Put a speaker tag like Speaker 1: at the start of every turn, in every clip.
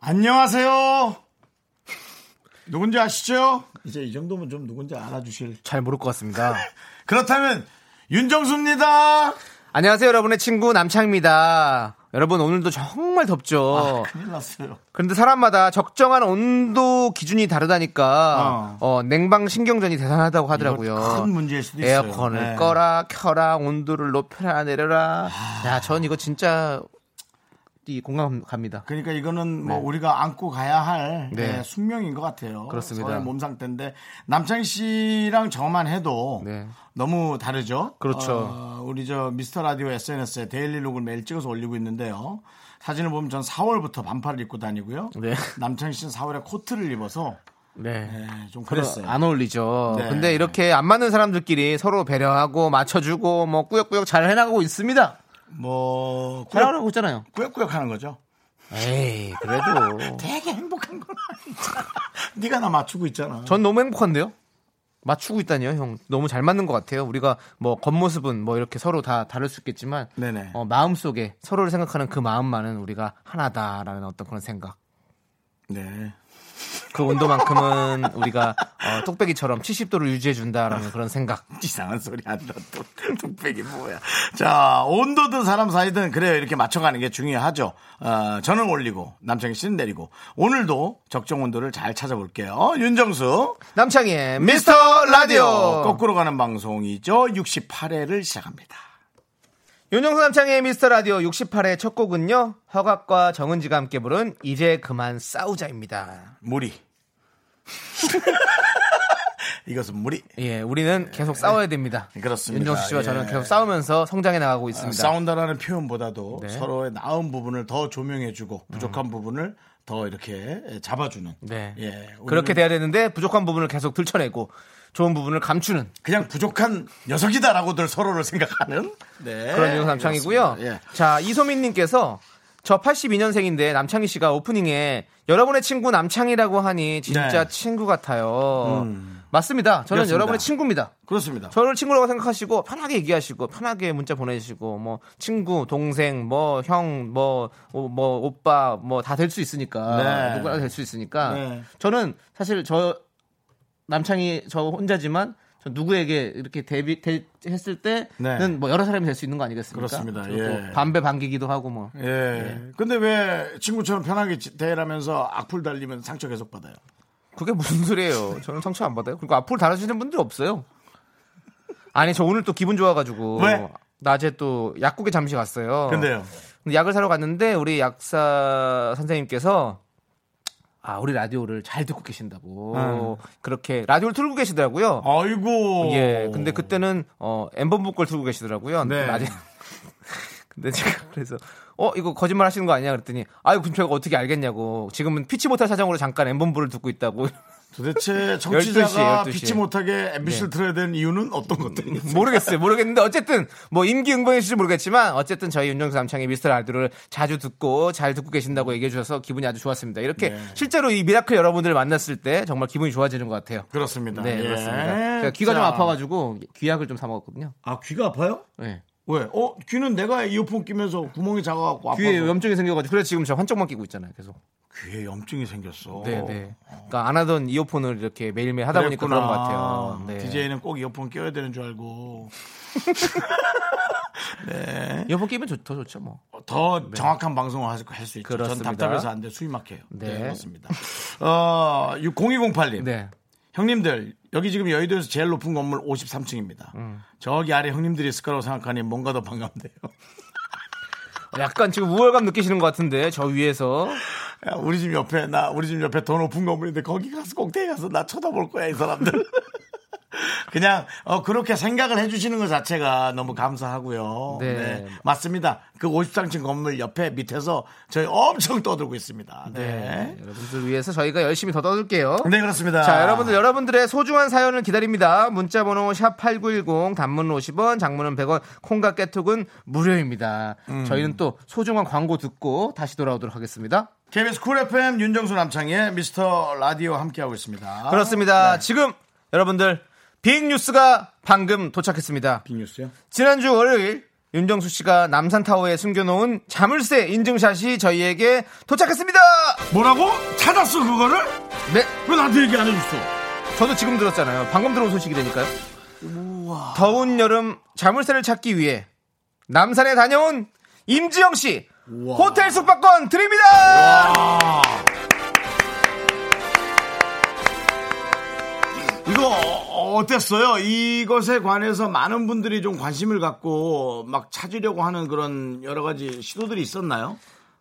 Speaker 1: 안녕하세요. 누군지 아시죠? 이제 이 정도면 좀 누군지 알아주실.
Speaker 2: 잘 모를 것 같습니다.
Speaker 1: 그렇다면 윤정수입니다.
Speaker 2: 안녕하세요, 여러분의 친구 남창입니다. 여러분 오늘도 정말 덥죠.
Speaker 1: 큰일 났어요.
Speaker 2: 그런데 사람마다 적정한 온도 기준이 다르다니까 어, 냉방 신경전이 대단하다고 하더라고요.
Speaker 1: 큰 문제일 수도 있어요.
Speaker 2: 에어컨을
Speaker 1: 네.
Speaker 2: 꺼라 켜라 온도를 높여라 내려라.
Speaker 1: 아.
Speaker 2: 야, 전 이거 진짜 이 공감 갑니다.
Speaker 1: 그러니까 이거는 뭐 우리가 안고 가야 할
Speaker 2: 네.
Speaker 1: 네, 숙명인 것 같아요.
Speaker 2: 그렇습니다.
Speaker 1: 서로의 몸 상태인데 남창희 씨랑 저만 해도
Speaker 2: 네.
Speaker 1: 너무 다르죠.
Speaker 2: 그렇죠.
Speaker 1: 어, 우리 저 미스터 라디오 SNS에 데일리룩을 매일 찍어서 올리고 있는데요. 사진을 보면 전 4월부터 반팔을 입고 다니고요.
Speaker 2: 네.
Speaker 1: 남창희 씨는 4월에 코트를 입어서
Speaker 2: 네.
Speaker 1: 네, 좀
Speaker 2: 그럼
Speaker 1: 그랬어요.
Speaker 2: 안 어울리죠.
Speaker 1: 네.
Speaker 2: 근데 이렇게 안 맞는 사람들끼리 서로 배려하고 맞춰주고 뭐 꾸역꾸역 잘 해나가고 있습니다.
Speaker 1: 뭐
Speaker 2: 잘
Speaker 1: 꾸역,
Speaker 2: 하고 있잖아요.
Speaker 1: 꾸역꾸역 하는 거죠.
Speaker 2: 에이 그래도
Speaker 1: 되게 행복한 건 아니잖아. 네가 나 맞추고 있잖아.
Speaker 2: 전 너무 행복한데요. 맞추고 있다니요, 형. 너무 잘 맞는 것 같아요. 우리가 뭐 겉모습은 뭐 이렇게 서로 다 다를 수 있겠지만,
Speaker 1: 네네.
Speaker 2: 어, 마음 속에 서로를 생각하는 그 마음만은 우리가 하나다라는 어떤 그런 생각.
Speaker 1: 네.
Speaker 2: 그 온도만큼은 우리가 어, 뚝배기처럼 70도를 유지해 준다라는 그런 생각.
Speaker 1: 이상한 소리 한다 또 뚝배기 뭐야 자 온도든 사람 사이든 그래요 이렇게 맞춰가는 게 중요하죠 어, 저는 올리고 남창희 씨는 내리고 오늘도 적정 온도를 잘 찾아볼게요 윤정수
Speaker 2: 남창희의 미스터 라디오.
Speaker 1: 거꾸로 가는 방송이죠 68회를 시작합니다
Speaker 2: 윤영수 남창희의 미스터 라디오 68회 첫 곡은요 허각과 정은지가 함께 부른 이제 그만 싸우자입니다.
Speaker 1: 무리 이것은 무리
Speaker 2: 예, 우리는 계속 싸워야 됩니다.
Speaker 1: 그렇습니다.
Speaker 2: 윤정수 씨와
Speaker 1: 예.
Speaker 2: 저는 계속 싸우면서 성장해 나가고 있습니다.
Speaker 1: 싸운다라는 표현보다도
Speaker 2: 네. 음.
Speaker 1: 서로의 나은 부분을 더 조명해주고 부족한 부분을 더 이렇게 잡아주는
Speaker 2: 네.
Speaker 1: 예,
Speaker 2: 그렇게
Speaker 1: 오늘은
Speaker 2: 돼야 되는데 부족한 부분을 계속 들춰내고 좋은 부분을 감추는
Speaker 1: 그냥 부족한 녀석이다라고들 서로를 생각하는 네.
Speaker 2: 그런 윤정수 남창이고요.
Speaker 1: 그렇습니다. 예.
Speaker 2: 자, 이소민 님께서 저 82년생인데 남창희 씨가 오프닝에 여러분의 친구 남창이라고 하니 진짜
Speaker 1: 네. 음.
Speaker 2: 친구 같아요. 맞습니다. 저는
Speaker 1: 그렇습니다.
Speaker 2: 여러분의 친구입니다.
Speaker 1: 그렇습니다.
Speaker 2: 저를 친구라고 생각하시고 편하게 얘기하시고 편하게 문자 보내주시고 뭐 친구 동생 뭐 형 뭐 뭐 오빠 뭐 다 될 수 있으니까
Speaker 1: 네.
Speaker 2: 누구나 될 수 있으니까
Speaker 1: 네.
Speaker 2: 저는 사실 저 남창이 저 혼자지만 저 누구에게 이렇게 데뷔 데- 했을 때는
Speaker 1: 네.
Speaker 2: 뭐 여러 사람이 될 수 있는 거 아니겠습니까?
Speaker 1: 그렇습니다.
Speaker 2: 저도
Speaker 1: 예.
Speaker 2: 반배 반기기도 하고 뭐
Speaker 1: 예. 근데 왜 친구처럼 편하게 지- 대하면서 악플 달리면 상처 계속 받아요?
Speaker 2: 그게 무슨 소리예요? 저는 상처 안 받아요. 그리고 앞으로 달아주시는 분들 없어요. 아니 저 오늘 또 기분 좋아가지고
Speaker 1: 왜?
Speaker 2: 낮에 또 약국에 잠시 갔어요.
Speaker 1: 근데요.
Speaker 2: 근데 약을 사러 갔는데 우리 약사 선생님께서 아 우리 라디오를 잘 듣고 계신다고 그렇게 라디오를 틀고 계시더라고요.
Speaker 1: 아이고.
Speaker 2: 예. 근데 그때는 어 엠범부 걸 틀고 계시더라고요.
Speaker 1: 네.
Speaker 2: 낮에. 근데 제가 그래서 어 이거 거짓말 하시는 거 아니냐 그랬더니 아유 그럼 제가 어떻게 알겠냐고 지금은 피치 못할 사정으로 잠깐 엠범부를 듣고 있다고
Speaker 1: 도대체
Speaker 2: 12시에,
Speaker 1: 정치자가
Speaker 2: 12시에. 네. 뭐.
Speaker 1: 비치 못하게 MBC를 들어야 되는 이유는 어떤 것들이 있어요?
Speaker 2: 모르겠어요. 모르겠는데 어쨌든 뭐 임기 응봉이실지 모르겠지만 어쨌든 저희 윤정수 남창의 미스터 라디오를 자주 듣고 잘 듣고 계신다고 얘기해 주셔서 기분이 아주 좋았습니다. 이렇게
Speaker 1: 네.
Speaker 2: 실제로 이 미라클 여러분들을 만났을 때 정말 기분이 좋아지는 것 같아요.
Speaker 1: 그렇습니다.
Speaker 2: 네,
Speaker 1: 예.
Speaker 2: 그렇습니다. 제가 귀가 좀
Speaker 1: 자.
Speaker 2: 아파가지고 귀약을 좀 사 먹었거든요.
Speaker 1: 아, 귀가 아파요?
Speaker 2: 네.
Speaker 1: 왜? 어, 귀는 내가 이어폰 끼면서 구멍이 작아갖고 아파서.
Speaker 2: 귀에 염증이 생겨가지고 그래서 지금 저 한쪽만 끼고 있잖아요. 계속.
Speaker 1: 귀에 염증이 생겼어.
Speaker 2: 네, 네. 그러니까 안 하던 이어폰을 이렇게 매일매일 하다 보니까 그런 것 같아요. 네.
Speaker 1: DJ는 꼭 이어폰 껴야 되는 줄 알고
Speaker 2: 이어폰 끼면 좋, 더 좋죠, 뭐.
Speaker 1: 더 정확한 방송을 할 수 있죠.
Speaker 2: 그렇습니다.
Speaker 1: 전 답답해서 안 돼. 수입 막혀요. 네.
Speaker 2: 네.
Speaker 1: 그렇습니다. 어, 0208님.
Speaker 2: 네.
Speaker 1: 형님들, 여기 지금 여의도에서 제일 높은 건물 53층입니다.
Speaker 2: 음.
Speaker 1: 저기 아래 형님들이 있을 거라고 생각하니 뭔가 더 반갑네요.
Speaker 2: 약간 지금 우월감 느끼시는 것 같은데 저 위에서
Speaker 1: 야, 우리 집 옆에, 나, 우리 집 옆에 더 높은 건물인데 거기 가서 꼭대기 가서 나 쳐다볼 거야, 이 사람들. 그냥 어, 그렇게 생각을 해주시는 것 자체가 너무 감사하고요. 네.
Speaker 2: 네.
Speaker 1: 맞습니다. 그 53층 건물 옆에 밑에서 저희 엄청 떠들고 있습니다. 네. 네,
Speaker 2: 여러분들 위해서 저희가 열심히 더 떠들게요.
Speaker 1: 그렇습니다.
Speaker 2: 자, 여러분들 여러분들의 소중한 사연을 기다립니다. 문자 번호 샵8910 단문은 50원, 장문은 100원, 콩과 깨톡은 무료입니다. 저희는 또 소중한 광고 듣고 다시 돌아오도록 하겠습니다.
Speaker 1: KBS 쿨 FM 윤정수 남창의 미스터 라디오 함께하고 있습니다.
Speaker 2: 그렇습니다. 지금 여러분들 빅뉴스가 방금 도착했습니다.
Speaker 1: 빅뉴스요?
Speaker 2: 지난주 월요일 윤정수 씨가 남산타워에 숨겨놓은 자물쇠 인증샷이 저희에게 도착했습니다.
Speaker 1: 뭐라고? 찾았어 그거를?
Speaker 2: 네,
Speaker 1: 왜 나한테 얘기 안 해줬어?
Speaker 2: 저도 지금 들었잖아요. 방금 들어온 소식이라니까요. 더운 여름 자물쇠를 찾기 위해 남산에 다녀온 임지영 씨
Speaker 1: 우와.
Speaker 2: 호텔 숙박권 드립니다.
Speaker 1: 이거 어- 어땠어요? 이것에 관해서 많은 분들이 좀 관심을 갖고 막 찾으려고 하는 그런 여러 가지 시도들이 있었나요?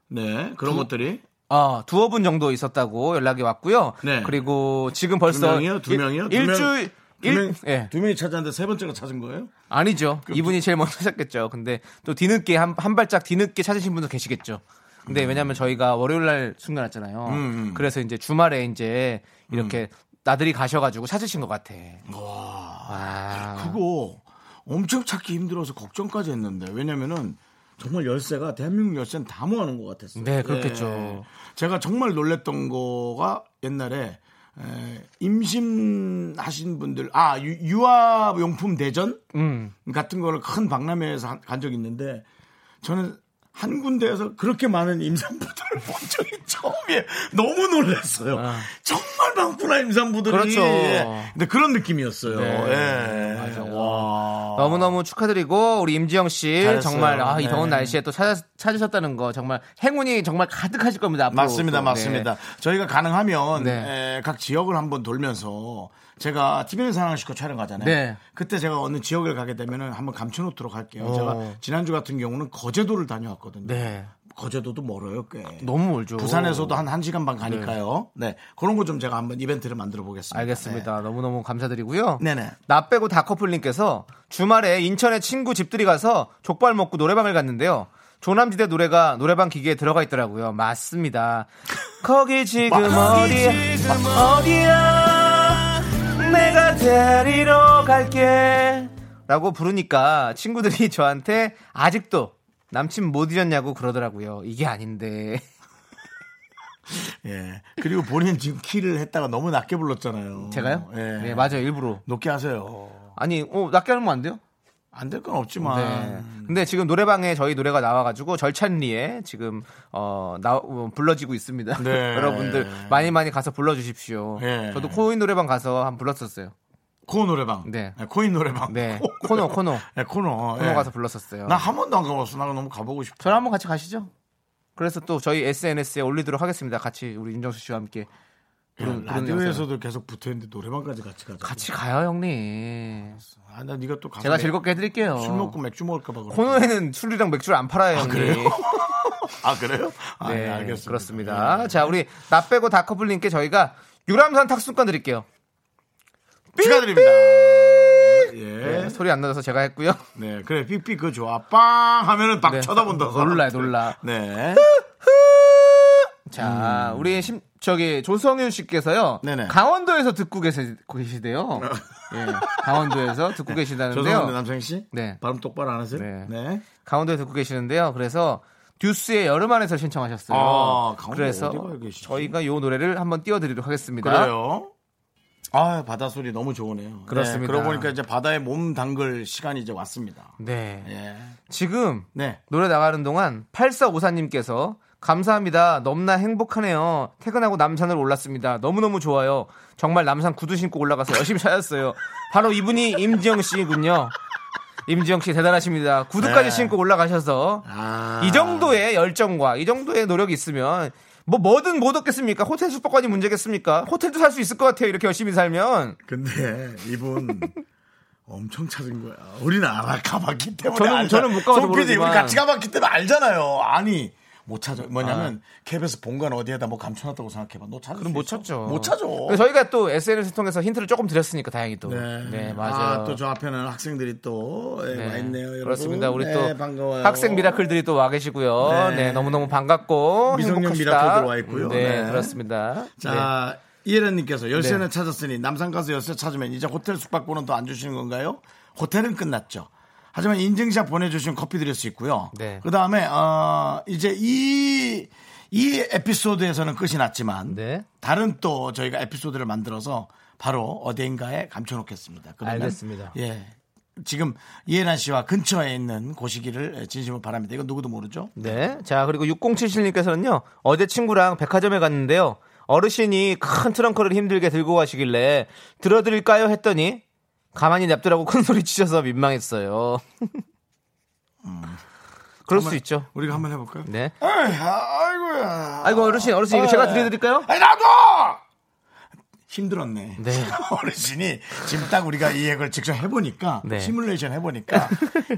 Speaker 1: 네, 그런 것들이
Speaker 2: 아, 두어 분 정도 있었다고 연락이 왔고요.
Speaker 1: 네.
Speaker 2: 그리고 지금
Speaker 1: 두
Speaker 2: 벌써
Speaker 1: 명이요, 두
Speaker 2: 일-
Speaker 1: 명이요, 두 명?
Speaker 2: 일주일
Speaker 1: 두, 명,
Speaker 2: 일, 예.
Speaker 1: 두 명이 찾았는데 세 번째가 찾은 거예요?
Speaker 2: 아니죠. 이분이 제일 먼저 찾았겠죠. 근데 또 뒤늦게 한, 한 발짝 뒤늦게 찾으신 분도 계시겠죠. 근데
Speaker 1: 음.
Speaker 2: 왜냐면 저희가 월요일 날 숨겨놨잖아요. 그래서 이제 주말에 이제 이렇게
Speaker 1: 음.
Speaker 2: 나들이 가셔가지고 찾으신 것 같아. 와.
Speaker 1: 그거 엄청 찾기 힘들어서 걱정까지 했는데 왜냐면은 정말 열쇠가 대한민국 열쇠는 다 모아놓은 것 같았어요. 예.
Speaker 2: 네, 그렇겠죠.
Speaker 1: 제가 정말 놀랬던 거가 옛날에 에, 임신하신 분들 아 유- 유아 용품 대전
Speaker 2: 음.
Speaker 1: 같은 거를 큰 박람회에서 간 적이 있는데 저는 한 군데에서 그렇게 많은 임산부들을 본 적이 처음이에요. 너무 놀랐어요. 정말 많구나 임산부들이.
Speaker 2: 아. 그렇죠.
Speaker 1: 예. 근데 그런 느낌이었어요.
Speaker 2: 네.
Speaker 1: 예.
Speaker 2: 맞아요.
Speaker 1: 와.
Speaker 2: 너무너무 축하드리고 우리 임지영 씨
Speaker 1: 어. 잘했어요.
Speaker 2: 정말 아, 이 더운
Speaker 1: 네.
Speaker 2: 날씨에 또 찾아, 찾으셨다는 거 정말 행운이 정말 가득하실 겁니다. 앞으로
Speaker 1: 맞습니다,
Speaker 2: 또.
Speaker 1: 맞습니다.
Speaker 2: 네.
Speaker 1: 저희가 가능하면
Speaker 2: 네.
Speaker 1: 에, 각 지역을 한번 돌면서 제가 TVN 상황시켜 촬영 가잖아요.
Speaker 2: 네.
Speaker 1: 그때 제가 어느 지역을 가게 되면은 한번 감춰놓도록 할게요.
Speaker 2: 어.
Speaker 1: 제가 지난주 같은 경우는 거제도를 다녀왔거든요.
Speaker 2: 네.
Speaker 1: 거제도도 멀어요, 꽤.
Speaker 2: 너무 멀죠.
Speaker 1: 부산에서도 한 1시간 반 가니까요. 네. 그런 거 좀 제가 한번 이벤트를 만들어 보겠습니다.
Speaker 2: 알겠습니다. 너무너무 감사드리고요.
Speaker 1: 네. 네네.
Speaker 2: 나 빼고 다커플님께서 주말에 인천에 친구 집들이 가서 족발 먹고 노래방을 갔는데요. 조남지대 노래가 노래방 기계에 들어가 있더라고요. 맞습니다. 거기 지금 아. 어디 어디야? 내가 데리러 갈게. 라고 부르니까 친구들이 저한테 아직도 남친 못 잊었냐고 그러더라고요. 이게 아닌데.
Speaker 1: 예. 그리고 본인 지금 키를 했다가 너무 낮게 불렀잖아요.
Speaker 2: 제가요?
Speaker 1: 예.
Speaker 2: 네, 맞아요. 일부러.
Speaker 1: 높게 하세요.
Speaker 2: 아니, 어, 낮게 하면 안 돼요?
Speaker 1: 안 될 건
Speaker 2: 네.
Speaker 1: 없지만.
Speaker 2: 근데 지금 노래방에 저희 노래가 나와가지고 절찬리에 지금 어, 나, 어, 불러지고 있습니다.
Speaker 1: 네.
Speaker 2: 여러분들 많이 많이 가서 불러주십시오.
Speaker 1: 예.
Speaker 2: 저도 코인 노래방 가서 한 번 불렀었어요.
Speaker 1: 코 노래방.
Speaker 2: 네.
Speaker 1: 예, 코인 노래방.
Speaker 2: 네.
Speaker 1: 코-
Speaker 2: 코너 코너
Speaker 1: 예, 코너.
Speaker 2: 코너 가서 불렀었어요.
Speaker 1: 나한 번도 안 가봤어. 나 너무 가보고 싶어.
Speaker 2: 저랑 한번 같이 가시죠. 그래서 또 저희 SNS에 올리도록 하겠습니다. 같이 우리 윤정수 씨와 함께 부른- 부른 영상을.
Speaker 1: 라디오에서도 계속 붙어 있는데 노래방까지 같이 가자.
Speaker 2: 같이 가요, 형님.
Speaker 1: 아, 나 네가 또 가서
Speaker 2: 제가
Speaker 1: 맥-
Speaker 2: 즐겁게 해드릴게요.
Speaker 1: 술 먹고 맥주 먹을까 봐. 그래.
Speaker 2: 코너에는 술이랑 맥주를 안 팔아요, 형님.
Speaker 1: 그래요? 아 그래요? 아,
Speaker 2: 네,
Speaker 1: 네, 알겠습니다. 네.
Speaker 2: 그렇습니다. 자, 우리 나 빼고 다커플님께 저희가 유람선 탁수권 드릴게요.
Speaker 1: 예. 축하드립니다. 예.
Speaker 2: 네, 소리 안 나서 제가 했고요.
Speaker 1: 네, 그래 삐삐 그거 좋아. 빵 하면은 막
Speaker 2: 네.
Speaker 1: 쳐다본다.
Speaker 2: 놀라
Speaker 1: 사람들.
Speaker 2: 놀라.
Speaker 1: 네.
Speaker 2: 자, 우리 심, 저기 조성윤 씨께서요.
Speaker 1: 음. 네네. 어.
Speaker 2: 강원도에서 듣고 계시, 계시대요. 예, 강원도에서 듣고
Speaker 1: 죄송합니다
Speaker 2: 계시다는데요.
Speaker 1: 남창희 씨.
Speaker 2: 네.
Speaker 1: 발음 똑바로 안 하세요?
Speaker 2: 네.
Speaker 1: 네.
Speaker 2: 강원도에 듣고 계시는데요. 그래서 듀스의 여름 안에서 신청하셨어요.
Speaker 1: 아, 강원도
Speaker 2: 그래서
Speaker 1: 어디가 계시지?
Speaker 2: 저희가 요 노래를 한번 띄워드리도록 하겠습니다.
Speaker 1: 그래요. 아 바다 소리 너무 좋으네요.
Speaker 2: 그렇습니다.
Speaker 1: 네, 그러고 보니까 이제 바다에 몸 담글 시간이 이제 왔습니다.
Speaker 2: 네.
Speaker 1: 예.
Speaker 2: 지금
Speaker 1: 네.
Speaker 2: 노래 나가는 동안 8454님께서 감사합니다. 넘나 행복하네요. 퇴근하고 남산을 올랐습니다. 너무너무 좋아요. 정말 남산 구두 신고 올라가서 열심히 찾았어요. 바로 이분이 임지영 씨군요. 임지영 씨 대단하십니다. 구두까지
Speaker 1: 네.
Speaker 2: 신고 올라가셔서
Speaker 1: 아.
Speaker 2: 이 정도의 열정과 이 정도의 노력이 있으면 뭐 뭐든 못 얻겠습니까? 호텔 숙박권이 문제겠습니까? 호텔도 살 수 있을 것 같아요. 이렇게 열심히 살면
Speaker 1: 근데 이분 엄청 찾은 거야. 우리는 알아 가봤기 때문에
Speaker 2: 저는-
Speaker 1: 알잖아.
Speaker 2: 저는 못 가봐서
Speaker 1: 송 PD, 우리
Speaker 2: 모르지만.
Speaker 1: 같이 가봤기 때문에 알잖아요. 아니 못 찾아. 뭐냐면 캡에서 본관 어디에다 뭐 감춰놨다고 생각해봐. 너 찾을 수
Speaker 2: 그럼 못
Speaker 1: 있어?
Speaker 2: 찾죠.
Speaker 1: 못그 찾아.
Speaker 2: 근데 저희가 또 SNS 통해서 힌트를 조금 드렸으니까 다행히 또. 네, 맞아요.
Speaker 1: 또 저 앞에는 학생들이 또 예,
Speaker 2: 네.
Speaker 1: 와 있네요. 여러분.
Speaker 2: 그렇습니다. 우리
Speaker 1: 네,
Speaker 2: 또
Speaker 1: 반가워요.
Speaker 2: 학생 미라클들이 또 와 계시고요.
Speaker 1: 네.
Speaker 2: 네, 너무너무 반갑고
Speaker 1: 미성년
Speaker 2: 행복합시다.
Speaker 1: 미라클들 와 있고요.
Speaker 2: 네,
Speaker 1: 네.
Speaker 2: 그렇습니다.
Speaker 1: 자
Speaker 2: 네.
Speaker 1: 이혜란님께서 열쇠는 찾았으니 남산 가서 열쇠 찾으면 이제 호텔 숙박권은 또 안 주시는 건가요? 호텔은 끝났죠. 하지만 인증샷 보내주시면 커피 드릴 수 있고요.
Speaker 2: 네.
Speaker 1: 그 다음에 어, 이제 이, 이 에피소드에서는 끝이 났지만
Speaker 2: 네.
Speaker 1: 다른 또 저희가 에피소드를 만들어서 바로 어딘가에 감춰놓겠습니다. 그러면,
Speaker 2: 알겠습니다.
Speaker 1: 예. 지금 이혜란 씨와 근처에 있는 곳이기를 진심으로 바랍니다. 이거 누구도 모르죠?
Speaker 2: 네. 자, 그리고 6077님께서는요, 어제 친구랑 백화점에 갔는데요. 어르신이 큰 트렁크를 힘들게 들고 가시길래 들어드릴까요? 했더니 가만히 냅두라고 큰 소리 치셔서 민망했어요.
Speaker 1: 음.
Speaker 2: 그럴 수 있죠.
Speaker 1: 우리가 한번 해볼까요?
Speaker 2: 네.
Speaker 1: 에이, 아이고야. 예.
Speaker 2: 아이고, 어르신, 어르신, 이거 제가 드려드릴까요?
Speaker 1: 아니 나도 힘들었네.
Speaker 2: 네.
Speaker 1: 어르신이 지금 딱 우리가 이 얘기를 직접 해보니까
Speaker 2: 네.
Speaker 1: 시뮬레이션 해보니까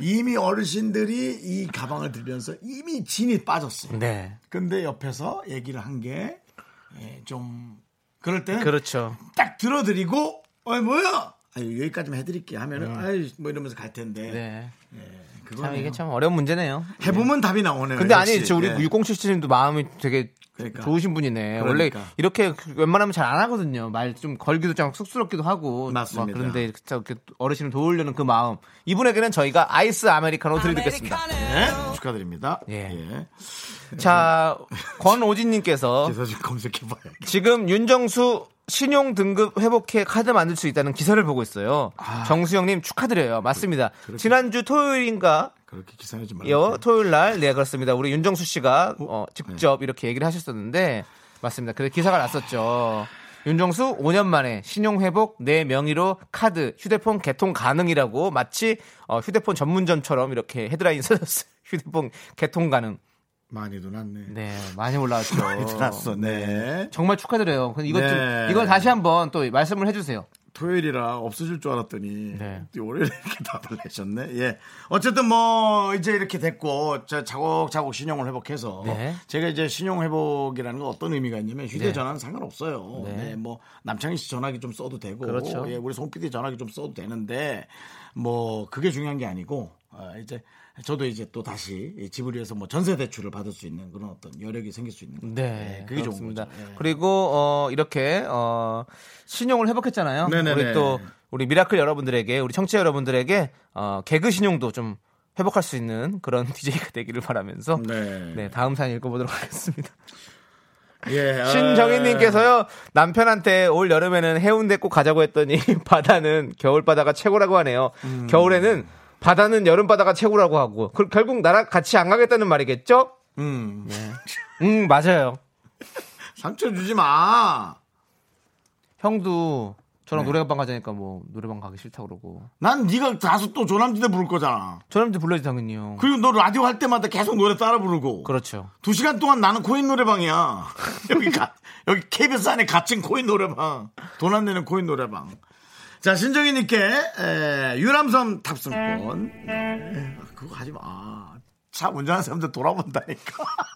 Speaker 1: 이미 어르신들이 이 가방을 들면서 이미 진이 빠졌어요.
Speaker 2: 네.
Speaker 1: 근데 옆에서 얘기를 한 게 좀 그럴 때는
Speaker 2: 그렇죠.
Speaker 1: 딱 들어드리고 어이 뭐야? 아유 여기까지만 해드릴게 하면은 아유 뭐 이러면서 갈 텐데
Speaker 2: 네.
Speaker 1: 그거
Speaker 2: 참 이게 참 어려운 문제네요.
Speaker 1: 해보면 답이 나오네요.
Speaker 2: 근데 아니,
Speaker 1: 역시.
Speaker 2: 저 우리 뭐
Speaker 1: 예.
Speaker 2: 6077님도 마음이 되게
Speaker 1: 그러니까.
Speaker 2: 좋으신 분이네.
Speaker 1: 그러니까.
Speaker 2: 원래 이렇게 웬만하면 잘 안 하거든요. 말 좀 걸기도 좀 쑥스럽기도 하고.
Speaker 1: 맞습니다.
Speaker 2: 막 그런데 이렇게 참 이렇게 어르신을 도우려는 그 마음. 이분에게는 저희가 아이스 아메리카노 드리겠습니다.
Speaker 1: 네, 축하드립니다.
Speaker 2: 예.
Speaker 1: 예.
Speaker 2: 자, 권오진님께서
Speaker 1: 기사 좀 검색해봐요.
Speaker 2: 지금 윤정수 신용 등급 회복해 카드 만들 수 있다는 기사를 보고 있어요.
Speaker 1: 아.
Speaker 2: 정수영님 축하드려요. 맞습니다. 지난주 토요일인가
Speaker 1: 그렇게 기사 내지
Speaker 2: 요
Speaker 1: 말고.
Speaker 2: 예, 토요일 날, 네 그렇습니다. 우리 윤정수 씨가 아, 어, 직접 이렇게 얘기를 하셨었는데 맞습니다. 그래 기사가 났었죠. 윤정수 5년 만에 신용 회복 내 명의로 카드 휴대폰 개통 가능이라고 마치 어, 휴대폰 전문점처럼 이렇게 헤드라인 써졌어요. 휴대폰 개통 가능.
Speaker 1: 많이도 났네.
Speaker 2: 네 많이 올라왔죠.
Speaker 1: 많이도 났어. 네.
Speaker 2: 정말 축하드려요. 근데 이것
Speaker 1: 네.
Speaker 2: 좀 이걸 다시 한번 또 말씀을 해주세요.
Speaker 1: 토요일이라 없어질 줄 알았더니
Speaker 2: 네.
Speaker 1: 또 월요일에 이렇게 답을 내셨네. 예. 어쨌든 뭐 이제 이렇게 됐고 자, 자곡자곡 신용을 회복해서
Speaker 2: 네.
Speaker 1: 제가 이제 신용 회복이라는 건 어떤 의미가 있냐면 휴대 전화는 상관없어요. 네.
Speaker 2: 네.
Speaker 1: 뭐 남창희 씨 전화기 좀 써도 되고
Speaker 2: 그렇죠.
Speaker 1: 예, 우리 송 PD 전화기 좀 써도 되는데 뭐 그게 중요한 게 아니고 아, 이제 저도 이제 또 다시 이 집을 위해서 뭐 전세 대출을 받을 수 있는 그런 어떤 여력이 생길 수 있는 거죠. 예, 그게
Speaker 2: 네, 그렇습니다.
Speaker 1: 좋은 거죠. 예.
Speaker 2: 그리고 어 이렇게 어 신용을 회복했잖아요.
Speaker 1: 네네네.
Speaker 2: 우리 또 우리 미라클 여러분들에게 우리 청취자 여러분들에게 어 개그 신용도 좀 회복할 수 있는 그런 DJ가 되기를 바라면서
Speaker 1: 네.
Speaker 2: 네, 다음 사연 읽어보도록 하겠습니다.
Speaker 1: 예, 아,
Speaker 2: 신정희님께서요 남편한테 올 여름에는 해운대 꼭 가자고 했더니 바다는 겨울 바다가 최고라고 하네요.
Speaker 1: 음.
Speaker 2: 겨울에는 바다는 여름 바다가 최고라고 하고 그- 결국 나랑 같이 안 가겠다는 말이겠죠?
Speaker 1: 음.
Speaker 2: 음 맞아요.
Speaker 1: 상처 주지 마.
Speaker 2: 형도
Speaker 1: 네.
Speaker 2: 저랑 노래방 가자니까 뭐 노래방 가기 싫다 그러고
Speaker 1: 난 네가 가서 또 조남지대 부를 거잖아.
Speaker 2: 저랑 도 불러야지 당연히 요
Speaker 1: 그리고 너 라디오 할 때마다 계속 노래 따라 부르고.
Speaker 2: 그, 렇죠
Speaker 1: 두 시간 동안 나는 코인 노래방이야. 여기 가, 여기 KBS 안에 갇힌 코인 노래방. 돈 안 내는 코인 노래방. 자, 신정희님께 에, 유람선 탑승권. 에, 그거 하지 마. 차 운전하는 사람들 돌아본다니까.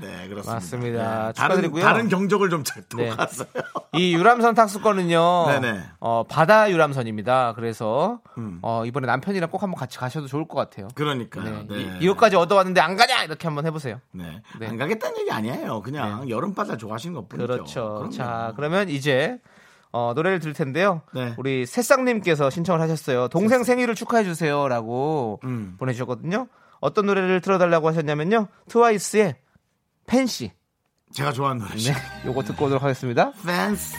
Speaker 1: 네, 그렇습니다.
Speaker 2: 맞습니다.
Speaker 1: 네, 다른,
Speaker 2: 축하드리고요.
Speaker 1: 다른 경적을 좀 찾도록
Speaker 2: 네.
Speaker 1: 하세요.
Speaker 2: 이 유람선 탁수권은요
Speaker 1: 네네. 음.
Speaker 2: 어, 바다 유람선입니다. 그래서 어, 이번에 남편이랑 꼭 한번 같이 가셔도 좋을 것 같아요.
Speaker 1: 그러니까요.
Speaker 2: 네.
Speaker 1: 네.
Speaker 2: 이, 이것까지 얻어왔는데 안 가냐 이렇게 한번 해보세요.
Speaker 1: 네.
Speaker 2: 네.
Speaker 1: 안 가겠다는 얘기 아니에요. 그냥 여름바다 좋아하시는 것 뿐이죠.
Speaker 2: 그렇죠.
Speaker 1: 그럼요.
Speaker 2: 자 그러면 이제 어, 노래를 들을 텐데요.
Speaker 1: 네.
Speaker 2: 우리 새싹님께서 신청을 하셨어요. 동생 생일을 축하해 주세요라고
Speaker 1: 음.
Speaker 2: 보내주셨거든요. 어떤 노래를 틀어달라고 하셨냐면요. 트와이스의 팬시.
Speaker 1: 제가 좋아하는 노래죠.
Speaker 2: 네, 요거 듣고 오도록 하겠습니다.
Speaker 1: 팬스.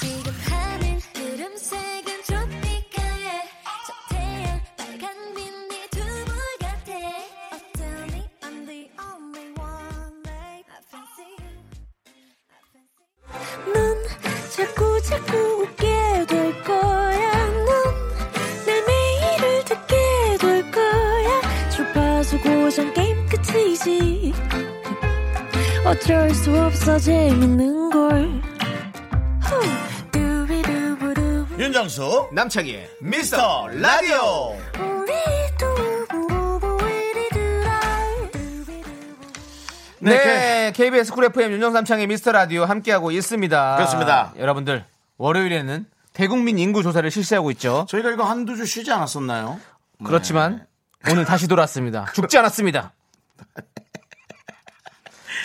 Speaker 3: 지금 하늘 구름색은 트로피카에 저 태양 빨간 빛이 두부 같아 Oh tell me I'm the only one like I fancy you 넌 자꾸 자꾸 웃게 될 거야. 넌내 매일을 듣게 될 거야. 주파수 고정 게임 끝이지. 어쩔 수 없어 재밌는 걸 후. 두비두부두.
Speaker 1: 윤정수
Speaker 2: 남창희의
Speaker 1: 미스터 라디오
Speaker 3: 우리 두부부부 우리 두라. 두비두부.
Speaker 2: 네, KBS 쿨 FM 윤정삼창의 미스터 라디오 함께하고 있습니다.
Speaker 1: 그렇습니다.
Speaker 2: 여러분들 월요일에는 대국민 인구 조사를 실시하고 있죠.
Speaker 1: 저희가 이거 한두 주 쉬지 않았었나요?
Speaker 2: 네. 그렇지만 오늘 다시 돌아왔습니다. 죽지 않았습니다.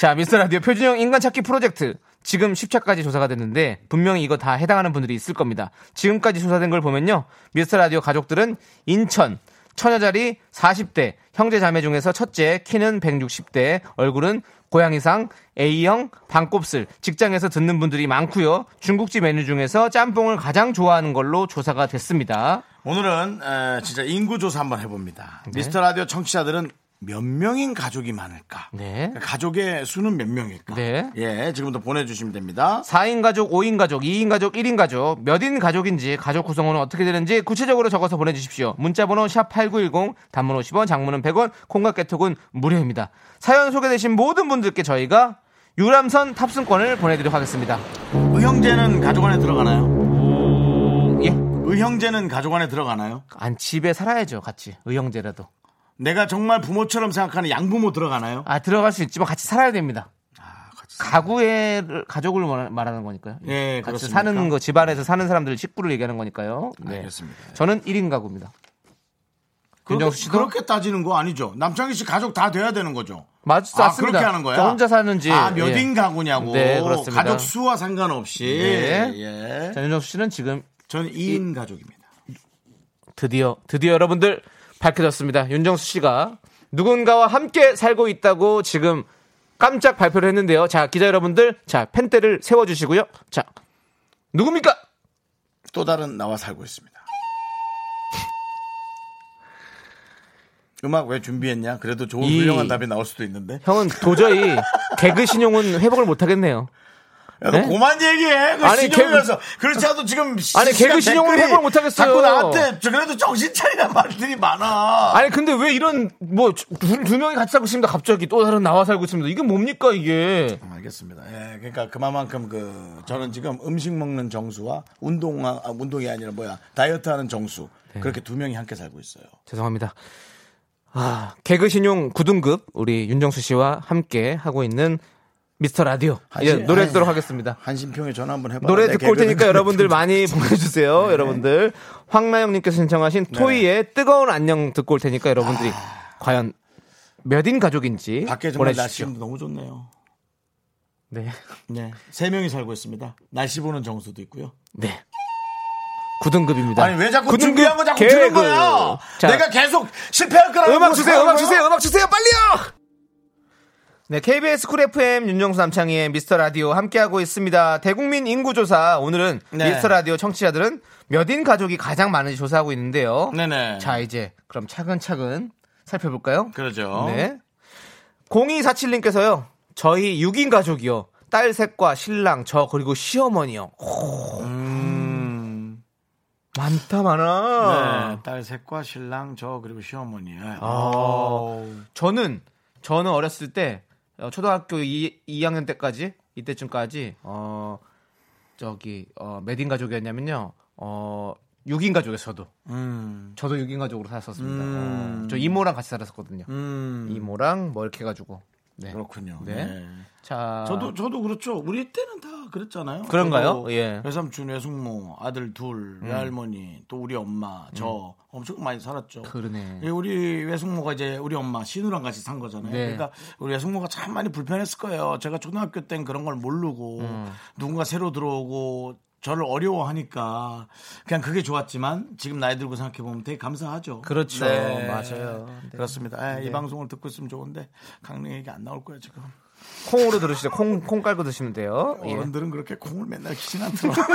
Speaker 2: 자, 미스터 라디오 표준형 인간 찾기 프로젝트. 지금 10차까지 조사가 됐는데 분명히 이거 다 해당하는 분들이 있을 겁니다. 지금까지 조사된 걸 보면요. 미스터 라디오 가족들은 인천 처녀자리 40대 형제 자매 중에서 첫째 키는 160대 얼굴은 고양이상 A형 반곱슬 직장에서 듣는 분들이 많고요. 중국집 메뉴 중에서 짬뽕을 가장 좋아하는 걸로 조사가 됐습니다.
Speaker 1: 오늘은 에, 진짜 인구 조사 한번 해봅니다.
Speaker 2: 네.
Speaker 1: 미스터 라디오 청취자들은 몇 명인 가족이 많을까?
Speaker 2: 네.
Speaker 1: 가족의 수는 몇 명일까?
Speaker 2: 네.
Speaker 1: 예, 지금부터 보내주시면 됩니다.
Speaker 2: 4인 가족, 5인 가족, 2인 가족, 1인 가족, 몇인 가족인지 가족 구성원은 어떻게 되는지 구체적으로 적어서 보내주십시오. 문자번호 샵 8910, 단문 50원, 장문은 100원, 콩과 깨톡은 무료입니다. 사연 소개되신 모든 분들께 저희가 유람선 탑승권을 보내드리도록 하겠습니다.
Speaker 1: 의형제는 가족 안에 들어가나요?
Speaker 2: 예.
Speaker 1: 의형제는 가족 안에 들어가나요?
Speaker 2: 안 집에 살아야죠, 같이. 의형제라도.
Speaker 1: 내가 정말 부모처럼 생각하는 양부모 들어가나요?
Speaker 2: 아, 들어갈 수 있지만 같이 살아야 됩니다.
Speaker 1: 아, 같이 사-
Speaker 2: 가구의 가족을 말- 말하는 거니까요.
Speaker 1: 예,
Speaker 2: 같이
Speaker 1: 그렇습니까?
Speaker 2: 사는 거, 집안에서 사는 사람들 식구를 얘기하는 거니까요. 네.
Speaker 1: 알겠습니다. 예.
Speaker 2: 저는 1인 가구입니다. 윤정수
Speaker 1: 그렇게,
Speaker 2: 씨도?
Speaker 1: 그렇게 따지는 거 아니죠. 남창희 씨 가족 다 돼야 되는 거죠.
Speaker 2: 맞,
Speaker 1: 아,
Speaker 2: 맞습니다.
Speaker 1: 그렇게 하는 거야?
Speaker 2: 저 혼자 사는지.
Speaker 1: 아, 몇
Speaker 2: 예.
Speaker 1: 인 가구냐고.
Speaker 2: 네, 그렇습니다.
Speaker 1: 가족 수와 상관없이.
Speaker 2: 예.
Speaker 1: 예.
Speaker 2: 자, 윤정수 씨는 지금
Speaker 1: 저는 2인 가족입니다.
Speaker 2: 드디어, 드디어 여러분들 밝혀졌습니다. 윤정수 씨가 누군가와 함께 살고 있다고 지금 깜짝 발표를 했는데요. 자, 기자 여러분들, 자, 펜대를 세워주시고요. 자, 누굽니까?
Speaker 1: 또 다른 나와 살고 있습니다. 음악 왜 준비했냐? 그래도 좋은
Speaker 2: 이-
Speaker 1: 훌륭한 답이 나올 수도 있는데.
Speaker 2: 형은 도저히 개그 신용은 회복을 못하겠네요.
Speaker 1: 야, 너
Speaker 2: 네?
Speaker 1: 그만 얘기해. 그
Speaker 2: 아니,
Speaker 1: 신용이라서. 그렇지 않아도 지금. 실시간
Speaker 2: 개그 신용을
Speaker 1: 댓글이
Speaker 2: 회복을 못하겠어요.
Speaker 1: 자꾸 나한테 저 그래도 정신 차리란 말들이 많아.
Speaker 2: 아니 근데 왜 이런 뭐 두 명이 같이 살고 있습니다. 갑자기 또 다른 나와 살고 있습니다. 이게 뭡니까 이게?
Speaker 1: 알겠습니다. 예, 그러니까 그만큼 그 저는 지금 음식 먹는 정수와 운동 아, 운동이 아니라 뭐야 다이어트하는 정수
Speaker 2: 네.
Speaker 1: 그렇게 두 명이 함께 살고 있어요.
Speaker 2: 죄송합니다. 아, 개그 신용 구등급 우리 윤정수 씨와 함께 하고 있는 미스터 라디오. 이제
Speaker 1: 한심-
Speaker 2: 노래 듣도록
Speaker 1: 한-
Speaker 2: 하겠습니다.
Speaker 1: 한심평에 전화 한번 해봐.
Speaker 2: 노래 아, 네, 듣고 네. 올 테니까 여러분들 많이 보내주세요. 여러분들 황나영님께서 신청하신 토이의 뜨거운 안녕 듣고 올 테니까 여러분들이 과연 몇인 가족인지
Speaker 1: 밖에 정말
Speaker 2: 보내주십시오.
Speaker 1: 날씨도 너무 좋네요.
Speaker 2: 네,
Speaker 1: 네, 세 명이 살고 있습니다. 날씨 보는 정수도 있고요.
Speaker 2: 네. 구등급입니다.
Speaker 1: 아니 왜 자꾸
Speaker 2: 구등급
Speaker 1: 준비한 거 자꾸
Speaker 2: 계획을.
Speaker 1: 드는 거야?
Speaker 2: 자,
Speaker 1: 내가 계속 실패할 거라고.
Speaker 2: 음악
Speaker 1: 보고
Speaker 2: 주세요,
Speaker 1: 싶어요.
Speaker 2: 음악 주세요, 음악 주세요, 빨리요! 네, KBS 쿨 FM 윤정수 남창희의 미스터 라디오 함께하고 있습니다. 대국민 인구조사. 오늘은
Speaker 1: 네.
Speaker 2: 미스터 라디오 청취자들은 몇인 가족이 가장 많은지 조사하고 있는데요.
Speaker 1: 네네.
Speaker 2: 자, 이제 그럼 차근차근 살펴볼까요?
Speaker 1: 그러죠.
Speaker 2: 네. 0247님께서요, 저희 6인 가족이요. 딸 셋과 신랑, 저, 그리고 시어머니요. 오. 많다,
Speaker 1: 음.
Speaker 2: 많아.
Speaker 1: 네, 딸 셋과 신랑 저 그리고 시어머니.
Speaker 2: 아. 저는 저는 어렸을 때 어, 초등학교 2, 2학년 때까지 이때쯤까지 어 저기 어 몇인 가족이었냐면요. 어 6인 가족에서도
Speaker 1: 음.
Speaker 2: 저도 6인 가족으로 살았었습니다.
Speaker 1: 음.
Speaker 2: 어, 저 이모랑 같이 살았었거든요.
Speaker 1: 음.
Speaker 2: 이모랑 뭐 이렇게 해 가지고. 네.
Speaker 1: 그렇군요.
Speaker 2: 네. 자,
Speaker 1: 저도 저도 그렇죠. 우리 때는 다 그랬잖아요.
Speaker 2: 그런가요?
Speaker 1: 저도
Speaker 2: 예. 음.
Speaker 1: 외삼촌, 외숙모, 아들 둘, 외할머니, 또 우리 엄마, 저 엄청 많이 살았죠.
Speaker 2: 그러네.
Speaker 1: 예, 우리 외숙모가 이제 우리 엄마 신우랑 같이 산 거잖아요.
Speaker 2: 네.
Speaker 1: 그러니까 우리 외숙모가 참 많이 불편했을 거예요. 제가 초등학교 땐 그런 걸 모르고
Speaker 2: 음.
Speaker 1: 누군가 새로 들어오고 저를 어려워하니까 그냥 그게 좋았지만 지금 나이 들고 생각해 보면 되게 감사하죠. 네.
Speaker 2: 그렇죠. 맞아요. 네.
Speaker 1: 그렇습니다. 아, 이 방송을 듣고 있으면 좋은데 강릉 얘기 안 나올 거예요 지금.
Speaker 2: 콩으로 들으시죠. 콩, 콩 깔고 드시면 돼요. 예.
Speaker 1: 어른들은 그렇게 콩을 맨날 키진 않더라.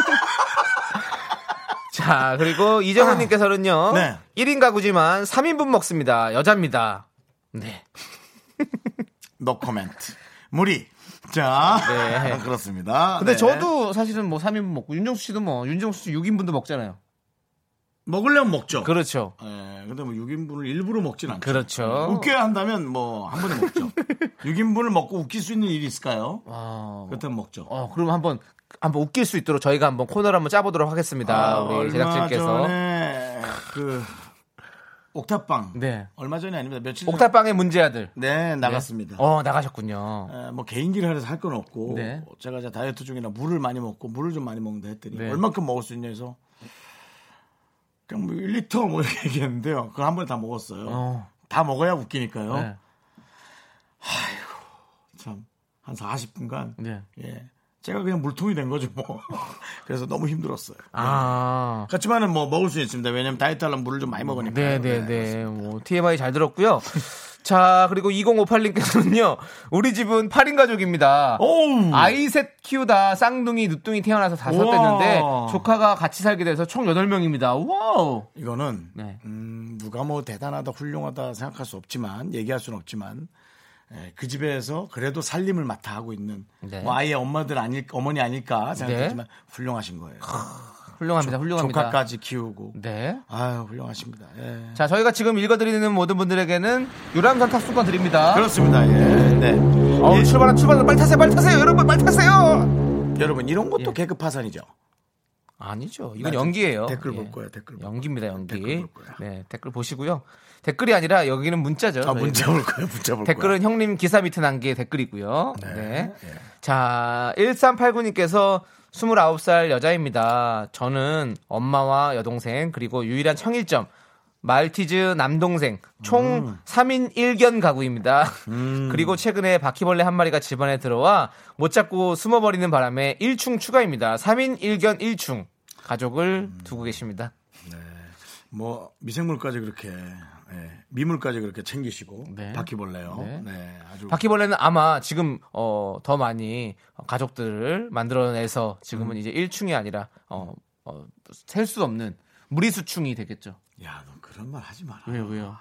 Speaker 2: 자, 그리고 이정은님께서는요.
Speaker 1: 네.
Speaker 2: 1인 가구지만 3인분 먹습니다. 여자입니다. 네.
Speaker 1: 너 코멘트. 무리. 자,
Speaker 2: 네.
Speaker 1: 그렇습니다.
Speaker 2: 근데
Speaker 1: 네.
Speaker 2: 저도 사실은 뭐 3인분 먹고 윤정수 씨도 뭐 윤정수 씨 6인분도 먹잖아요.
Speaker 1: 먹으려면 먹죠.
Speaker 2: 그렇죠.
Speaker 1: 예, 근데 뭐 6인분을 일부러 먹진 않죠.
Speaker 2: 그렇죠.
Speaker 1: 웃겨야 한다면 뭐 한 번에 먹죠. 6인분을 먹고 웃길 수 있는 일이 있을까요?
Speaker 2: 아,
Speaker 1: 그렇다면 먹죠.
Speaker 2: 어, 그럼 한번 한번 웃길 수 있도록 저희가 한번 코너를 한번 짜보도록 하겠습니다.
Speaker 1: 아,
Speaker 2: 우리
Speaker 1: 얼마
Speaker 2: 제작진께서
Speaker 1: 전에 그 옥탑방.
Speaker 2: 네.
Speaker 1: 얼마 전이 아닙니다. 며칠 전.
Speaker 2: 옥탑방의 문제 아들
Speaker 1: 네, 나갔습니다.
Speaker 2: 어 나가셨군요.
Speaker 1: 에, 뭐 개인기를 하려서 할 건 없고
Speaker 2: 네.
Speaker 1: 제가 이제 다이어트 중이라 물을 많이 먹고 물을 좀 많이 먹는다 했더니
Speaker 2: 네.
Speaker 1: 얼만큼 먹을 수 있냐 해서 그냥 뭐 1리터 뭐 이렇게 얘기했는데요. 그걸 한 번에 다 먹었어요.
Speaker 2: 어,
Speaker 1: 다 먹어야 웃기니까요.
Speaker 2: 네.
Speaker 1: 참. 한 40분간.
Speaker 2: 네.
Speaker 1: 예. 제가 그냥 물통이 된 거죠, 뭐. 그래서 너무 힘들었어요.
Speaker 2: 아,
Speaker 1: 그렇지만은 뭐 먹을 수 있습니다. 왜냐면 다이어트 하려면 물을 좀 많이 예, 먹으니까.
Speaker 2: 네네네. 뭐, TMI 잘 들었고요. 자, 그리고 2058님께서는요. 우리 집은 8인 가족입니다.
Speaker 1: 오우.
Speaker 2: 아이 셋 키우다 쌍둥이, 누뚱이 태어나서 다섯
Speaker 1: 음. 우와.
Speaker 2: 됐는데 조카가 같이 살게 돼서 총 8명입니다. 와우.
Speaker 1: 이거는
Speaker 2: 네.
Speaker 1: 음, 누가 뭐 대단하다 훌륭하다 생각할 수 없지만 얘기할 수는 없지만 에, 그 집에서 그래도 살림을 맡아 하고 있는
Speaker 2: 네.
Speaker 1: 뭐 아이의 엄마들 아닐 어머니 아닐까 생각했지만 훌륭하신 거예요.
Speaker 2: 아, 훌륭합니다. 훌륭합니다.
Speaker 1: 조카까지 키우고
Speaker 2: 네.
Speaker 1: 아유 훌륭하십니다. 예.
Speaker 2: 자, 저희가 지금 읽어드리는 모든 분들에게는 유람선 탑승권 드립니다.
Speaker 1: 그렇습니다. 예. 네.
Speaker 2: 어우,
Speaker 1: 예,
Speaker 2: 출발한 출발 빨리 타세요, 빨리 타세요, 여러분, 빨리 타세요.
Speaker 1: 여러분 이런 것도
Speaker 2: 예.
Speaker 1: 계급 파산이죠.
Speaker 2: 아니죠, 이건 연기예요.
Speaker 1: 댓글
Speaker 2: 예.
Speaker 1: 볼 거야. 댓글 볼 거야.
Speaker 2: 연기입니다, 연기.
Speaker 1: 댓글 볼 거야.
Speaker 2: 네, 댓글 보시고요. 댓글이 아니라 여기는 문자죠.
Speaker 1: 아 문자 올 거야. 문자 볼 거야.
Speaker 2: 댓글은 형님 기사 밑에 난 게 댓글이고요. 네.
Speaker 1: 예.
Speaker 2: 자, 1389님께서 29살 여자입니다. 저는 엄마와 여동생 그리고 유일한 청일점 말티즈 남동생 총
Speaker 1: 음.
Speaker 2: 3인 1견 가구입니다. 그리고 최근에 바퀴벌레 한 마리가 집안에 들어와 못 잡고 숨어버리는 바람에 1충 추가입니다. 3인 1견 1충 가족을
Speaker 1: 음.
Speaker 2: 두고 계십니다.
Speaker 1: 뭐 미생물까지 그렇게 예, 미물까지 그렇게 챙기시고
Speaker 2: 네.
Speaker 1: 바퀴벌레요.
Speaker 2: 네.
Speaker 1: 네. 아주
Speaker 2: 바퀴벌레는 아마 지금 어, 더 많이 가족들을 만들어내서
Speaker 1: 음.
Speaker 2: 지금은 이제 1충이 아니라 어, 어, 셀 수 없는 무리수충이 되겠죠.
Speaker 1: 야, 너 그런 말 하지 마라.
Speaker 2: 왜요, 왜요?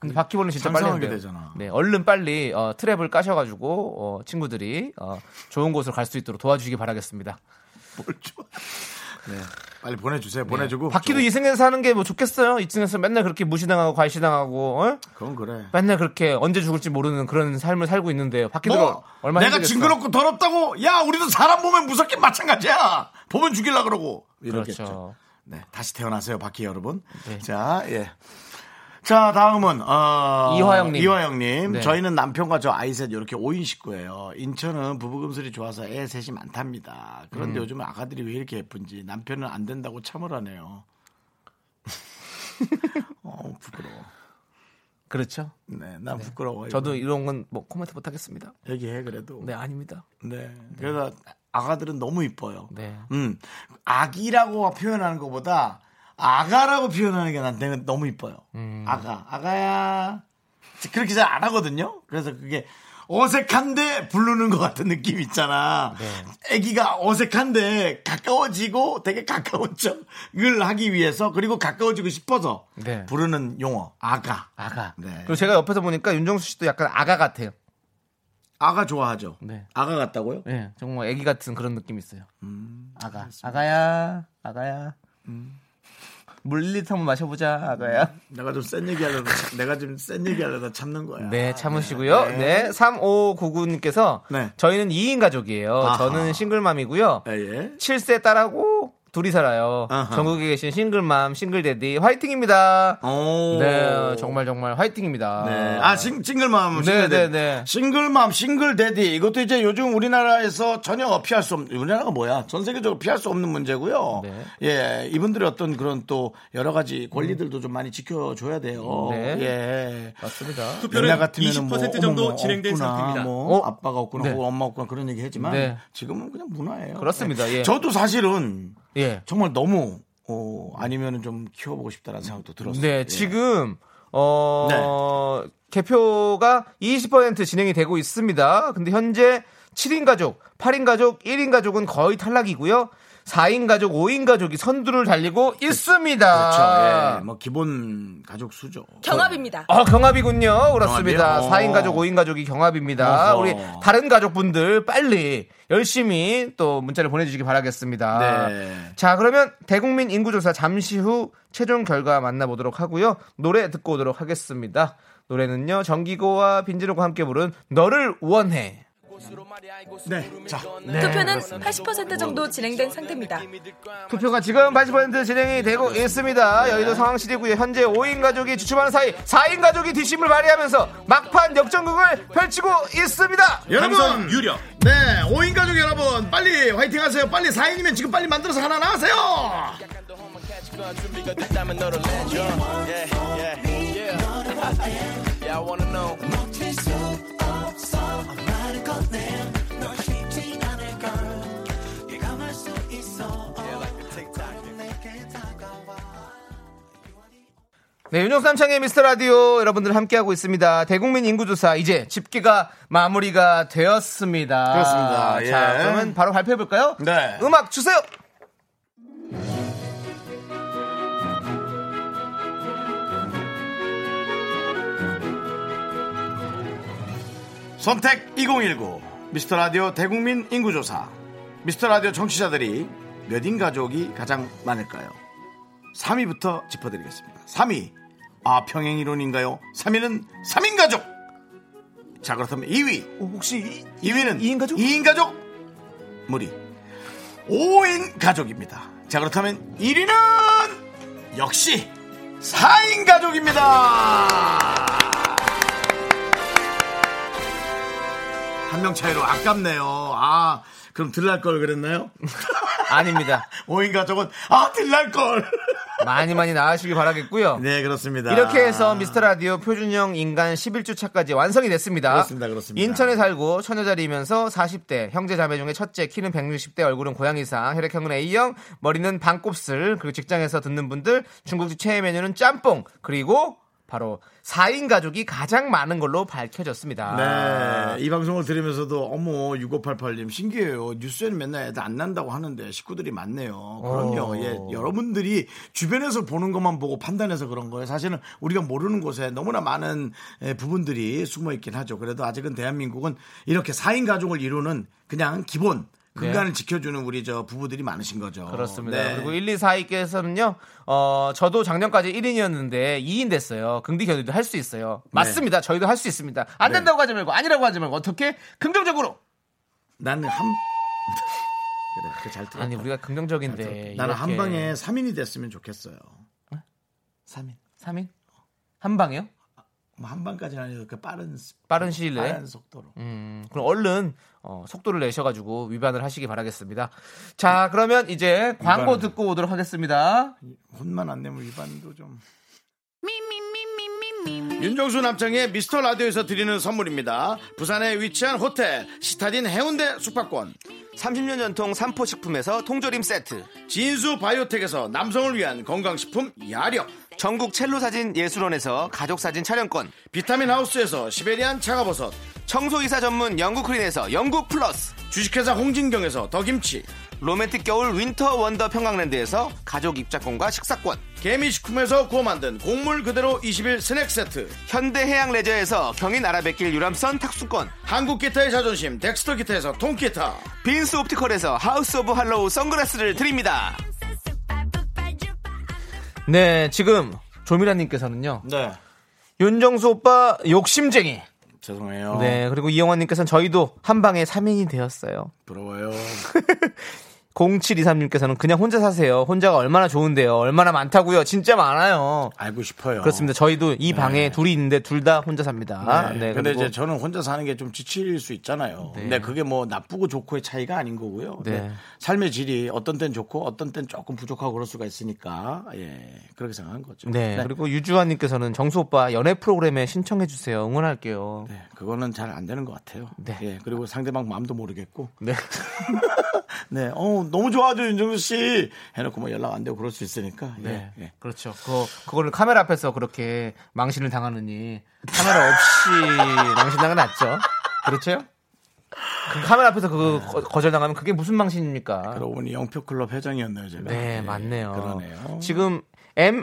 Speaker 2: 근데 바퀴벌레 진짜 빨리
Speaker 1: 상상하게
Speaker 2: 한대요.
Speaker 1: 되잖아.
Speaker 2: 네, 얼른 빨리 어, 트랩을 까셔가지고 어, 친구들이 어, 좋은 곳으로 갈 수 있도록 도와주시기 바라겠습니다.
Speaker 1: 뭘 좋아. 네. 빨리 보내주세요. 보내주고.
Speaker 2: 네. 바퀴도
Speaker 1: 좀-
Speaker 2: 2층에서 사는 게 뭐 좋겠어요? 2층에서 맨날 그렇게 무시당하고 과시당하고 어?
Speaker 1: 그건 그래.
Speaker 2: 맨날 그렇게 언제 죽을지 모르는 그런 삶을 살고 있는데요. 바퀴도
Speaker 1: 뭐,
Speaker 2: 얼마
Speaker 1: 내가
Speaker 2: 힘들겠어.
Speaker 1: 징그럽고 더럽다고? 야, 우리도 사람 보면 무섭긴 마찬가지야. 보면 죽일라 그러고. 이렇겠죠.
Speaker 2: 그렇죠.
Speaker 1: 네. 다시 태어나세요, 바퀴 여러분.
Speaker 2: 네.
Speaker 1: 자, 예. 자, 다음은, 어,
Speaker 2: 이화영님.
Speaker 1: 이화영님.
Speaker 2: 네.
Speaker 1: 저희는 남편과 저 아이셋 이렇게 5인 식구예요. 인천은 부부금슬이 좋아서 애 셋이 많답니다. 그런데
Speaker 2: 음.
Speaker 1: 요즘 아가들이 왜 이렇게 예쁜지 남편은 안 된다고 참으라네요. 어, 부끄러워.
Speaker 2: 그렇죠.
Speaker 1: 네, 난 부끄러워.
Speaker 2: 저도 이런 건 뭐 코멘트 못 하겠습니다.
Speaker 1: 얘기해 그래도.
Speaker 2: 네,
Speaker 1: 네.
Speaker 2: 아닙니다.
Speaker 1: 그래서 아가들은 너무 이뻐요.
Speaker 2: 네.
Speaker 1: 음, 아기라고 표현하는 것보다 아가라고 표현하는 게 난 너무 이뻐요.
Speaker 2: 음.
Speaker 1: 아가, 아가야. 그렇게 잘 안 하거든요. 그래서 그게 어색한데 부르는 것 같은 느낌 있잖아.
Speaker 2: 네.
Speaker 1: 아기가 어색한데 가까워지고 되게 가까운 척을 하기 위해서 그리고 가까워지고 싶어서
Speaker 2: 네.
Speaker 1: 부르는 용어 아가. 아가. 네.
Speaker 2: 그리고 제가 옆에서 보니까 윤정수 씨도 약간 아가 같아요.
Speaker 1: 아가 좋아하죠.
Speaker 2: 네.
Speaker 1: 아가 같다고요?
Speaker 2: 예, 정말 아기 같은 그런 느낌이 있어요.
Speaker 1: 음,
Speaker 2: 아가. 아가야, 아가야. 물 1리터 한번 마셔보자, 아가야.
Speaker 1: 내가 좀 센 얘기 하려다 내가 좀 센 얘기 하려다 참는 거야. 아, 예.
Speaker 2: 네, 참으시고요. 네, 3599님께서
Speaker 1: 네.
Speaker 2: 저희는 2인 가족이에요.
Speaker 1: 아하.
Speaker 2: 저는 싱글맘이고요.
Speaker 1: 예, 예.
Speaker 2: 7세 딸하고 둘이 살아요.
Speaker 1: 아하.
Speaker 2: 전국에 계신 싱글맘, 싱글데디 화이팅입니다.
Speaker 1: 오.
Speaker 2: 네, 정말 정말 화이팅입니다.
Speaker 1: 어. 네. 아, 싱, 싱글맘,
Speaker 2: 네,
Speaker 1: 싱글데디.
Speaker 2: 네, 네.
Speaker 1: 싱글맘, 싱글데디. 이것도 이제 요즘 우리나라에서 전혀 피할 수 없는, 우리나라가 뭐야? 전 세계적으로 피할 수 없는 문제고요.
Speaker 2: 네.
Speaker 1: 예, 이분들의 어떤 그런 또 여러 가지 권리들도 좀 많이 지켜줘야 돼요.
Speaker 2: 네.
Speaker 1: 예.
Speaker 2: 맞습니다.
Speaker 4: 투표는
Speaker 1: 옛날 같으면은
Speaker 4: 20%
Speaker 1: 뭐,
Speaker 4: 정도
Speaker 1: 어머머,
Speaker 4: 진행된
Speaker 1: 없구나,
Speaker 4: 상태입니다.
Speaker 1: 뭐
Speaker 2: 어?
Speaker 1: 아빠가 없구나,
Speaker 2: 네.
Speaker 1: 혹은 엄마 없구나 그런 얘기 했지만
Speaker 2: 네.
Speaker 1: 지금은 그냥 문화예요. 네.
Speaker 2: 그렇습니다. 예.
Speaker 1: 저도 사실은
Speaker 2: 예.
Speaker 1: 정말 너무 어, 아니면은 좀 키워보고 싶다라는 생각도 들었어요.
Speaker 2: 네,
Speaker 1: 예. 네.
Speaker 2: 지금 어 개표가 20% 진행이 되고 있습니다. 근데 현재 7인 가족, 8인 가족, 1인 가족은 거의 탈락이고요. 4인 가족, 5인 가족이 선두를 달리고 있습니다.
Speaker 1: 그,
Speaker 2: 아.
Speaker 1: 그렇죠. 예. 뭐 기본 가족 수죠.
Speaker 5: 경합입니다.
Speaker 2: 어, 경합이군요. 그렇습니다.
Speaker 1: 경합이요? 어.
Speaker 2: 4인 가족, 5인 가족이 경합입니다.
Speaker 1: 어허.
Speaker 2: 우리 다른 가족분들 빨리 열심히 또 문자를 보내주시기 바라겠습니다.
Speaker 1: 네.
Speaker 2: 자, 그러면 대국민 인구조사 잠시 후 최종 결과 만나보도록 하고요. 노래 듣고 오도록 하겠습니다. 노래는요, 정기고와 빈지로가 함께 부른 너를 원해.
Speaker 1: 네. 자.
Speaker 5: 투표는 80% 정도 진행된 상태입니다.
Speaker 2: 투표가 지금 80% 진행이 되고
Speaker 1: 네,
Speaker 2: 있습니다. 여의도 상황실이고요. 현재 5인 가족이 주춤하는 사이 4인 가족이 뒷심을 발휘하면서 막판 역전극을 펼치고 있습니다.
Speaker 1: 여러분 유력. 네, 5인 가족 여러분 빨리 화이팅 하세요. 빨리 4인이면 지금 빨리 만들어서 하나 나가세요.
Speaker 2: 네, 윤정삼창의 미스터 라디오 여러분들 함께하고 있습니다. 대국민 인구조사 이제 집계가 마무리가 되었습니다.
Speaker 1: 그렇습니다.
Speaker 2: 자,
Speaker 1: 예.
Speaker 2: 그러면 바로 발표해볼까요?
Speaker 1: 네.
Speaker 2: 음악 주세요!
Speaker 1: 선택 2019 미스터 라디오 대국민 인구조사. 미스터 라디오 정치자들이 몇인 가족이 가장 많을까요? 3위부터 짚어드리겠습니다. 3위. 아 평행 이론인가요? 3위는 3인 가족. 자 그렇다면 2위.
Speaker 2: 어, 혹시
Speaker 1: 2위는
Speaker 2: 이인 가족?
Speaker 1: 2인 가족 무리 5인 가족입니다 자 그렇다면 1위는 역시 4인 가족입니다 한 명 차이로 아깝네요 아 그럼 들날 걸 그랬나요?
Speaker 2: 아닙니다.
Speaker 1: 5인 가족은 아 들날 걸
Speaker 2: 많이 많이 나와주시기 바라겠고요.
Speaker 1: 네, 그렇습니다.
Speaker 2: 이렇게 해서 미스터 라디오 표준형 인간 11주 차까지 완성이 됐습니다.
Speaker 1: 그렇습니다, 그렇습니다.
Speaker 2: 인천에 살고 처녀자리이면서 40대, 형제 자매 중에 첫째, 키는 160대, 얼굴은 고양이상, 혈액형은 A형, 머리는 반곱슬, 그리고 직장에서 듣는 분들, 중국집 최애 메뉴는 짬뽕, 그리고 바로 4인 가족이 가장 많은 걸로 밝혀졌습니다.
Speaker 1: 네. 이 방송을 들으면서도 어머 6588님 신기해요. 뉴스에는 맨날 애들 안 난다고 하는데 식구들이 많네요. 그럼요.
Speaker 2: 어.
Speaker 1: 예, 여러분들이 주변에서 보는 것만 보고 판단해서 그런 거예요. 사실은 우리가 모르는 곳에 너무나 많은 예, 부분들이 숨어 있긴 하죠. 그래도 아직은 대한민국은 이렇게 4인 가족을 이루는 그냥 기본 근간을 지켜주는 우리 저 부부들이 많으신 거죠.
Speaker 2: 네. 그렇습니다.
Speaker 1: 네.
Speaker 2: 그리고 1242께서는요, 어, 저도 작년까지 1인이었는데 2인 됐어요. 긍디 견디도 할 수 있어요. 맞습니다. 저희도 할 수 있습니다. 안 된다고 하지 말고, 아니라고 하지 말고, 어떻게? 긍정적으로!
Speaker 1: 나는 한 그래, 그잘 들어.
Speaker 2: 아니, 우리가 긍정적인데.
Speaker 1: 나는 한
Speaker 2: 네, 이렇게 네?
Speaker 1: 방에 3인이 됐으면 좋겠어요. 3인.
Speaker 2: 3인? 한 방이요?
Speaker 1: 뭐한 방까지는 아니어도 그 빠른 스-
Speaker 2: 빠른 시일 내에?
Speaker 1: 빠른 속도로.
Speaker 2: 네. 음, 그럼 얼른 어, 속도를 내셔가지고 위반을 하시기 바라겠습니다. 자, 그러면 이제 광고
Speaker 1: 위반은-
Speaker 2: 듣고 오도록 하겠습니다.
Speaker 1: 혼만 안 내면 위반도 좀. 윤정수 남창의 미스터 라디오에서 드리는 선물입니다. 부산에 위치한 호텔 시타딘 해운대 숙박권,
Speaker 2: 30년 전통 삼포식품에서 통조림 세트,
Speaker 1: 진수 바이오텍에서 남성을 위한 건강식품 야력,
Speaker 2: 전국 첼로 사진 예술원에서 가족 사진 촬영권,
Speaker 1: 비타민 하우스에서 시베리안 차가버섯,
Speaker 2: 청소이사 전문 영국 크린에서 영국 플러스
Speaker 1: 주식회사 홍진경에서 더김치,
Speaker 2: 로맨틱 겨울 윈터 원더 평강랜드에서 가족 입자권과 식사권
Speaker 1: 개미식품에서 구워 만든 곡물 그대로 21 스낵 세트,
Speaker 2: 현대해양 레저에서 경인 아라뱃길 유람선 탁수권
Speaker 1: 한국 기타의 자존심 덱스터 기타에서 통기타.
Speaker 2: 빈스 옵티컬에서 하우스 오브 할로우 선글라스를 드립니다 네 지금 조미라님께서는요
Speaker 1: 네.
Speaker 2: 윤정수 오빠 욕심쟁이
Speaker 1: 죄송해요.
Speaker 2: 네 그리고 이영환님께서는 저희도 한방에 3인이 되었어요
Speaker 1: 부러워요.
Speaker 2: 0723님께서는 그냥 혼자 사세요 혼자가 얼마나 좋은데요 얼마나 많다고요 진짜 많아요
Speaker 1: 알고 싶어요.
Speaker 2: 그렇습니다. 저희도 이 방에 둘이 있는데 둘 다 혼자 삽니다.
Speaker 1: 네.
Speaker 2: 네,
Speaker 1: 근데
Speaker 2: 그리고
Speaker 1: 이제 저는 혼자 사는 게 좀 지칠 수 있잖아요. 근데 그게 뭐 나쁘고 좋고의 차이가 아닌 거고요.
Speaker 2: 네.
Speaker 1: 근데 삶의 질이 어떤 땐 좋고 어떤 땐 조금 부족하고 그럴 수가 있으니까 예 그렇게 생각한 거죠.
Speaker 2: 네, 그리고 유주환님께서는 정수 오빠 연애 프로그램에 신청해 주세요. 응원할게요.
Speaker 1: 네, 그거는 잘 안 되는 것 같아요.
Speaker 2: 네.
Speaker 1: 예, 그리고 상대방 마음도 모르겠고.
Speaker 2: 네.
Speaker 1: 네, 어 너무 좋아하죠 윤정수 씨. 해놓고 뭐 연락 안 되고 그럴 수 있으니까. 예,
Speaker 2: 네,
Speaker 1: 예.
Speaker 2: 그렇죠. 그거 그거를 카메라 앞에서 그렇게 망신을 당하느니 카메라 없이 망신 당은 낫죠. 그렇죠? 그 카메라 앞에서 그거 거- 거절당하면 그게 무슨 망신입니까?
Speaker 1: 네. 그러고 보니 영표클럽 회장이었네요, 제가.
Speaker 2: 네,
Speaker 1: 예,
Speaker 2: 맞네요.
Speaker 1: 그러네요.
Speaker 2: 지금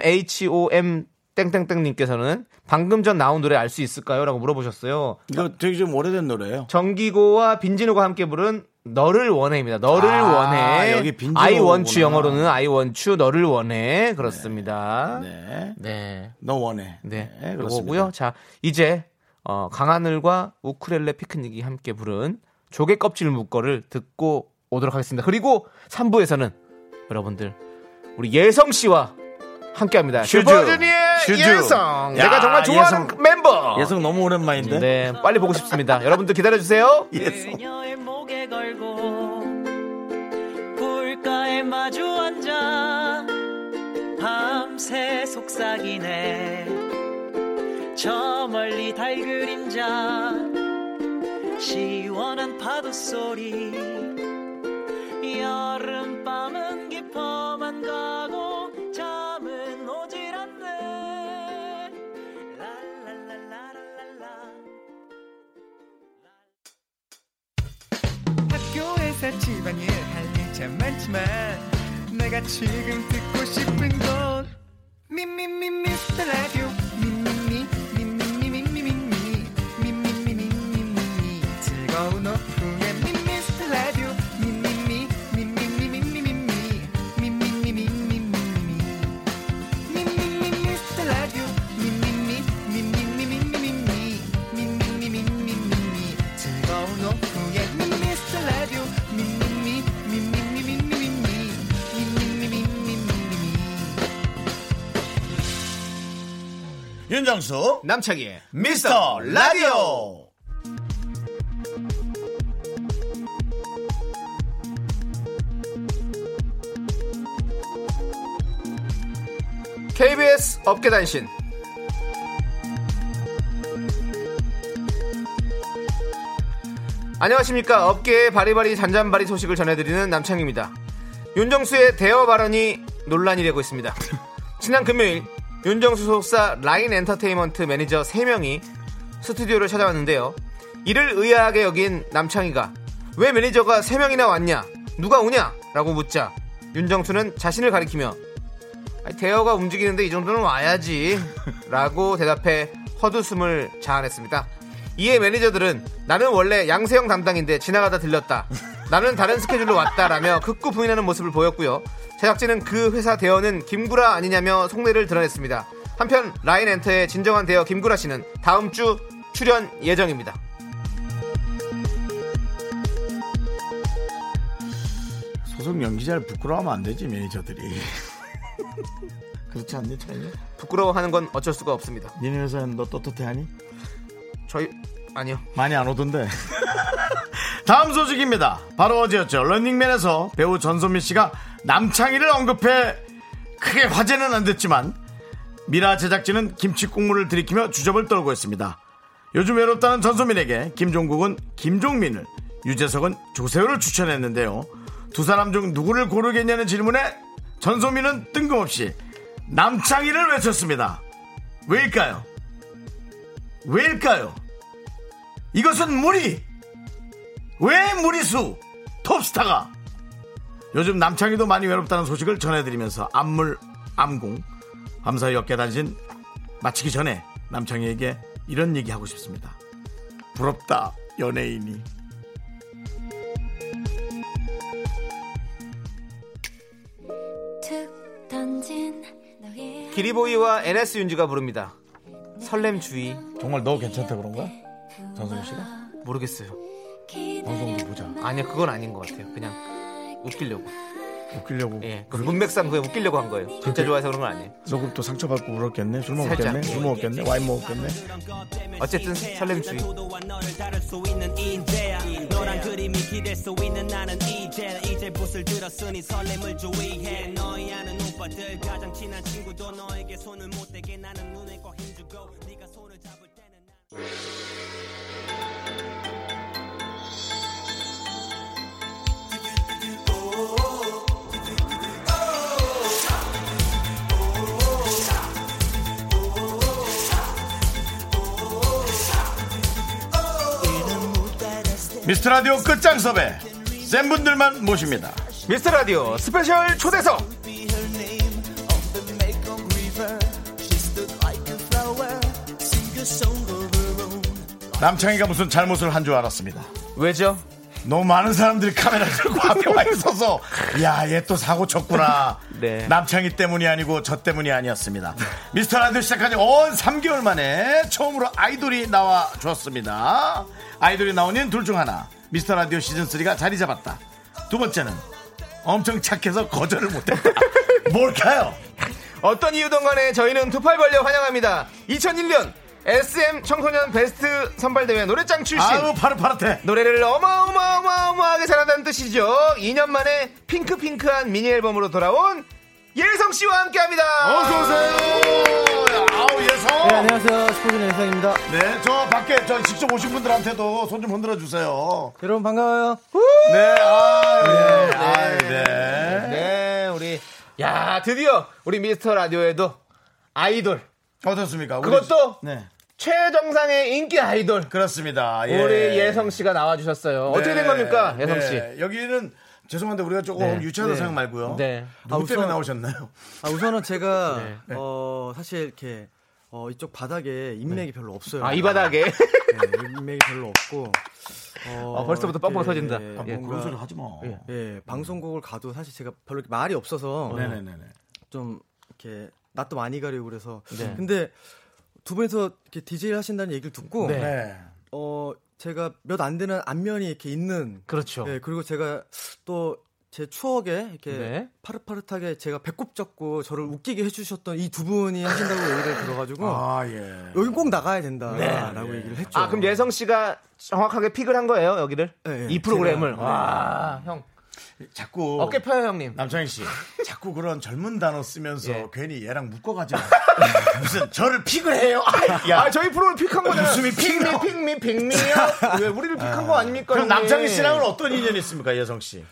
Speaker 2: MHOM 땡땡땡님께서는 방금 전 나온 노래 알 수 있을까요? 라고 물어보셨어요.
Speaker 1: 이거 되게 좀 오래된 노래예요.
Speaker 2: 정기고와 빈진호가 함께 부른 너를 원해입니다. 너를
Speaker 1: 아,
Speaker 2: 원해.
Speaker 1: 여기 빈진호구나.
Speaker 2: I want you 영어로는 I want you 너를 원해. 그렇습니다. 네.
Speaker 1: 네.
Speaker 2: 네.
Speaker 1: 너 원해.
Speaker 2: 네.
Speaker 1: 그렇습니다.
Speaker 2: 요거고요. 자, 이제 어, 강하늘과 우크렐레 피크닉이 함께 부른 조개 껍질 묶어를 듣고 오도록 하겠습니다. 그리고 3부에서는 여러분들 우리 예성 씨와 함께 합니다.
Speaker 1: 슈즈.
Speaker 2: 슈퍼주니어의
Speaker 1: 슈즈.
Speaker 2: 예성.
Speaker 1: 야,
Speaker 2: 내가 정말 좋아하는
Speaker 1: 예성.
Speaker 2: 멤버.
Speaker 1: 예성 너무 오랜만인데.
Speaker 2: 네, 빨리 보고 싶습니다. 여러분들 기다려 주세요.
Speaker 1: 예성.
Speaker 6: 그녀의 목에 걸고 꿀가에 마주 앉아 밤새 속삭이네 저 멀리 달 그림자 시원한 파도 소리 여름밤은 깊어만 가고 잠은 오질 않네 랄랄랄랄랄라
Speaker 7: 학교에서 집안일 할 일 참 많지만 내가 지금 듣고 싶은 건 미미미 미스터 라디오 미미미 미미미 미미미 미미미 미미미 즐거운 오후에 미스터 라디오 미미미 미미미 미미미 미미미 미미미
Speaker 1: 윤정수.
Speaker 2: 남창희의
Speaker 1: 미스터 라디오.
Speaker 2: KBS 업계단신 안녕하십니까 업계의 바리바리 잔잔바리 소식을 전해드리는 남창입니다 윤정수의 대여 발언이 논란이 되고 있습니다 지난 금요일 윤정수 소속사 라인 엔터테인먼트 매니저 3명이 스튜디오를 찾아왔는데요 이를 의아하게 여긴 남창희가 왜 매니저가 3명이나 왔냐 누가 오냐 라고 묻자 윤정수는 자신을 가리키며 아니, 대여가 움직이는데 이 정도는 와야지 라고 대답해 헛웃음을 자아냈습니다 이에 매니저들은 나는 원래 양세형 담당인데 지나가다 들렸다 나는 다른 스케줄로 왔다라며 극구 부인하는 모습을 보였고요 제작진은 그 회사 대여는 김구라 아니냐며 속내를 드러냈습니다 한편 라인 엔터의 진정한 대여 김구라 씨는 다음 주 출연 예정입니다
Speaker 1: 소속 연기자를 부끄러워하면 안 되지, 매니저들이. 그렇지 않니, 차이?
Speaker 2: 부끄러워하는 건 어쩔 수가 없습니다
Speaker 1: 니네 회사는 너 떳떳해 하니?
Speaker 2: 저희 아니요
Speaker 1: 많이 안 오던데. 다음 소식입니다. 바로 어제였죠. 런닝맨에서 배우 전소민 씨가 남창희를 언급해 크게 화제는 안 됐지만 미라 제작진은 김치 국물을 들이키며 주접을 떨고 있습니다. 요즘 외롭다는 전소민에게 김종국은 김종민을, 유재석은 조세호를 추천했는데요. 두 사람 중 누구를 고르겠냐는 질문에 전소민은 뜬금없이 남창희를 외쳤습니다. 왜일까요? 왜일까요? 이것은 무리! 왜 무리수? 톱스타가! 요즘 남창희도 많이 외롭다는 소식을 전해드리면서 안물, 암공, 감사의 역계단신 마치기 전에 남창희에게 이런 얘기 하고 싶습니다. 부럽다, 연예인이.
Speaker 3: 툭 던진 너의
Speaker 2: 기리보이와 NS 윤지가 부릅니다 설렘 주의
Speaker 1: 정말 너 괜찮다 그런 거야? 전소민 씨가?
Speaker 2: 모르겠어요
Speaker 3: 기다려
Speaker 2: 아니요 그건 아닌 것 같아요 그냥 웃기려고
Speaker 1: 웃기려고.
Speaker 2: 예 그 문맥상 그냥 웃기려고 한 거예요 진짜 좋아해서 그런 건 아니에요
Speaker 1: 너 그럼 또 상처받고 울었겠네? 술
Speaker 2: 살짝.
Speaker 1: 먹었겠네? 술 먹었겠네? 와인 먹었겠네?
Speaker 2: 어쨌든 설렘 주의
Speaker 6: 너와 너를 다룰 수 있는 인재야 너란 그림이 기댈 수 있는 나는 이제 이제 붓을 들었으니 설렘을 주의해 너희 아는 오빠들 가장 친한 친구도 너에게 손을 못 대게 나는 눈에 꽉 힘주고 네가 손을 잡을 때는 나-
Speaker 1: 미스터 라디오 끝장 섭외 센 분들만 모십니다.
Speaker 2: 미스터 라디오 스페셜 초대석
Speaker 1: 남창희가 무슨 잘못을 한 줄 알았습니다.
Speaker 2: 왜죠?
Speaker 1: 너무 많은 사람들이 카메라 들고 앞에 와 있어서 야 얘 또 사고 쳤구나
Speaker 2: 네.
Speaker 1: 남창희 때문이 아니고 저 때문이 아니었습니다 미스터 라디오 시작한 지온 3개월 만에 처음으로 아이돌이 나와 줬습니다 아이돌이 나오는 둘 중 하나 미스터 라디오 시즌3가 자리 잡았다 두 번째는 엄청 착해서 거절을 못했다 뭘까요
Speaker 2: 어떤 이유든 간에 저희는 두 팔 벌려 환영합니다. 2001년 SM 청소년 베스트 선발대회 노래짱 출신
Speaker 1: 아우 파릇파릇해
Speaker 2: 노래를 어마어마어마어마하게 잘한다는 뜻이죠. 2년 만에 핑크핑크한 미니 앨범으로 돌아온 예성 씨와 함께합니다.
Speaker 1: 어서오세요 아우 예성
Speaker 8: 안녕하세요. 스포츠 예상입니다.
Speaker 1: 네, 저 밖에 저 직접 오신 분들한테도 손 좀 흔들어 주세요.
Speaker 8: 여러분 반가워요.
Speaker 1: 네, 아, 네, 아, 네.
Speaker 2: 네, 우리 야 드디어 우리 미스터 라디오에도 아이돌
Speaker 1: 어떻습니까? 우리-
Speaker 2: 그것도
Speaker 1: 네,
Speaker 2: 최정상의 인기 아이돌
Speaker 1: 그렇습니다. 예.
Speaker 2: 우리 예성 씨가 나와주셨어요. 어떻게
Speaker 1: 네,
Speaker 2: 된 겁니까,
Speaker 1: 네.
Speaker 2: 예성 씨?
Speaker 1: 여기는 죄송한데 우리가 조금
Speaker 2: 네.
Speaker 1: 유치하다 생각 말고요.
Speaker 2: 네.
Speaker 1: 누구
Speaker 8: 아,
Speaker 1: 때문에
Speaker 8: 우선-
Speaker 1: 나오셨나요?
Speaker 8: 아, 우선은 제가
Speaker 1: 네.
Speaker 8: 어, 사실 이렇게 어, 이쪽 바닥에
Speaker 1: 네.
Speaker 8: 인맥이 별로 없어요.
Speaker 2: 아, 이 바닥에.
Speaker 8: 네, 인맥이 별로 없고. 어,
Speaker 2: 아, 벌써부터 빵빵
Speaker 8: 이렇게,
Speaker 2: 터진다.
Speaker 8: 예,
Speaker 2: 아,
Speaker 8: 뭔가-
Speaker 1: 그런 소리 하지 마.
Speaker 8: 예, 방송국을 가도 사실 제가 별로 이렇게 말이 없어서
Speaker 1: 네네네네.
Speaker 8: 좀 이렇게 낯도 많이 가리고 그래서.
Speaker 2: 네.
Speaker 8: 근데 두 분이서 이렇게 DJ를 하신다는 얘기를 듣고
Speaker 1: 네.
Speaker 2: 네.
Speaker 8: 어, 제가 몇 안 되는 안면이 이렇게 있는
Speaker 2: 그렇죠.
Speaker 8: 네, 그리고 제가 또 제 추억에 이렇게
Speaker 2: 네.
Speaker 8: 파릇파릇하게 제가 배꼽 잡고 저를 웃기게 해주셨던 이 두 분이 하신다고 얘기를 들어가지고
Speaker 1: 아, 예.
Speaker 8: 여기 꼭 나가야 된다라고 얘기를 했죠.
Speaker 2: 아, 그럼 예성 씨가 정확하게 픽을 한 거예요, 여기를?
Speaker 8: 네,
Speaker 2: 이
Speaker 8: 제가-
Speaker 2: 프로그램을. 와, 형.
Speaker 1: 자꾸
Speaker 2: 어깨 펴요, 형님.
Speaker 1: 남창희 씨, 자꾸 그런 젊은 단어 쓰면서
Speaker 2: 예.
Speaker 1: 괜히 얘랑 묶어가지 마. 무슨 저를 픽을 해요? 아, 야,
Speaker 2: 아, 저희 프로를 픽한 거잖아요.
Speaker 1: 웃음이 픽
Speaker 2: 픽미,
Speaker 1: 나와.
Speaker 2: 픽미, 픽미요? 왜 우리를 픽한 거 아닙니까?
Speaker 1: 그럼
Speaker 2: 형님?
Speaker 1: 남창희
Speaker 8: 예.
Speaker 1: 씨랑은 어떤 인연이 있습니까, 예성 씨?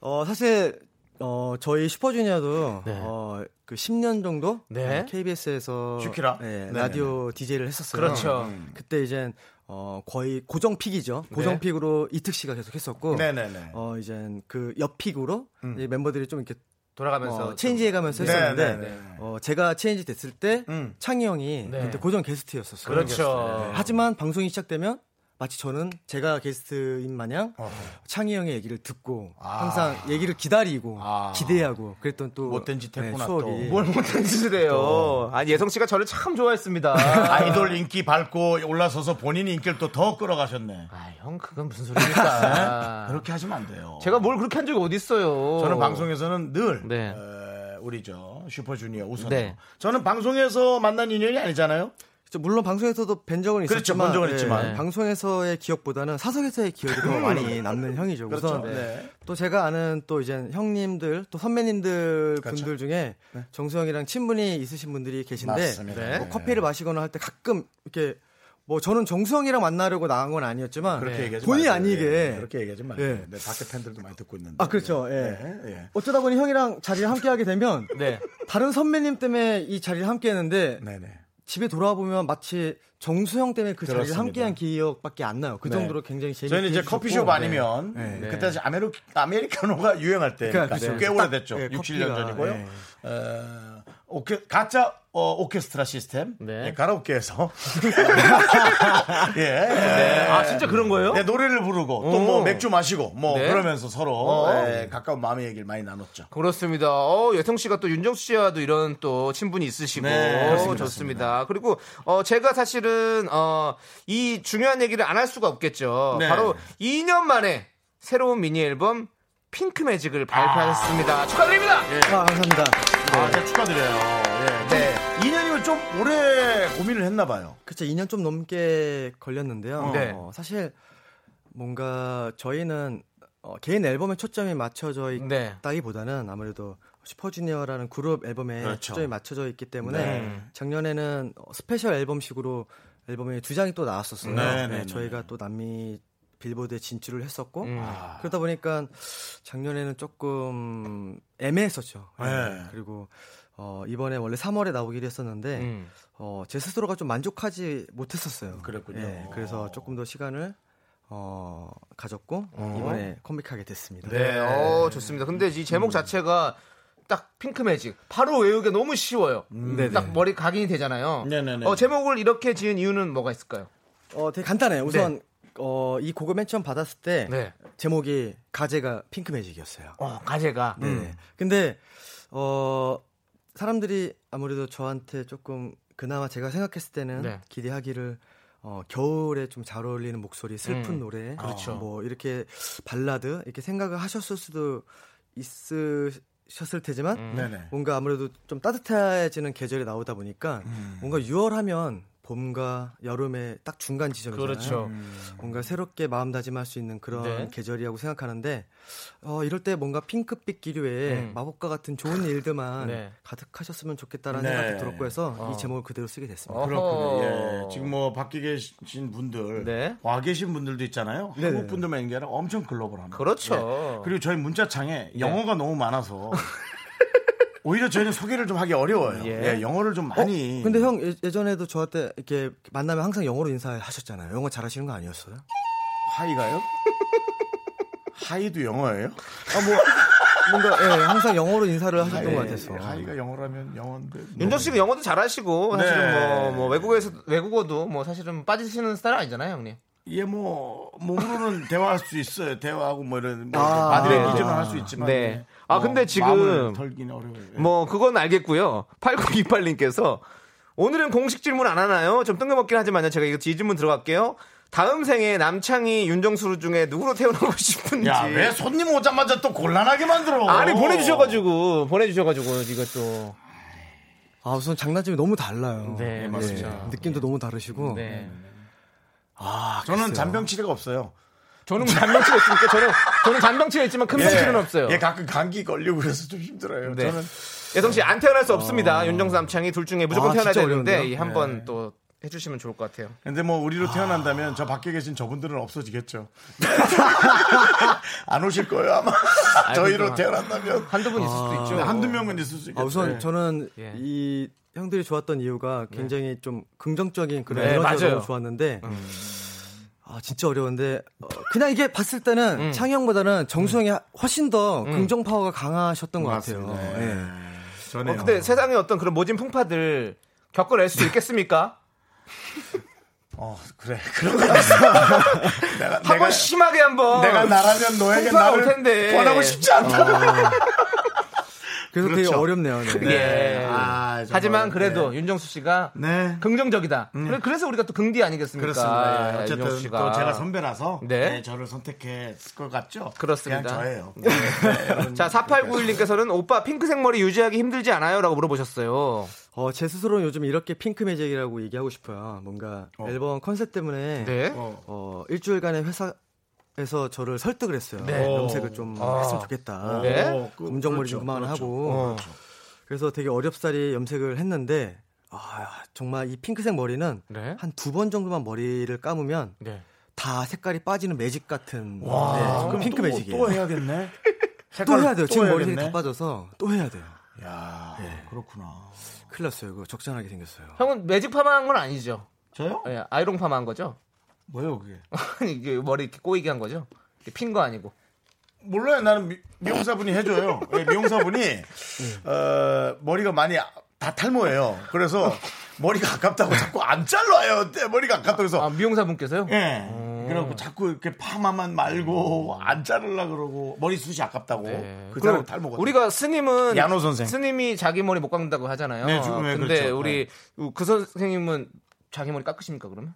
Speaker 8: 어, 사실 어, 저희 슈퍼주니어도 어, 그 10년 정도
Speaker 2: 네.
Speaker 8: KBS에서
Speaker 1: 슈키라?
Speaker 8: 네,
Speaker 1: 네네네.
Speaker 8: 라디오 DJ를 했었어요. 음.
Speaker 2: 그렇죠.
Speaker 8: 그때 이젠 어, 거의 고정 픽이죠.
Speaker 2: 네.
Speaker 8: 고정 픽으로 이특 씨가 계속 했었고
Speaker 1: 네네네.
Speaker 8: 어, 이젠 그옆 픽으로
Speaker 2: 음.
Speaker 8: 이제 멤버들이 좀 이렇게
Speaker 2: 돌아가면서.
Speaker 8: 어, 체인지해가면서
Speaker 1: 네, 네,
Speaker 8: 했었는데
Speaker 1: 네.
Speaker 8: 어, 제가 체인지 됐을 때
Speaker 1: 음.
Speaker 8: 창희 형이
Speaker 2: 네.
Speaker 8: 그때 고정 게스트였었어요.
Speaker 2: 그렇죠.
Speaker 8: 하지만 방송이 시작되면 마치 저는 제가 게스트인 마냥
Speaker 1: 어.
Speaker 8: 창희 형의 얘기를 듣고 항상 얘기를 기다리고
Speaker 1: 아.
Speaker 8: 기대하고 그랬던 또 네,
Speaker 1: 못된 짓 했구나,
Speaker 8: 추억이
Speaker 1: 또. 뭐-
Speaker 2: 뭘 아, 못한 짓을 해요. 아니, 예성 씨가 저를 참 좋아했습니다.
Speaker 1: 아이돌 인기 밟고 올라서서 본인 인기를 또 더 끌어가셨네.
Speaker 2: 아, 형, 그건 무슨
Speaker 8: 아.
Speaker 2: 소리입니까?
Speaker 1: 그렇게 하시면 안 돼요.
Speaker 2: 제가
Speaker 8: 뭐-
Speaker 2: 뭘 그렇게 한 적이 어딨어요.
Speaker 1: 저는 방송에서는 늘
Speaker 2: 네.
Speaker 1: 에, 우리죠 슈퍼주니어 우선.
Speaker 2: 네.
Speaker 1: 저는 방송에서 만난 인연이 아니잖아요.
Speaker 8: 그렇죠. 물론 방송에서도 뵌 적은
Speaker 1: 그렇죠,
Speaker 8: 있었지만, 네.
Speaker 1: 본 적은 있지만.
Speaker 8: 방송에서의 기억보다는 사석에서의 기억이 더 많이 남는 형이죠. 우선
Speaker 1: 그렇죠. 네.
Speaker 8: 또 제가 아는 또 이제 형님들 또 선배님들
Speaker 1: 그렇죠.
Speaker 8: 분들 중에 정수형이랑 친분이 있으신 분들이 계신데
Speaker 1: 맞습니다.
Speaker 8: 뭐
Speaker 1: 네.
Speaker 8: 커피를 마시거나 할 때 가끔 이렇게 뭐 저는 정수형이랑 만나려고 나간 건 아니었지만
Speaker 1: 그렇게 얘기하지
Speaker 8: 네. 본의
Speaker 1: 말고.
Speaker 8: 아니게
Speaker 1: 예, 그렇게 얘기하지 말고.
Speaker 8: 예.
Speaker 1: 네, 밖에 팬들도 많이 듣고 있는데.
Speaker 8: 아 그렇죠. 예.
Speaker 1: 예, 예.
Speaker 8: 어쩌다 보니 형이랑 자리를 함께 하게 되면
Speaker 2: 네.
Speaker 8: 다른 선배님 때문에 이 자리를 함께 했는데
Speaker 1: 네네.
Speaker 8: 집에 돌아와 보면 마치 정수형 때문에 그 자리를
Speaker 1: 그렇습니다.
Speaker 8: 함께한 기억밖에 안 나요. 그
Speaker 1: 네.
Speaker 8: 정도로 굉장히 재밌게
Speaker 1: 저희는 이제
Speaker 8: 해주셨고.
Speaker 1: 커피숍 아니면
Speaker 8: 네.
Speaker 1: 그때 사실 아메리, 아메리카노가 유행할 때 그러니까
Speaker 8: 그쵸.
Speaker 1: 꽤
Speaker 8: 딱,
Speaker 1: 오래됐죠.
Speaker 8: 예,
Speaker 1: 6, 7년
Speaker 8: 커피가,
Speaker 1: 전이고요.
Speaker 8: 예.
Speaker 1: 어, 오케, 가짜 어, 오케스트라 시스템
Speaker 2: 네.
Speaker 1: 예, 가라오케에서 예, 예.
Speaker 2: 아, 진짜 그런 거예요?
Speaker 1: 네, 노래를 부르고 또 뭐
Speaker 2: 오.
Speaker 1: 맥주 마시고 뭐
Speaker 2: 네.
Speaker 1: 그러면서 서로
Speaker 2: 어.
Speaker 1: 예, 가까운 마음의 얘기를 많이 나눴죠.
Speaker 2: 그렇습니다. 어, 여성 씨가 또 윤정수 씨와도 이런 또 친분이 있으시고
Speaker 1: 네, 그렇습니다.
Speaker 2: 좋습니다. 그리고 어, 제가 사실은 어, 이 중요한 얘기를 안 할 수가 없겠죠.
Speaker 1: 네.
Speaker 2: 바로 2년 만에 새로운 미니 앨범 핑크 매직을 발표하셨습니다. 축하드립니다.
Speaker 8: 아, 감사합니다.
Speaker 1: 네. 아, 진짜 축하드려요. 예.
Speaker 2: 네.
Speaker 1: 2년이면 좀 오래 고민을 했나 봐요.
Speaker 8: 그쵸 2년 좀 넘게 걸렸는데요.
Speaker 2: 네.
Speaker 8: 어, 사실 뭔가 저희는 어, 개인 앨범에 초점이 맞춰져
Speaker 2: 네.
Speaker 8: 있다기보다는 아무래도 슈퍼주니어라는 그룹 앨범에
Speaker 1: 그렇죠. 네.
Speaker 8: 초점이 맞춰져 있기 때문에 작년에는 어, 스페셜 앨범식으로 앨범이 두 장이 또 나왔었어요.
Speaker 1: 네, 네, 음. 아. 네.
Speaker 8: 저희가 또 남미 빌보드에 진출을 했었고 아. 그러다 보니까 작년에는 조금 애매했었죠. 예.
Speaker 1: 네.
Speaker 8: 그리고 어, 이번에 원래 3월에 나오기로 했었는데
Speaker 2: 음.
Speaker 8: 어, 제 스스로가 좀 만족하지 못했었어요.
Speaker 1: 그랬군요.
Speaker 8: 예, 그래서 조금 더 시간을 어, 가졌고 이번에 컴백하게 됐습니다.
Speaker 2: 네, 어, 좋습니다. 근데 이
Speaker 1: 음.
Speaker 2: 제목 자체가 딱 핑크 매직 바로 외우기 가 너무 쉬워요. 딱 머리 각인이 되잖아요.
Speaker 1: 음. 네, 네네네.
Speaker 2: 어, 제목을 이렇게 지은 이유는 뭐가 있을까요?
Speaker 8: 어, 되게 간단해요. 우선 어, 이 곡을 맨 처음 받았을 때
Speaker 2: 네.
Speaker 1: 네.
Speaker 8: 제목이 가제가 핑크 매직이었어요.
Speaker 2: 어, 가제가
Speaker 8: 네. 근데 어 사람들이 아무래도 저한테 조금 그나마 제가 생각했을 때는
Speaker 2: 네.
Speaker 8: 기대하기를 어 겨울에 좀 잘 어울리는 목소리, 슬픈
Speaker 2: 음,
Speaker 8: 노래,
Speaker 2: 그렇죠.
Speaker 8: 어, 뭐 이렇게 발라드 이렇게 생각을 하셨을 수도 있으셨을 테지만
Speaker 2: 음.
Speaker 1: 네네.
Speaker 8: 뭔가 아무래도 좀 따뜻해지는 계절이 나오다 보니까
Speaker 2: 음.
Speaker 8: 뭔가 6월하면 봄과 여름의 딱 중간 지점이잖아요.
Speaker 2: 그렇죠.
Speaker 8: 뭔가 새롭게 마음다짐할 수 있는 그런
Speaker 2: 네.
Speaker 8: 계절이라고 생각하는데 어, 이럴 때 뭔가 핑크빛 기류에
Speaker 2: 음.
Speaker 8: 마법과 같은 좋은 일들만
Speaker 2: 네.
Speaker 8: 가득하셨으면 좋겠다라는
Speaker 1: 네.
Speaker 8: 생각이 들었고 해서
Speaker 2: 어.
Speaker 8: 이 제목을 그대로 쓰게 됐습니다.
Speaker 2: 어.
Speaker 1: 그렇군요.
Speaker 2: 어허.
Speaker 1: 예. 지금 뭐 밖에 계신 분들,
Speaker 2: 네.
Speaker 1: 와 계신 분들도 있잖아요. 한국 분들만 얘기하라 엄청 글로벌합니다.
Speaker 2: 그렇죠. 네.
Speaker 1: 예. 그리고 저희 문자창에 영어가 너무 많아서 오히려 저희는 소개를 좀 하기 어려워요.
Speaker 2: 예.
Speaker 1: 예, 영어를 좀
Speaker 8: 어,
Speaker 1: 많이.
Speaker 8: 근데 형 예- 예전에도 저한테 이렇게 만나면 항상 영어로 인사하셨잖아요. 영어 잘하시는 거 아니었어요?
Speaker 1: 하이가요? 하이도 영어예요?
Speaker 8: 뭔가 예, 항상 영어로 인사를
Speaker 1: 예.
Speaker 8: 하셨던 것 같아서.
Speaker 1: 하이가 영어라면 영어인데. 뭐.
Speaker 2: 윤정 씨가 영어도 잘하시고 사실은
Speaker 1: 네.
Speaker 2: 뭐, 뭐 외국에서 외국어도 뭐 사실은 빠지시는 스타일 아니잖아요, 형님.
Speaker 1: 예, 뭐 몸으로는 대화할 수 있어요. 대화하고 뭐 이런 뭐
Speaker 8: 아,
Speaker 1: 바디랭귀지는
Speaker 2: 네, 네.
Speaker 1: 할수 있지만. 뭐
Speaker 2: 네. 아, 근데 지금
Speaker 1: 마음을 털기는 어려워요. 예.
Speaker 2: 뭐 그건 알겠고요. 8928님께서 오늘은 공식 질문 안 하나요? 좀 뜬금없긴 하지만요. 제가 이거 이 질문 들어갈게요. 다음 생에 남창희, 윤정수 중에 누구로 태어나고 싶은지.
Speaker 1: 야, 왜 손님 오자마자 또 곤란하게 만들어?
Speaker 2: 아니 보내주셔가지고 보내주셔가지고 이거 또.
Speaker 8: 아 우선 장난점이 너무 달라요.
Speaker 1: 예,
Speaker 2: 네, 맞습니다.
Speaker 8: 느낌도 너무 다르시고.
Speaker 2: 네.
Speaker 1: 아, 저는 잔병 치레가 없어요.
Speaker 2: 저는 잔병치가 있으니까 저는 저는 잔병치가 있지만 큰 병치는 없어요.
Speaker 1: 예, 가끔 감기 걸리고 그래서 좀 힘들어요.
Speaker 2: 네.
Speaker 1: 저는
Speaker 2: 예성 씨 안 태어날 수 없습니다. 윤정수 남창희 둘 중에 무조건
Speaker 8: 아,
Speaker 2: 태어나야
Speaker 8: 진짜
Speaker 2: 되는데 이
Speaker 8: 어려운데요?
Speaker 2: 한
Speaker 1: 네.
Speaker 2: 번 또 해주시면 좋을 것 같아요.
Speaker 1: 근데 뭐 우리로 태어난다면 저 밖에 계신 저분들은 없어지겠죠. 안 오실 거예요 아마. 저희로 태어난다면
Speaker 2: 한두 분 있을 수도 있죠.
Speaker 1: 아, 네,
Speaker 2: 어,
Speaker 1: 한두 명은 있을 수
Speaker 8: 아,
Speaker 1: 있겠죠.
Speaker 8: 우선
Speaker 1: 예.
Speaker 8: 저는
Speaker 2: 예.
Speaker 8: 이 형들이 좋았던 이유가 굉장히 좀 긍정적인 그런
Speaker 2: 네,
Speaker 8: 에너지가
Speaker 2: 맞아요.
Speaker 8: 너무 좋았는데 아 진짜 어려운데 어, 그냥 이게 봤을 때는 창이 형보다는 정수 형이 훨씬 더 긍정 파워가 강하셨던 것 같아요.
Speaker 1: 맞습니다.
Speaker 8: 예.
Speaker 1: 예. 저는
Speaker 2: 어, 근데 세상의 어떤 그런 모진 풍파들 겪어낼 수도 있겠습니까?
Speaker 1: 어 그래 그런 거 있어. 내가
Speaker 2: 한번
Speaker 1: 내가,
Speaker 2: 심하게 한번.
Speaker 1: 내가 나라면 너에게
Speaker 2: 풍파가 올
Speaker 1: 나를
Speaker 2: 텐데. 어.
Speaker 1: 권하고 싶지 않다.
Speaker 8: 그래서 되게
Speaker 1: 그렇죠.
Speaker 8: 어렵네요. 네.
Speaker 2: 예.
Speaker 1: 아, 정말.
Speaker 2: 하지만 그래도 윤정수 씨가
Speaker 1: 네.
Speaker 2: 긍정적이다. 그래- 그래서 우리가 또 긍디 아니겠습니까?
Speaker 1: 그렇습니다. 예. 어쨌든
Speaker 2: 그러니까 윤정수 씨가.
Speaker 1: 또 제가 선배라서
Speaker 2: 네.
Speaker 1: 예, 저를 선택했을 것 같죠.
Speaker 2: 그렇습니다. 네.
Speaker 1: 그냥 저예요. 네,
Speaker 2: 자, 4891님께서는 오빠 핑크색 머리 유지하기 힘들지 않아요? 라고 물어보셨어요.
Speaker 8: 어, 제 스스로는 요즘 이렇게 핑크 매직이라고 얘기하고 싶어요. 뭔가 앨범 컨셉 때문에
Speaker 2: 네.
Speaker 1: 뭐.
Speaker 8: 어, 일주일간의 회사에서 저를 설득을 했어요.
Speaker 2: 네.
Speaker 8: 염색을 좀
Speaker 2: 아.
Speaker 8: 했으면 좋겠다.
Speaker 2: 네.
Speaker 1: 그
Speaker 8: 검정머리
Speaker 1: 그렇죠,
Speaker 8: 좀
Speaker 2: 그렇죠.
Speaker 8: 그만하고 그래서 되게 어렵사리 염색을 했는데 아 정말 이 핑크색 머리는
Speaker 2: 네.
Speaker 8: 한 두 번 정도만 머리를 감으면
Speaker 1: 어.
Speaker 2: 네.
Speaker 8: 다 색깔이 빠지는 매직 같은
Speaker 1: 와,
Speaker 8: 네,
Speaker 1: 그럼
Speaker 8: 핑크
Speaker 1: 또,
Speaker 8: 매직이에요.
Speaker 1: 또 해야겠네.
Speaker 8: 또
Speaker 1: 색깔
Speaker 8: 해야 돼요. 지금 머리색이
Speaker 1: 해야겠네.
Speaker 8: 다 빠져서 네. 또 해야 돼요.
Speaker 1: 야, 그렇구나.
Speaker 8: 큰일 났어요. 그거 적잖하게 생겼어요.
Speaker 2: 형은 매직 파마한 건 아니죠?
Speaker 1: 저요?
Speaker 2: 예, 아이롱 파마한 거죠?
Speaker 1: 뭐예요 그게?
Speaker 2: 아니, 이게 머리 이렇게 꼬이게 한 거죠? 핀 거 아니고.
Speaker 1: 몰라요. 나는 미, 용사분이 해줘요. 예, 미용사분이
Speaker 8: 네.
Speaker 1: 어, 머리가 많이 아- 다 탈모예요. 그래서 머리가 아깝다고 자꾸 안 잘라요. 내 머리가 아깝다고 해서
Speaker 2: 아, 미용사분께서요?
Speaker 1: 예.
Speaker 2: 음.
Speaker 1: 그래갖고 자꾸 이렇게 파마만 말고 안 자르려 그러고 머리숱이 아깝다고
Speaker 2: 네.
Speaker 1: 그
Speaker 2: 그럼
Speaker 1: 사람 탈모가
Speaker 2: 우리가 스님은
Speaker 1: 야노 선생.
Speaker 2: 스님이 자기 머리 못 깎는다고 하잖아요.
Speaker 1: 네, 지금, 네,
Speaker 2: 근데
Speaker 1: 그렇죠.
Speaker 2: 우리 그 선생님은 자기 머리 깎으십니까 그러면?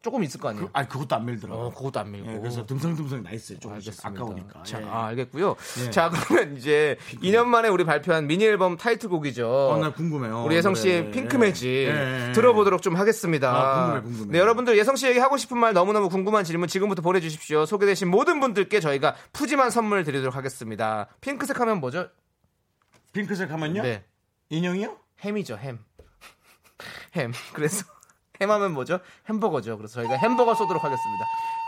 Speaker 2: 조금 있을 거 아니에요.
Speaker 1: 그, 아니 그것도 안 밀더라고.
Speaker 2: 어,
Speaker 1: 요 예, 네,
Speaker 2: 그것도 안 밀고.
Speaker 1: 그래서 듬성듬성 나 있어요. 좀
Speaker 2: 알겠습니다.
Speaker 1: 아까우니까.
Speaker 2: 자,
Speaker 1: 예. 네.
Speaker 2: 아, 알겠고요. 자, 그러면 이제 2년 만에 우리 발표한 미니 앨범 타이틀곡이죠.
Speaker 1: 어, 나 궁금해요.
Speaker 2: 우리 예성 씨의
Speaker 1: 네.
Speaker 2: 핑크 매직
Speaker 1: 네.
Speaker 2: 들어보도록 좀 하겠습니다.
Speaker 1: 아, 궁금해, 궁금해.
Speaker 2: 네, 여러분들 예성 씨에게 하고 싶은 말 너무너무 궁금한 질문 지금부터 보내주십시오. 소개되신 모든 분들께 저희가 푸짐한 선물 드리도록 하겠습니다. 핑크색 하면 뭐죠?
Speaker 1: 핑크색 하면요?
Speaker 2: 네,
Speaker 1: 인형이요?
Speaker 2: 햄이죠, 햄. 햄. 그래서 햄하면 뭐죠? 햄버거죠. 그래서 저희가 햄버거 쏘도록 하겠습니다.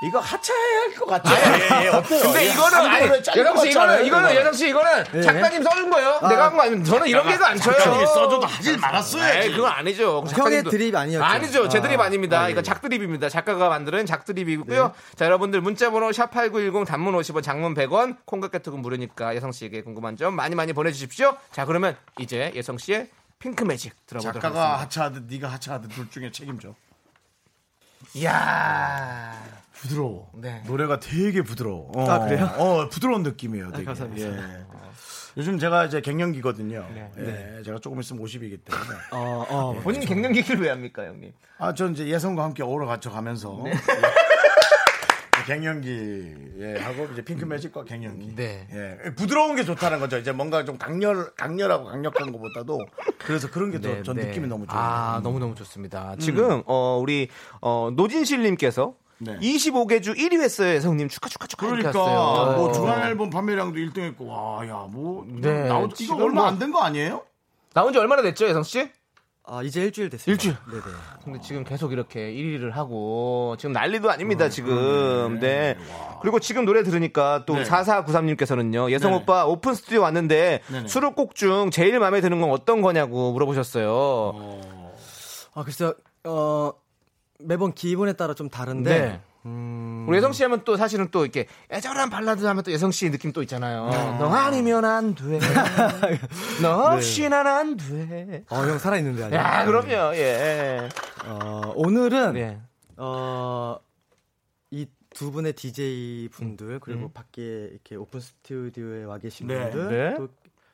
Speaker 1: 이거 하차해야 할 것 같아요. 예, 예, 어때요?
Speaker 2: 근데
Speaker 1: 예,
Speaker 2: 이거는
Speaker 1: 안
Speaker 2: 아니,
Speaker 1: 그래요? 잘릴
Speaker 2: 여정
Speaker 1: 것
Speaker 2: 씨
Speaker 1: 같지
Speaker 2: 이거는
Speaker 1: 않아요,
Speaker 2: 이거는
Speaker 1: 이거는?
Speaker 2: 여정 씨 이거는 작가님 써준 거예요. 내가 한 거 아니면 저는 이런 게도 안 쳐요.
Speaker 1: 작가님이 써줘도 하질
Speaker 2: 에이,
Speaker 1: 말았어야지.
Speaker 2: 네, 그건 아니죠.
Speaker 8: 형의
Speaker 2: 작가님도-
Speaker 8: 드립 아니었죠?
Speaker 2: 아니죠. 제 드립 아닙니다.
Speaker 1: 예.
Speaker 2: 이거 작드립입니다. 작가가 만드는 작드립이고요.
Speaker 1: 네.
Speaker 2: 자, 여러분들 문자번호 샵8910 단문 50원, 장문 100원, 콩깍개톡은 무료니까 예성씨에게 궁금한 점 많이 많이 보내주십시오. 자, 그러면 이제 예성씨의 핑크매직 들어보도록
Speaker 1: 작가가
Speaker 2: 하겠습니다.
Speaker 1: 하차하든 네가 하차하든 둘 중에 책임져.
Speaker 2: 이야.
Speaker 1: 부드러워.
Speaker 2: 네.
Speaker 1: 노래가 되게 부드러워. 어,
Speaker 8: 아, 그래요?
Speaker 1: 어, 부드러운 느낌이에요. 되게. 아, 감사합니다. 요즘 제가 이제 갱년기거든요. 예, 제가 조금 있으면 50이기 때문에.
Speaker 2: 어, 어. 본인 갱년기를 왜 합니까, 형님?
Speaker 1: 아, 전 이제 예성과 함께 어우러 갇혀 가면서. 예. 갱년기 예, 하고 이제 핑크 매직과 갱년기.
Speaker 2: 네.
Speaker 1: 예. 부드러운 게 좋다는 거죠. 이제 뭔가 좀 강렬 강렬하고 강력한 것보다도 그래서 그런 게 더 전
Speaker 2: 네.
Speaker 1: 느낌이 너무 좋아요. 음.
Speaker 2: 아, 너무너무 좋습니다. 지금, 어, 우리, 어, 노진실님께서
Speaker 1: 네.
Speaker 2: 25개 주 1위 했어요, 예성님. 축하, 축하, 축하. 이렇게
Speaker 1: 그러니까
Speaker 2: 하셨어요.
Speaker 1: 뭐 주간 앨범 판매량도 1등했고 와, 야, 뭐
Speaker 2: 네,
Speaker 1: 나오 이거
Speaker 2: 지금
Speaker 1: 얼마
Speaker 2: 뭐-
Speaker 1: 안 된 거 아니에요?
Speaker 2: 나온 지 얼마나 됐죠, 예성씨?
Speaker 8: 아, 이제 일주일 됐습니다.
Speaker 2: 일주일.
Speaker 8: 네네.
Speaker 2: 근데 지금 계속 이렇게 1위를 하고 지금 난리도 아닙니다 지금 네 그리고 지금 노래 들으니까 또
Speaker 1: 네.
Speaker 2: 4493님께서는요 예성
Speaker 1: 네네.
Speaker 2: 오빠 오픈 스튜디오 왔는데
Speaker 1: 네네.
Speaker 2: 수록곡 중 제일 마음에 드는 건 어떤 거냐고 물어보셨어요
Speaker 8: 아, 글쎄요, 어, 매번 기분에 따라 좀 다른데.
Speaker 2: 네. 우리 예성 씨 하면 또 사실은 또 이렇게 애절한 발라드 하면 또 예성 씨 느낌 또 있잖아요 너 아니면 안돼너 없이 난 안돼
Speaker 8: 어, 형 살아있는데 아니야?
Speaker 2: 야 그럼요 예
Speaker 8: 어, 오늘은,
Speaker 2: 네.
Speaker 8: 어, 이 두 분의 DJ 분들, 그리고 밖에 이렇게 오픈 스튜디오에 와 계신
Speaker 1: 네.
Speaker 8: 분들,
Speaker 2: 음. 네.
Speaker 8: 또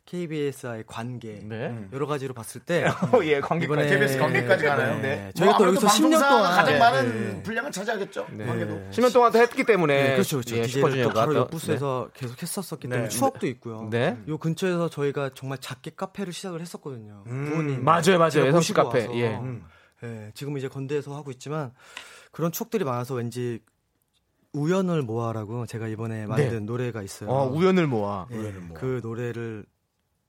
Speaker 8: KBS와의 관계,
Speaker 2: 네.
Speaker 8: 음. 여러 가지로 봤을 때,
Speaker 2: 어, 예 관객까지
Speaker 8: 이번에-
Speaker 1: 아, KBS 관계까지 가나요?
Speaker 2: 네.
Speaker 1: 뭐
Speaker 8: 저희가 또
Speaker 1: 아무래도
Speaker 8: 여기서 10년
Speaker 1: 방송사가
Speaker 8: 동안
Speaker 1: 가장
Speaker 8: 네.
Speaker 1: 많은 분량을 차지하겠죠. 관계도.
Speaker 2: 10년 동안 또 했기 때문에
Speaker 8: 네, 그렇죠, 그렇죠.
Speaker 2: 예,
Speaker 8: DJ를 또
Speaker 2: 슈퍼주니어가
Speaker 8: 바로
Speaker 2: 또-
Speaker 8: 옆 부스에서 계속 했었었기
Speaker 1: 네.
Speaker 8: 때문에 추억도 있고요.
Speaker 2: 네.
Speaker 8: 요 근처에서 저희가 정말 작게 카페를 시작을 했었거든요. 부모님
Speaker 2: 음. 맞아요, 맞아요.
Speaker 8: 제가
Speaker 2: 예성 씨
Speaker 8: 모시고
Speaker 2: 카페.
Speaker 8: 와서.
Speaker 2: 예.
Speaker 8: 예, 지금 이제 건대에서 하고 있지만 그런 추억들이 많아서 왠지 우연을 모아라고 제가 이번에 만든 노래가 있어요.
Speaker 2: 네. 어, 우연을 모아.
Speaker 1: 네.
Speaker 8: 예,
Speaker 1: 뭐.
Speaker 8: 그 노래를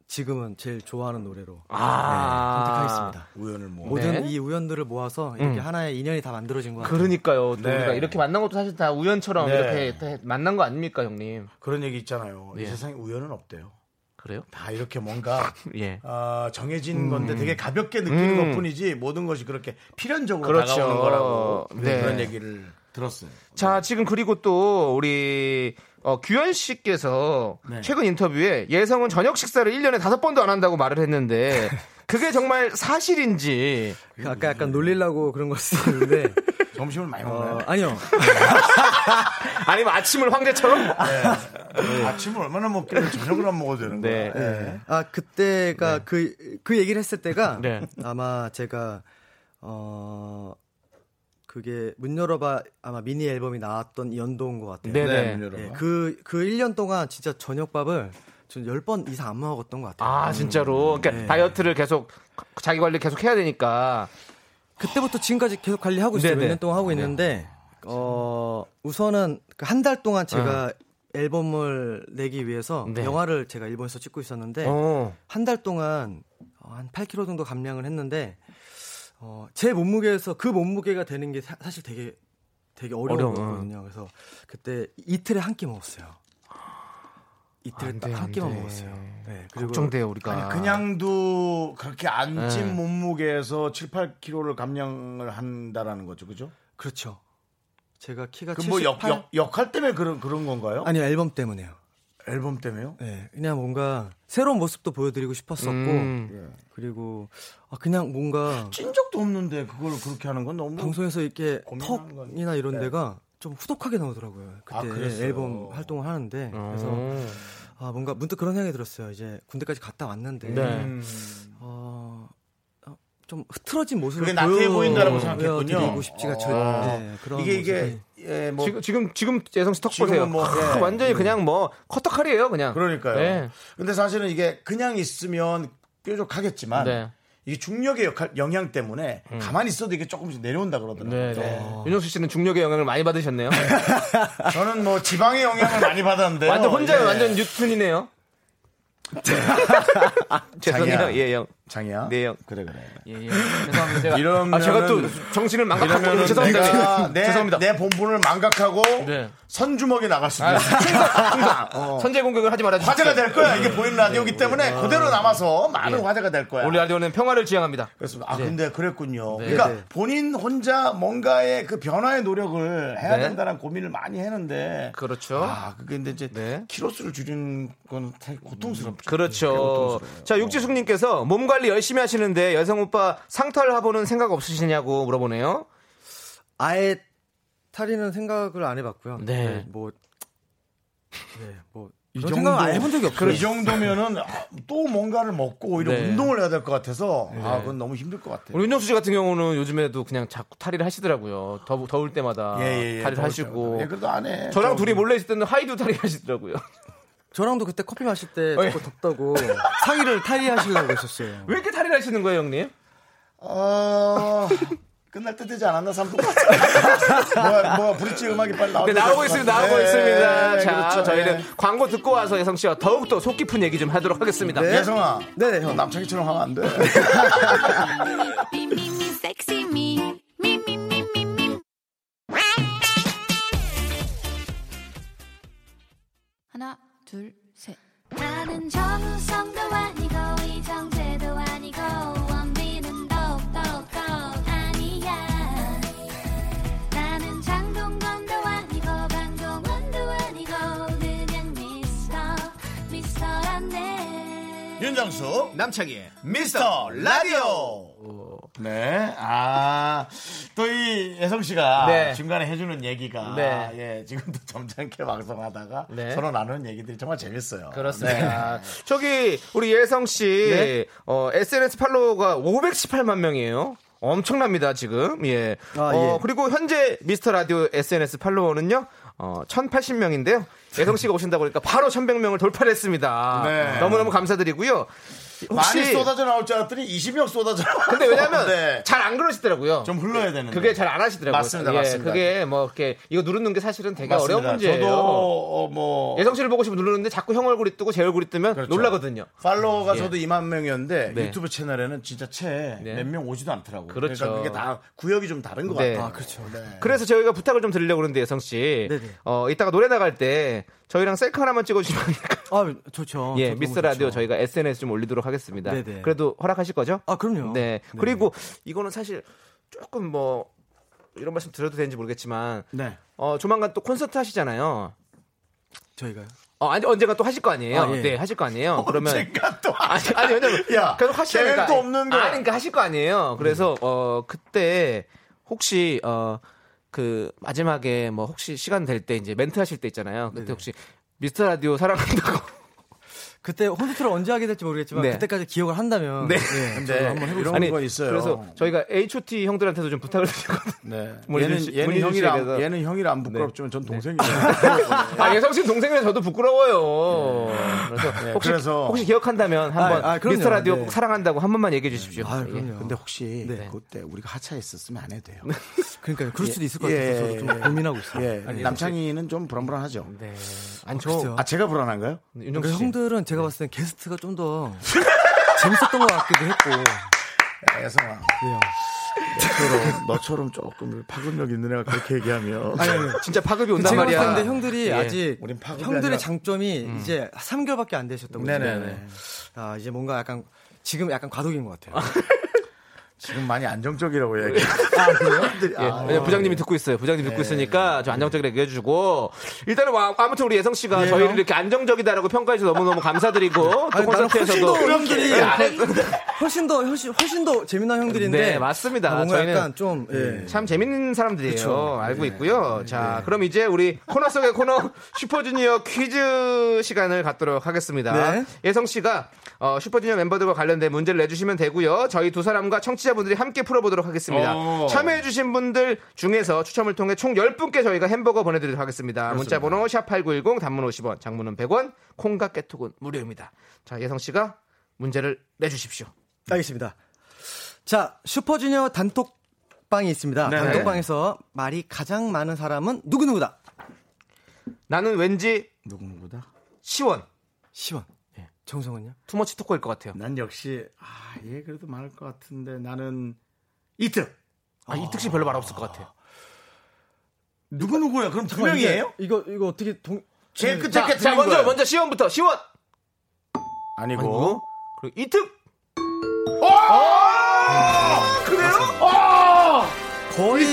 Speaker 8: 지금은 제일 좋아하는 노래로
Speaker 2: 아.
Speaker 8: 선택하겠습니다.
Speaker 1: 우연을 뭐.
Speaker 8: 모든
Speaker 2: 네.
Speaker 8: 이 우연들을 모아서 이렇게
Speaker 2: 음.
Speaker 8: 하나의 인연이 다 만들어진 것 같아요.
Speaker 2: 그러니까요. 또
Speaker 1: 네.
Speaker 2: 우리가 이렇게 만난 것도 사실 다 우연처럼
Speaker 1: 네.
Speaker 2: 이렇게 다 만난 거 아닙니까, 형님?
Speaker 1: 그런 얘기 있잖아요. 이
Speaker 8: 네.
Speaker 2: 예.
Speaker 1: 세상에 우연은 없대요.
Speaker 2: 그래요?
Speaker 8: 아,
Speaker 1: 다 이렇게 뭔가
Speaker 2: 예.
Speaker 1: 아, 정해진
Speaker 8: 음.
Speaker 1: 건데 되게 가볍게 느끼는
Speaker 2: 음.
Speaker 1: 것뿐이지 모든 것이 그렇게 필연적으로
Speaker 2: 그렇죠.
Speaker 1: 다가오는 거라고
Speaker 2: 네.
Speaker 1: 그런 얘기를 들었어요.
Speaker 2: 자, 지금 그리고 또 우리 어, 규현 씨께서 최근 인터뷰에 예성은 저녁 식사를 1년에 다섯 번도 안 한다고 말을 했는데 그게 정말 사실인지
Speaker 8: 아까
Speaker 2: 네.
Speaker 8: 약간 놀리려고 그런 걸 수도 있는데
Speaker 1: 점심을 많이
Speaker 8: 어,
Speaker 1: 먹나요?
Speaker 8: 아니요.
Speaker 2: 아니면 아침을 황제처럼
Speaker 8: 어,
Speaker 1: 네. 아침을 얼마나 먹길래 저녁을 안 먹어도 되는
Speaker 2: 네.
Speaker 1: 거예요. 네.
Speaker 8: 아 그때가 그 그 얘기를 했을 때가
Speaker 2: 네.
Speaker 8: 아마 제가 어 그게 문 열어봐 아마 미니 앨범이 나왔던 연도인 것 같아요.
Speaker 2: 네네.
Speaker 1: 네, 문 열어봐.
Speaker 8: 예, 그그 1년 동안 진짜 저녁밥을 전 10번 이상 안 먹었던 것 같아요.
Speaker 1: 음.
Speaker 2: 아, 진짜로. 그러니까
Speaker 1: 네.
Speaker 2: 다이어트를 계속 자기 관리 를 계속 해야 되니까
Speaker 8: 그때부터 지금까지 계속 관리하고 있어요.
Speaker 2: 네네.
Speaker 8: 몇 년 동안 하고 있는데 어 우선은 한 달 동안 제가 앨범을 내기 위해서
Speaker 2: 아. 네.
Speaker 8: 영화를 제가 일본에서 찍고 있었는데
Speaker 1: 네.
Speaker 2: 어.
Speaker 8: 한 달 동안 어, 한 8kg 정도 감량을 했는데 어, 제 몸무게에서 그 몸무게가 되는 게 사, 실 되게 되게 어려운
Speaker 2: 어려워.
Speaker 8: 거거든요. 그래서 그때 이틀에 한 끼 먹었어요. 이틀에
Speaker 2: 안
Speaker 8: 딱
Speaker 2: 돼,
Speaker 8: 한
Speaker 2: 안
Speaker 8: 끼만
Speaker 2: 돼.
Speaker 8: 먹었어요. 네, 그리고
Speaker 2: 걱정돼요, 우리가.
Speaker 1: 아니 그냥도 그렇게 안 찐
Speaker 2: 네.
Speaker 1: 몸무게에서 7, 8kg를 감량을 한다라는 거죠, 그죠?
Speaker 8: 그렇죠. 제가 키가
Speaker 1: 그 뭐
Speaker 8: 78.
Speaker 1: 역할 때문에 그런 그런 건가요?
Speaker 8: 아니요 앨범 때문에요.
Speaker 1: 앨범 때문에요?
Speaker 8: 네, 그냥 뭔가 새로운 모습도 보여드리고 싶었었고
Speaker 2: 음.
Speaker 1: 네,
Speaker 8: 그리고 아, 그냥 뭔가
Speaker 1: 찐 적도 없는데 그걸 그렇게 하는 건 너무
Speaker 8: 방송에서 이렇게
Speaker 1: 고민하는 건- 네.
Speaker 8: 턱이나 이런 데가 좀 후덕하게 나오더라고요.
Speaker 1: 아,
Speaker 8: 그때
Speaker 1: 그랬어요?
Speaker 8: 앨범 활동을 하는데 그래서
Speaker 2: 어.
Speaker 8: 아 뭔가 문득 그런 생각이 들었어요. 이제 군대까지 갔다 왔는데
Speaker 2: 네.
Speaker 1: 음.
Speaker 8: 어, 어, 좀 흐트러진 모습을
Speaker 1: 그게 나태해 보인다라고
Speaker 8: 보여-
Speaker 1: 생각했군요. 아.
Speaker 8: 보여드리고 싶지가 절
Speaker 2: 어.
Speaker 8: 네, 그런
Speaker 1: 이게
Speaker 8: 모습이.
Speaker 1: 이게 예, 뭐
Speaker 2: 지금 지금 지금 재성 씨턱
Speaker 1: 지금은
Speaker 2: 보세요.
Speaker 1: 뭐,
Speaker 2: 크,
Speaker 1: 네.
Speaker 2: 완전히 그냥 뭐 커터칼이에요, 그냥.
Speaker 1: 그러니까요.
Speaker 2: 네.
Speaker 1: 근데 사실은 이게 그냥 있으면 뾰족하겠지만
Speaker 2: 네.
Speaker 1: 이게 중력의 역할, 영향 때문에
Speaker 8: 음.
Speaker 1: 가만히 있어도 이게 조금씩 내려온다 그러더라고요.
Speaker 2: 네, 네. 윤정수 씨는 중력의 영향을 많이 받으셨네요.
Speaker 1: 어, 저는 뭐 지방의 영향을 많이 네. 받았는데
Speaker 2: 완전 혼자 완전 뉴턴이네요. 죄송해요.
Speaker 1: 자기야.
Speaker 2: 예, 형.
Speaker 1: 장이야.
Speaker 2: 네, 형.
Speaker 1: 그래 그래.
Speaker 2: 예, 예. 죄송합니다. 제가,
Speaker 1: 이러면은-
Speaker 2: 아, 제가 또 정신을 망각하고
Speaker 1: 이러면은
Speaker 2: 죄송합니다. 네,
Speaker 1: 내가 네. 내,
Speaker 2: 죄송합니다.
Speaker 1: 내 본분을 망각하고
Speaker 2: 네.
Speaker 1: 선주먹이 나갈 수도
Speaker 2: 아, 네,
Speaker 1: 있어.
Speaker 2: 충성, 충성. 선제 공격을 하지 말아주세요.
Speaker 1: 화제가 될 거야. 이게 보이는 라디오기 때문에 그대로 남아서 많은 화제가 될 거야.
Speaker 2: 우리 라디오는 평화를 지향합니다.
Speaker 1: 그렇습니다. 아
Speaker 2: 예. 네.
Speaker 1: 근데 그랬군요. 그러니까
Speaker 8: 네.
Speaker 1: 본인 혼자 뭔가의 그 변화의 노력을 해야
Speaker 2: 네.
Speaker 1: 된다는 고민을 많이 했는데
Speaker 2: 그렇죠.
Speaker 1: 아 그게 근데 이제
Speaker 2: 네.
Speaker 1: 키로수를 줄이는 건 되게 고통스럽죠.
Speaker 2: 그렇죠. 자, 육지숙님께서 몸 관리 열심히 하시는데 여성 오빠 상탈 하보는 생각 없으시냐고 물어보네요.
Speaker 8: 아예 탈의는 생각을 안 해봤고요.
Speaker 2: 네.
Speaker 8: 뭐, 네, 뭐
Speaker 1: 이
Speaker 8: 그런
Speaker 1: 정도-
Speaker 8: 생각 안 해본 적이 없어요.
Speaker 1: 이 정도면은 아, 또 뭔가를 먹고 오히려
Speaker 2: 네.
Speaker 1: 운동을 해야 될 것 같아서 아 그건 너무 힘들 것 같아요.
Speaker 2: 우리 윤정수 씨 같은 경우는 요즘에도 그냥 자꾸 탈의를 하시더라고요. 더, 예, 더울 때마다 탈의를 하시고.
Speaker 1: 예, 그래도 안 해.
Speaker 2: 뭐 저랑
Speaker 1: 좀.
Speaker 2: 둘이 몰래 있을 때는 하이도 탈의 하시더라고요.
Speaker 8: 저랑도 그때 커피 마실 때 자꾸 덥다고 상의를 탈의하시려고 했었어요.
Speaker 2: 왜 이렇게 탈의를 하시는 거예요, 형님?
Speaker 1: 어... 끝날 때 되지 않았나 삼분 뭐야 뭐야 브릿지 음악이 빨리 나오고
Speaker 2: 네, 그렇죠. 나오고 있습니다. 나오고 있습니다. 자, 저희는
Speaker 1: 예.
Speaker 2: 광고 듣고 와서 예성 씨와 더욱더 속 깊은 얘기 좀 하도록 하겠습니다.
Speaker 1: 네. 예성아
Speaker 8: 네네,
Speaker 1: 너
Speaker 8: 형.
Speaker 1: 남창희처럼 하면 안돼
Speaker 3: Me, me, me, sexy me. Me, me, me, me, me.
Speaker 9: 하나, 둘, 셋.
Speaker 3: 나는 정우성도 아니고 이정재도 아니고 원빈은 더욱더 아니야 나는 장동건도 아니고 강동원도 아니고 그냥 미스터 미스터란데
Speaker 1: 예. 윤정수
Speaker 2: 남창희의
Speaker 1: 미스터 라디오 네, 아, 네아또 이 예성 씨가
Speaker 2: 네.
Speaker 1: 중간에 해주는 얘기가
Speaker 2: 네.
Speaker 1: 예 지금도 점잖게 방송하다가
Speaker 2: 네.
Speaker 1: 서로 나누는 얘기들이 정말 재밌어요
Speaker 2: 그렇습니다. 네. 저기 우리 예성 씨 어, SNS 팔로워가 518만 명이에요. 엄청납니다 지금. 예.
Speaker 8: 아,
Speaker 2: 어,
Speaker 8: 예.
Speaker 2: 그리고 현재 미스터 라디오 SNS 팔로워는요. 어, 1,080명인데요. 예성 씨가 오신다고 그러니까 바로 1,100명을 돌파했습니다.
Speaker 1: 네.
Speaker 2: 너무너무 감사드리고요.
Speaker 1: 많이
Speaker 2: 혹시
Speaker 1: 쏟아져 나올 줄 알았더니 20명 쏟아져 나와서
Speaker 2: 근데 왜냐면
Speaker 1: 네.
Speaker 2: 잘 안 그러시더라고요.
Speaker 1: 좀 흘러야 되는데
Speaker 2: 그게 잘 안 하시더라고요.
Speaker 1: 맞습니다, 맞습니다.
Speaker 2: 그게 뭐 이렇게 이거 누르는 게 사실은 되게
Speaker 1: 맞습니다.
Speaker 2: 어려운 문제예요.
Speaker 1: 저도 어, 뭐
Speaker 2: 예성 씨를 보고 싶으면 누르는데 자꾸 형 얼굴이 뜨고 제 얼굴이 뜨면
Speaker 1: 그렇죠.
Speaker 2: 놀라거든요.
Speaker 1: 팔로워가
Speaker 2: 예.
Speaker 1: 저도 2만 명이었는데
Speaker 2: 네.
Speaker 1: 유튜브 채널에는 진짜 채 몇
Speaker 2: 네.
Speaker 1: 명 오지도 않더라고요. 그
Speaker 2: 그렇죠.
Speaker 1: 러니까 그게 다 구역이 좀 다른 것
Speaker 2: 네.
Speaker 1: 같아요.
Speaker 2: 아,
Speaker 1: 그렇죠.
Speaker 2: 그래서 저희가 부탁을 좀 드리려고 그러는데 예성 씨,
Speaker 8: 네네.
Speaker 2: 어 이따가 노래 나갈 때 저희랑 셀카 하나만 찍어주시면 안 될까요?
Speaker 8: 아, 좋죠. 그렇죠.
Speaker 2: 예,
Speaker 8: 저 너무
Speaker 2: 미스 라디오
Speaker 8: 좋죠.
Speaker 2: 저희가 SNS 좀 올리도록 하겠습니다.
Speaker 8: 네네.
Speaker 2: 그래도 허락하실 거죠?
Speaker 8: 아, 그럼요.
Speaker 2: 네. 그리고 이거는 사실 조금 뭐 이런 말씀 드려도 되는지 모르겠지만,
Speaker 8: 네,
Speaker 2: 어 조만간 또 콘서트 하시잖아요.
Speaker 8: 저희가요.
Speaker 2: 어 아니, 언젠가 또 하실 거 아니에요?
Speaker 8: 아, 예.
Speaker 2: 네, 하실 거 아니에요? 그러면
Speaker 1: 제가 또
Speaker 2: 아니, 아니, 왜냐면
Speaker 1: 야,
Speaker 2: 계속 하시니까
Speaker 1: 계획도 없는 거야. 음.
Speaker 2: 아니, 그러니까 하실 거 아니에요. 그래서 어 그때 혹시 어 그 마지막에 뭐 혹시 시간 될 때 이제 멘트 하실 때 있잖아요. 그때 혹시 미스터 라디오 사랑한다고
Speaker 8: 그때 콘서트를 언제 하게 될지 모르겠지만
Speaker 2: 네.
Speaker 8: 그때까지 기억을 한다면 예,
Speaker 2: 네.
Speaker 1: 근데 이런 건 있어요.
Speaker 2: 그래서 저희요 H.O.T 형들한테도 좀 부탁을 드리거든요.
Speaker 1: 네.
Speaker 2: 문희준 씨-
Speaker 1: 얘는 얘는
Speaker 2: 문희준
Speaker 1: 형이랑
Speaker 2: 씨에게서-
Speaker 1: 얘는 형이랑 안
Speaker 8: 네.
Speaker 1: 부끄럽지만 전 동생이에요.
Speaker 2: 아, 예성 씨 동생이라 저도 부끄러워요. 그래서 혹시
Speaker 1: 네. 그래서-
Speaker 2: 혹시 기억한다면 한번
Speaker 8: 아, 아, 그럼요.
Speaker 2: 미스터 라디오
Speaker 8: 네.
Speaker 2: 꼭 사랑한다고 한 번만 얘기해 주십시오.
Speaker 8: 아,
Speaker 2: 예.
Speaker 8: 그럼요.
Speaker 1: 근데 혹시
Speaker 8: 네.
Speaker 1: 그때 우리가 하차에 있었으면 안 해도 돼요.
Speaker 8: 그러니까 그럴 수도 있을 것
Speaker 1: 예,
Speaker 8: 같아서 저도 좀
Speaker 1: 예.
Speaker 8: 고민하고 있어요.
Speaker 1: 예. 남창희는 좀 불안불안하죠.
Speaker 2: 네. 아니
Speaker 8: 글쎄요.
Speaker 2: 저
Speaker 1: 아 제가 불안한가요?
Speaker 2: 윤정수
Speaker 8: 그
Speaker 2: 씨.
Speaker 8: 형들은 제가 봤을 땐 게스트가 좀 더 재밌었던 것 같기도 했고.
Speaker 1: 야, 예성아. 너처럼 너처럼 조금 파급력 있는 애가 그렇게 얘기하면
Speaker 8: 아니, 아니.
Speaker 2: 진짜 파급이 온단
Speaker 8: 제가
Speaker 2: 말이야.
Speaker 8: 봤을 때 형들이
Speaker 2: 예.
Speaker 8: 아직
Speaker 1: 우린 파급이
Speaker 8: 형들의
Speaker 1: 아니라-
Speaker 8: 장점이 이제 3개월밖에 안 되셨던 거죠.
Speaker 1: 네네네.
Speaker 8: 아, 이제 뭔가 약간 지금 약간 과도기인 것 같아요.
Speaker 1: 지금 많이 안정적이라고 얘기해. 아, 그래요?
Speaker 2: 예, 왜냐면 부장님이 듣고 있어요. 부장님
Speaker 8: 예.
Speaker 2: 듣고 있으니까 저 안정적이라고 얘기해 주고 일단은 와- 아무튼 우리 예성 씨가 저희를 이렇게 안정적이다라고 평가해 주셔서 너무너무 감사드리고 또
Speaker 8: 아니, 나는 훨씬
Speaker 2: 콘서트에서도
Speaker 8: 더 형들이
Speaker 2: 예,
Speaker 8: 훨씬 더 훨씬, 훨씬 더 재미난 형들인데 아,
Speaker 2: 네, 맞습니다.
Speaker 8: 뭔가
Speaker 2: 저희는- 음.
Speaker 8: 약간 좀 예.
Speaker 2: 참 재밌는 사람들이에요. 알고 있고요. 자, 그럼 이제 우리 코너 속의 코너 슈퍼주니어 퀴즈 시간을 갖도록 하겠습니다.
Speaker 8: 네.
Speaker 2: 예성 씨가 어, 슈퍼주니어 멤버들과 관련된 문제를 내주시면 되고요. 저희 두 사람과 청취자분들이 함께 풀어보도록 하겠습니다.
Speaker 1: 오.
Speaker 2: 참여해주신 분들 중에서 추첨을 통해 총 10분께 저희가 햄버거 보내드리도록 하겠습니다. 문자번호 샵8910 단문 50원, 장문은 100원, 콩과 깨톡은 무료입니다. 자, 예성 씨가 문제를 내주십시오.
Speaker 8: 알겠습니다. 자, 슈퍼주니어 단톡방이 있습니다.
Speaker 1: 네네.
Speaker 8: 단톡방에서 말이 가장 많은 사람은 누구누구다.
Speaker 2: 나는 왠지
Speaker 1: 누구누구다?
Speaker 2: 시원.
Speaker 8: 시원. 정성은요?
Speaker 2: 투머치 토크일 것 같아요.
Speaker 1: 난 역시 아, 얘 그래도 많을 것 같은데 나는 이특.
Speaker 2: 아, 이특 씨 별로 말 없을 것 같아요.
Speaker 1: 누구 누구야? 그럼 두 명이에요?
Speaker 8: 이거 이거 어떻게 동
Speaker 1: 제일 끝에
Speaker 2: 자,
Speaker 1: 게
Speaker 2: 자 먼저 먼저 시원부터 시원.
Speaker 1: 아니고.
Speaker 2: 그리고 그리고 이특
Speaker 8: 거의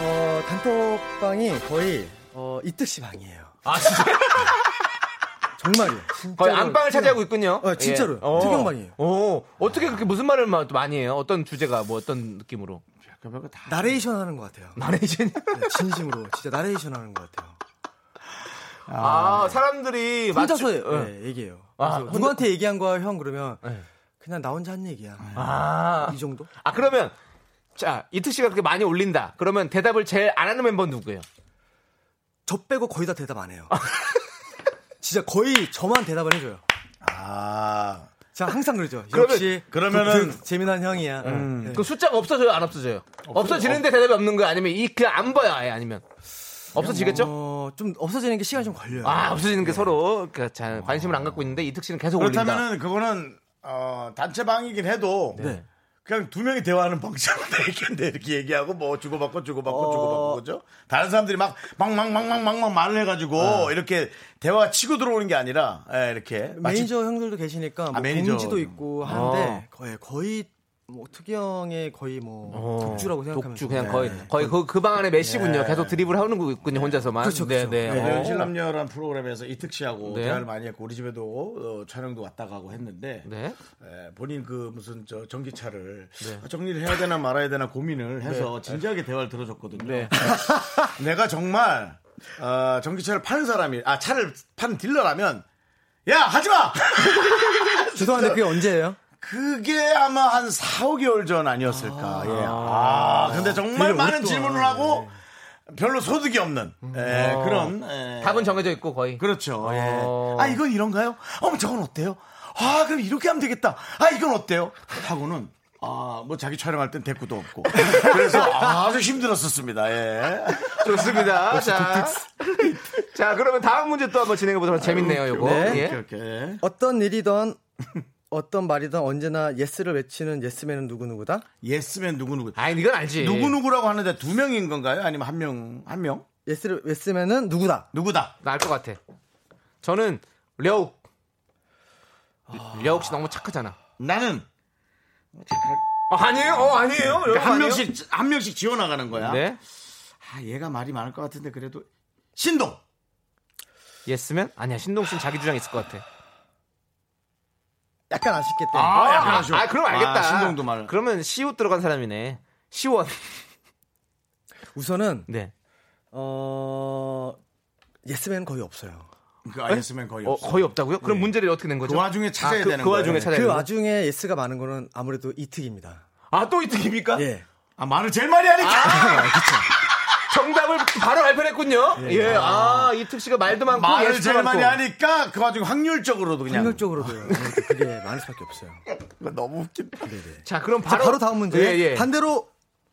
Speaker 8: 어 단톡방이 거의 어 이특시 방이에요.
Speaker 2: 아 진짜
Speaker 8: 정말이에요. 진짜로.
Speaker 2: 거의 안방을 차지하고 있군요.
Speaker 8: 어, 진짜로.
Speaker 2: 어.
Speaker 8: 특경방이에요.
Speaker 2: 어, 어떻게 그렇게 무슨 말을 마- 많이 해요? 어떤 주제가 뭐 어떤 느낌으로?
Speaker 1: 별거 다.
Speaker 8: 나레이션 하는 것 같아요.
Speaker 2: 나레이션.
Speaker 8: 네, 진심으로 진짜 나레이션 하는 것 같아요.
Speaker 2: 아 사람들이
Speaker 8: 혼자서
Speaker 2: 맞추- 어.
Speaker 8: 예, 얘기해요.
Speaker 2: 아,
Speaker 8: 그래서
Speaker 2: 혼자-
Speaker 8: 누구한테 얘기한 거야 형 그러면
Speaker 2: 네.
Speaker 8: 그냥 나 혼자 한 얘기야.
Speaker 2: 아,
Speaker 8: 이 정도?
Speaker 2: 아 그러면 자 이특 씨가 그렇게 많이 올린다. 그러면 대답을 제일 안 하는 멤버 는 누구예요?
Speaker 8: 저 빼고 거의 다 대답 안 해요. 진짜 거의 저만 대답을 해줘요.
Speaker 1: 아.
Speaker 8: 제가 항상 그러죠.
Speaker 2: 그러면-
Speaker 8: 역시
Speaker 1: 그러면은- 음.
Speaker 8: 독특, 재미난 형이야. 네.
Speaker 2: 그 숫자가 없어져요? 안 없어져요? 없어지는데 대답이 없는 거야? 아니면 이 그냥 안 봐요? 아예 아니면 없어지겠죠?
Speaker 8: 어, 좀 없어지는 게 시간이 좀 걸려요.
Speaker 2: 아 없어지는 게 서로 그잘 관심을 안 갖고 있는데 이특 씨는 계속 올린다.
Speaker 1: 그렇다면은 그거는 어, 단체방이긴 해도 그냥 두 명이 대화하는 방식으로 얘기인데 이렇게 얘기하고 뭐 주고받고 주고받고
Speaker 8: 어.
Speaker 1: 주고받고 그죠? 다른 사람들이 막 막 막 막 막 막 막 말을 해가지고 이렇게 대화 치고 들어오는 게 아니라 예, 이렇게 마치
Speaker 8: 매니저 형들도 계시니까 뭐
Speaker 1: 아, 매니저. 음. 어.
Speaker 8: 공지도 있고 하는데 거의 거의 뭐 특이형의 거의 뭐 독주라고 생각하면
Speaker 2: 어. 독주 그냥 거의 거의 그 방 안에 메시군요. 계속 드립을 하는 거군요 혼자서만.
Speaker 8: 그렇죠,
Speaker 2: 네,
Speaker 8: 그렇죠.
Speaker 2: 네.
Speaker 1: 네,
Speaker 2: 어.
Speaker 1: 연신남녀라는 프로그램에서 이특 씨하고
Speaker 2: 네.
Speaker 1: 대화를 많이 했고 우리 집에도 오고 어, 촬영도 왔다 가고 했는데
Speaker 2: 네.
Speaker 1: 예, 본인 그 무슨 저 전기차를
Speaker 8: 네.
Speaker 1: 아, 정리를 해야 되나 말아야 되나 고민을 해서 진지하게 대화를 들어줬거든요.
Speaker 8: 네.
Speaker 1: 내가 정말 어, 전기차를 파는 사람이 아 차를 파는 딜러라면 야 하지 마.
Speaker 8: 죄송한데 그게 언제예요?
Speaker 1: 그게 아마 한 4, 5개월 전 아니었을까. 예. 아, 근데 정말 많은 질문을 하고
Speaker 8: 네.
Speaker 1: 별로 소득이 없는 예,
Speaker 8: 음.
Speaker 1: 그런
Speaker 8: 어.
Speaker 1: 예.
Speaker 2: 답은 정해져 있고 거의.
Speaker 1: 그렇죠. 예.
Speaker 2: 어.
Speaker 1: 아 이건 이런가요? 어머 저건 어때요? 아 그럼 이렇게 하면 되겠다. 아 이건 어때요? 하고는 아 뭐 자기 촬영할 땐 대꾸도 없고 그래서 아주 힘들었었습니다. 예.
Speaker 2: 좋습니다. 자, 자 그러면 다음 문제 또 한번 진행해 보도록 재밌네요. 요거.
Speaker 8: 네.
Speaker 1: 이렇게
Speaker 2: 예.
Speaker 1: 이렇게
Speaker 8: 어떤 일이든 어떤 말이든 언제나 예스를 외치는 예스맨은 누구누구다?
Speaker 1: 예스맨 누구 누구
Speaker 2: 아 이건 알지.
Speaker 1: 누구 누구라고 하는데 두 명인 건가요? 아니면 한 명 한 명
Speaker 8: 예스를 예스맨은 누구다?
Speaker 1: 누구다?
Speaker 2: 나알것 같아. 저는 려욱. 려욱 씨 너무 착하잖아.
Speaker 1: 나는
Speaker 2: 어, 아니에요? 어, 아니에요? 려욱
Speaker 1: 그러니까 한
Speaker 2: 아니에요?
Speaker 1: 명씩 한 명씩 지워 나가는 거야.
Speaker 2: 네.
Speaker 1: 아 얘가 말이 많을 것 같은데 그래도 신동
Speaker 2: 예스면? 아니야. 신동 씨는 자기 주장 있을 것 같아.
Speaker 8: 약간 아쉽겠다.
Speaker 1: 아, 약간 아쉬워.
Speaker 2: 아, 그럼 알겠다.
Speaker 1: 아, 신동도 말.
Speaker 2: 그러면 시옷 들어간 사람이네. 시원.
Speaker 8: 우선은
Speaker 2: 네.
Speaker 8: 어 예스맨은 거의 없어요.
Speaker 1: 그 예스맨 거의
Speaker 2: 어,
Speaker 1: 없어.
Speaker 2: 거의 없다고요? 그럼 문제를 어떻게 낸 거죠?
Speaker 1: 그 와중에 찾아야
Speaker 2: 그,
Speaker 1: 되는
Speaker 2: 그
Speaker 1: 거예요.
Speaker 2: 와중에 찾아야
Speaker 8: 그
Speaker 2: 되는 거
Speaker 8: 와중에 예스가 많은 거는 아무래도 이특입니다.
Speaker 2: 아, 또 이특입니까?
Speaker 8: 예.
Speaker 1: 아 말을 제일 많이 하니까.
Speaker 2: 정답을 바로 발표했군요. 예. 아, 이특 씨가 말도 많고
Speaker 1: 네. 말을
Speaker 2: 예스도
Speaker 1: 제일 많이
Speaker 2: 많고.
Speaker 1: 하니까 그 와중에 확률적으로도 그냥
Speaker 8: 확률적으로도요. 아무래도 그게 많을 수밖에 없어요.
Speaker 1: 너무 웃긴다.
Speaker 2: 자, 그럼
Speaker 8: 자,
Speaker 2: 바로
Speaker 8: 바로 다음 문제.
Speaker 2: 예, 예.
Speaker 8: 반대로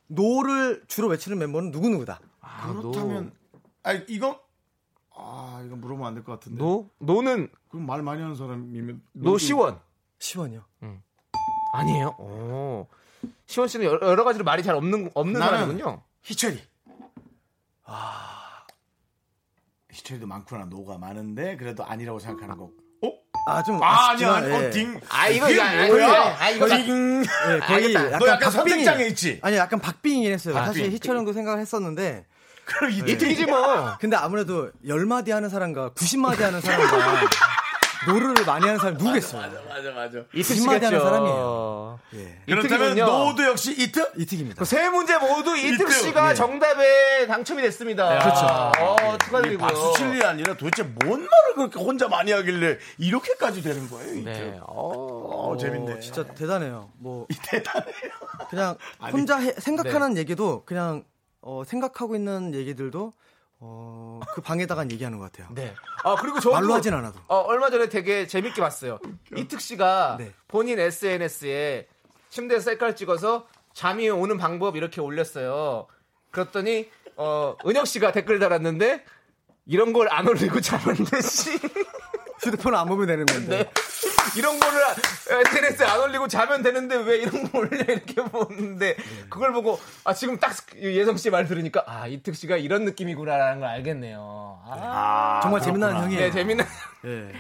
Speaker 8: 노를 주로 외치는 멤버는 누구누구다.
Speaker 2: 아,
Speaker 1: 그렇다면 아 이거 아 이거 물어보면 안 될 것 같은데.
Speaker 2: 노 노는
Speaker 1: 그럼 말 많이 하는 사람이면
Speaker 2: 노 시원.
Speaker 8: 시원이요.
Speaker 2: 아니에요. 오. 시원 씨는 여러, 여러 가지로 말이 잘 없는 없는
Speaker 1: 나는-
Speaker 2: 사람이군요.
Speaker 1: 희철이. 아 희철이도 많구나 노가 많은데 그래도 아니라고 생각하는 거.
Speaker 8: 아, 좀.
Speaker 1: 아 아니야
Speaker 8: 아쉽지만,
Speaker 1: 아니,
Speaker 8: 예.
Speaker 1: 어, 딩.
Speaker 2: 아, 이거
Speaker 1: 이게
Speaker 2: 이거 아니-
Speaker 1: 뭐야?
Speaker 2: 아, 이거
Speaker 1: 딩.
Speaker 8: 예, 거의
Speaker 2: 알겠다.
Speaker 1: 너 약간 아, 예.
Speaker 8: 박빙이-
Speaker 1: 선택장에 있지?
Speaker 8: 아니, 약간 박빙이긴 했어요. 사실
Speaker 1: 박빙.
Speaker 8: 희철 형도 생각을 했었는데.
Speaker 1: 그럼 이게
Speaker 2: 이특이지 뭐.
Speaker 8: 근데 아무래도 10마디 하는 사람과 90마디 하는 사람과 노를 많이 하는 사람이 누구겠어요?
Speaker 1: 맞아 맞아.
Speaker 2: 이특
Speaker 8: 거짓말이
Speaker 2: 씨겠죠.
Speaker 8: 하는 사람이에요. 예.
Speaker 1: 그렇다면
Speaker 2: 이특이군요.
Speaker 1: 노도 역시 이특?
Speaker 8: 이특입니다.
Speaker 2: 세 문제 모두 이특
Speaker 1: 이특,
Speaker 2: 씨가
Speaker 1: 예.
Speaker 2: 정답에 당첨이 됐습니다. 그렇죠. 어, 축하드리고요.
Speaker 1: 박수 칠일 아니라 도대체 뭔 말을 그렇게 혼자 많이 하길래 이렇게까지 되는 거예요? 이게?
Speaker 2: 네. 어.
Speaker 1: 어, 재밌네.
Speaker 8: 어, 진짜 대단해요. 뭐
Speaker 1: 대단해요. 네.
Speaker 8: 그냥 혼자 해- 생각하는 얘기도 그냥 어, 생각하고 있는 얘기들도 어, 그 방에다가 얘기하는 것 같아요.
Speaker 2: 네. 아 그리고 저도
Speaker 8: 말로 하진 않아도.
Speaker 2: 어, 얼마 전에 되게 재밌게 봤어요. 이특 씨가
Speaker 8: 네.
Speaker 2: 본인 SNS에 침대에 셀카를 찍어서 잠이 오는 방법 이렇게 올렸어요. 그랬더니 어, 은혁 씨가 댓글 달았는데 이런 걸 안 올리고 자는데 씨.
Speaker 8: 휴대폰 안 보면 되는 건데.
Speaker 2: 이런 거를 SNS에 안 올리고 자면 되는데 왜 이런 거 올려 이렇게 보는데 그걸 보고 아 지금 딱 예성 씨 말 들으니까 아 이특 씨가 이런 느낌이구나라는 걸 알겠네요. 아,
Speaker 8: 정말 재미난 형이에요. 예.
Speaker 2: 네 재밌는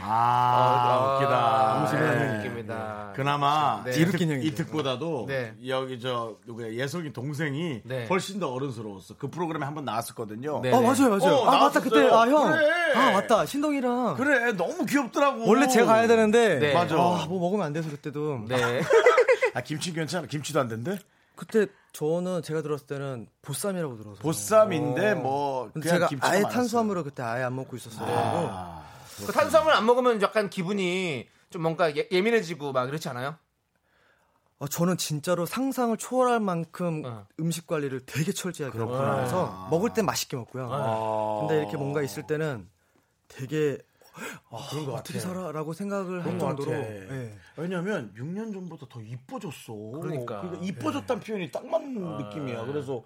Speaker 1: 아, 웃기다.
Speaker 2: 재밌는
Speaker 1: 예.
Speaker 2: 느낌입니다.
Speaker 1: 그나마
Speaker 2: 네.
Speaker 1: 이특,
Speaker 8: 이특긴 형이죠.
Speaker 1: 이특보다도
Speaker 2: 네.
Speaker 1: 여기 저 누구야 예성이 동생이
Speaker 2: 네.
Speaker 1: 훨씬 더 어른스러웠어. 그 프로그램에 한번 나왔었거든요.
Speaker 2: 네.
Speaker 8: 아 맞아요 맞아요.
Speaker 1: 어,
Speaker 8: 아 맞다
Speaker 1: 나왔었어요.
Speaker 8: 그때 아 형.
Speaker 1: 그래.
Speaker 8: 아 맞다 신동이랑.
Speaker 1: 그래 너무 귀엽더라고.
Speaker 8: 원래 제가 가야 되는데.
Speaker 2: 네.
Speaker 1: 맞아.
Speaker 8: 아, 뭐 먹으면 안 돼서 그때도.
Speaker 2: 네.
Speaker 1: 아 김치 괜찮아. 김치도 안 된대.
Speaker 8: 그때 저는 제가 들었을 때는 보쌈이라고 들어서.
Speaker 1: 보쌈인데 뭐
Speaker 8: 근데
Speaker 1: 그냥
Speaker 8: 제가
Speaker 1: 김치가
Speaker 8: 아예
Speaker 1: 많았어요. 아.
Speaker 8: 탄수화물을 그때 아예 안 먹고 있었어요.
Speaker 2: 그 탄수화물 안 먹으면 약간 기분이 좀 뭔가 예, 예민해지고 막 그렇지 않아요?
Speaker 8: 어, 저는 진짜로 상상을 초월할 만큼
Speaker 2: 어.
Speaker 8: 음식 관리를 되게 철저하게 하고 그래서 먹을 땐 맛있게 먹고요.
Speaker 1: 네.
Speaker 8: 근데 이렇게 뭔가 있을 때는 되게
Speaker 1: 아,
Speaker 8: 그런 거 어떻게 살아라고 생각을 할
Speaker 1: 것
Speaker 8: 정도로
Speaker 1: 같아.
Speaker 8: 예.
Speaker 1: 왜냐면 6년 전보다 더 이뻐졌어.
Speaker 2: 그러니까.
Speaker 8: 예.
Speaker 1: 이뻐졌다는 표현이 딱 맞는 느낌이야. 그래서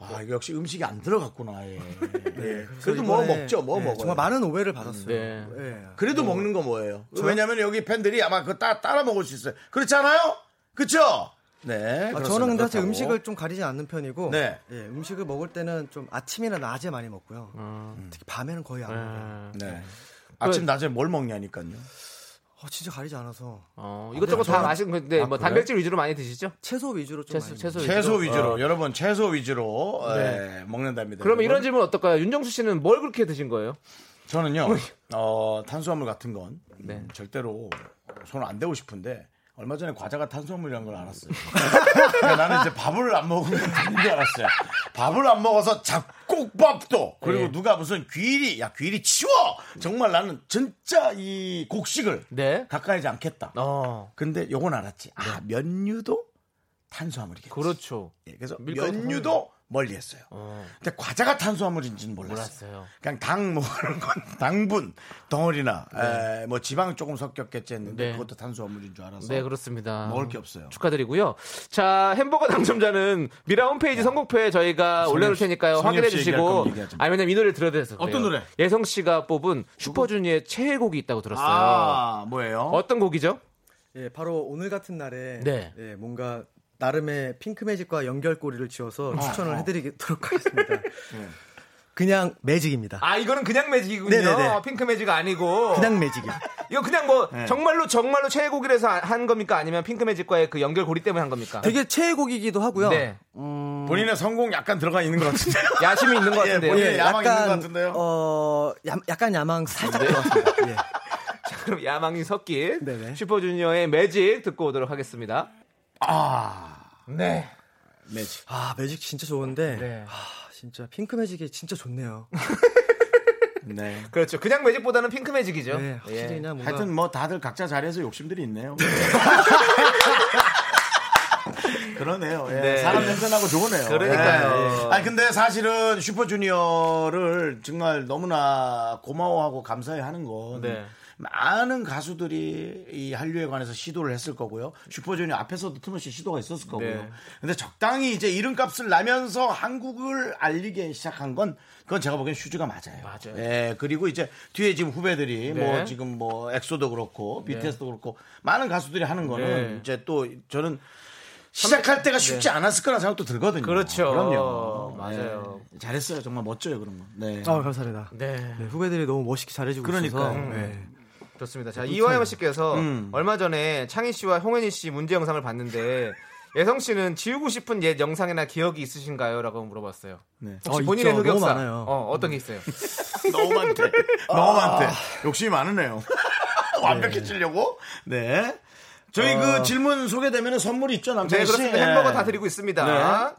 Speaker 1: 아 이거 역시 음식이 안 들어갔구나. 예. 예. 그래도 뭐
Speaker 8: 네. 이번에,
Speaker 1: 먹죠. 뭐
Speaker 8: 예,
Speaker 1: 먹어요.
Speaker 8: 정말 많은 오해를 받았어요.
Speaker 2: 네.
Speaker 8: 예.
Speaker 1: 그래도 먹는 거 뭐예요? 왜냐면 여기 팬들이 아마 그거 따, 따라 먹을 수 있어요. 그렇지 않아요? 그쵸? 네.
Speaker 8: 아,
Speaker 1: 그렇습니다.
Speaker 8: 저는 근데 사실
Speaker 1: 그렇다고.
Speaker 8: 음식을 좀 가리지 않는 편이고
Speaker 1: 네.
Speaker 8: 예, 음식을 먹을 때는 좀 아침이나 낮에 많이 먹고요. 특히 밤에는 거의 안 먹어요.
Speaker 1: 네.
Speaker 8: 그
Speaker 1: 아침 낮에 뭘 먹냐니까요.
Speaker 8: 어, 진짜 가리지 않아서
Speaker 2: 어, 이것저것 다 마시는 건데 뭐 단백질 위주로 많이 드시죠?
Speaker 8: 채소 위주로 좀
Speaker 2: 채소,
Speaker 8: 그 많이
Speaker 2: 채소 위주로.
Speaker 1: 채소
Speaker 2: 어.
Speaker 1: 위주로 여러분 채소 위주로
Speaker 8: 네.
Speaker 1: 예, 먹는답니다.
Speaker 2: 그러면 이런
Speaker 1: 여러분.
Speaker 2: 질문 어떨까요? 윤정수 씨는 뭘 그렇게 드신 거예요?
Speaker 1: 저는요 어, 탄수화물 같은 건 음,
Speaker 2: 네.
Speaker 1: 절대로 손을 안 대고 싶은데 얼마 전에 과자가 탄수화물이라는 걸 알았어요. 그러니까 나는 이제 밥을 안 먹은 줄 알았어요. 밥을 안 먹어서 잡곡밥도 그리고
Speaker 2: 네.
Speaker 1: 누가 무슨 귀리 야 귀리 치워 정말 나는 진짜 이 곡식을
Speaker 2: 네.
Speaker 1: 가까이지 않겠다.
Speaker 2: 어. 네.
Speaker 1: 근데 요건 알았지. 아 면류도 탄수화물이겠지.
Speaker 2: 그렇죠.
Speaker 1: 예, 그래서
Speaker 2: 밀가루
Speaker 1: 면류도 멀리했어요.
Speaker 2: 어.
Speaker 1: 근데 과자가 탄수화물인지는 몰랐어요.
Speaker 2: 몰랐어요.
Speaker 1: 그냥 당 먹는 건 당분, 덩어리나 에, 뭐 지방 조금 섞였겠지 했는데
Speaker 2: 네.
Speaker 1: 그것도 탄수화물인 줄 알아서
Speaker 2: 네, 그렇습니다.
Speaker 1: 먹을 게 없어요.
Speaker 2: 축하드리고요. 자, 햄버거 당첨자는 미라 홈페이지 선곡표에 저희가 올려놓을
Speaker 1: 씨,
Speaker 2: 테니까요.
Speaker 1: 네. 성엽
Speaker 2: 확인해
Speaker 1: 씨 얘기할
Speaker 2: 주시고.
Speaker 1: 거면 얘기하지 마.
Speaker 2: 아니, 왜냐면 이 노래를 들어야 돼서. 그래요.
Speaker 1: 어떤 노래?
Speaker 2: 예성 씨가 뽑은 슈퍼주니어의 최애곡이 있다고 들었어요.
Speaker 1: 아, 뭐예요?
Speaker 2: 어떤 곡이죠?
Speaker 8: 예, 바로 오늘 같은 날에
Speaker 2: 네.
Speaker 8: 예, 뭔가 나름의 핑크 매직과 연결고리를 지어서 추천을 해드리도록 하겠습니다.
Speaker 1: 네.
Speaker 8: 그냥 매직입니다.
Speaker 2: 아, 이거는 그냥 매직이군요.
Speaker 8: 네네네.
Speaker 2: 핑크 매직 아니고.
Speaker 1: 어.
Speaker 8: 그냥 매직이요.
Speaker 2: 이거 그냥 뭐
Speaker 1: 네.
Speaker 2: 정말로 정말로 최애곡이라서 한 겁니까? 아니면 핑크 매직과의 그 연결 고리 때문에 한 겁니까?
Speaker 8: 되게 최애곡이기도 하고요.
Speaker 2: 네.
Speaker 1: 음. 본인의 성공 약간 들어가 있는 것 같은데요.
Speaker 2: 야심이 있는 것
Speaker 1: 예,
Speaker 2: 같은데요.
Speaker 1: 본인의 야망 있는 것 같은데요. 네.
Speaker 8: 어, 야- 약간 야망 살짝 들어왔습니다. 예.
Speaker 2: 그럼 야망이 섞인
Speaker 8: 네네.
Speaker 2: 슈퍼주니어의 매직 듣고 오도록 하겠습니다. 아, 네.
Speaker 1: 매직.
Speaker 8: 아, 매직 진짜 좋은데.
Speaker 2: 네.
Speaker 8: 아, 진짜 핑크 매직이 진짜 좋네요.
Speaker 1: 아, 네.
Speaker 2: 그렇죠. 그냥 매직보다는 핑크 매직이죠.
Speaker 8: 네, 확실히
Speaker 2: 예.
Speaker 8: 그냥 뭔가
Speaker 1: 하여튼 뭐 다들 각자 자리에서 욕심들이 있네요. 그러네요. 예,
Speaker 2: 네.
Speaker 1: 사람 냄새나고 좋으네요.
Speaker 2: 그러니까요.
Speaker 1: 아 근데 사실은 슈퍼주니어를 정말 너무나 고마워하고 감사해하는 건
Speaker 2: 네.
Speaker 1: 많은 가수들이 이 한류에 관해서 시도를 했을 거고요. 슈퍼주니어 앞에서도 틀림없이 시도가 있었을 거고요.
Speaker 2: 네.
Speaker 1: 근데 적당히 이제 이름값을 나면서 한국을 알리기 시작한 건 그건 제가 보기엔 슈즈가 맞아요.
Speaker 2: 맞아요.
Speaker 1: 예, 그리고 이제 뒤에 지금 후배들이
Speaker 2: 네.
Speaker 1: 뭐 지금 뭐 엑소도 그렇고 BTS도 그렇고 많은 가수들이 하는 거는
Speaker 2: 네.
Speaker 1: 이제 또 저는 시작할 때가 쉽지 않았을 거라는 생각도 들거든요.
Speaker 2: 그렇죠.
Speaker 1: 그럼요.
Speaker 2: 맞아요.
Speaker 1: 네. 잘했어요. 정말 멋져요 그런 거. 네.
Speaker 8: 아, 감사합니다.
Speaker 2: 네.
Speaker 8: 네, 후배들이 너무 멋있게 잘해주고
Speaker 1: 그러니까요.
Speaker 8: 있어서.
Speaker 1: 음.
Speaker 8: 예.
Speaker 2: 좋습니다.
Speaker 8: 네,
Speaker 2: 자, 이화영 씨께서
Speaker 8: 음.
Speaker 2: 얼마 전에 창희 씨와 홍현희 씨 문제 영상을 봤는데 예성 씨는 지우고 싶은 옛 영상이나 기억이 있으신가요? 라고 물어봤어요.
Speaker 1: 네.
Speaker 2: 혹시
Speaker 8: 어,
Speaker 2: 본인의
Speaker 8: 있죠.
Speaker 2: 흑역사
Speaker 8: 너무 많아요. 음.
Speaker 2: 어, 어떤 게 있어요?
Speaker 1: 너무 많대.
Speaker 2: 아.
Speaker 1: 너무 많대. 욕심이 많으네요. 완벽해지려고. 네. 저희 그 질문 소개되면 선물이 있죠 남창희
Speaker 2: 아. 네,
Speaker 1: 씨.
Speaker 2: 그렇습니다.
Speaker 1: 네.
Speaker 2: 햄버거 다 드리고
Speaker 8: 네.
Speaker 2: 있습니다.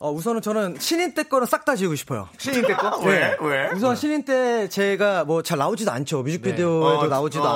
Speaker 8: 어, 우선은 저는 신인 때 거는 싹 다 지우고 싶어요.
Speaker 2: 신인 때 거?
Speaker 1: 네.
Speaker 2: 네. 아,
Speaker 1: 왜? 왜?
Speaker 8: 우선 신인 때 제가 뭐 잘 나오지도 않죠. 뮤직비디오에도
Speaker 1: 어,
Speaker 8: 나오지도
Speaker 1: 어.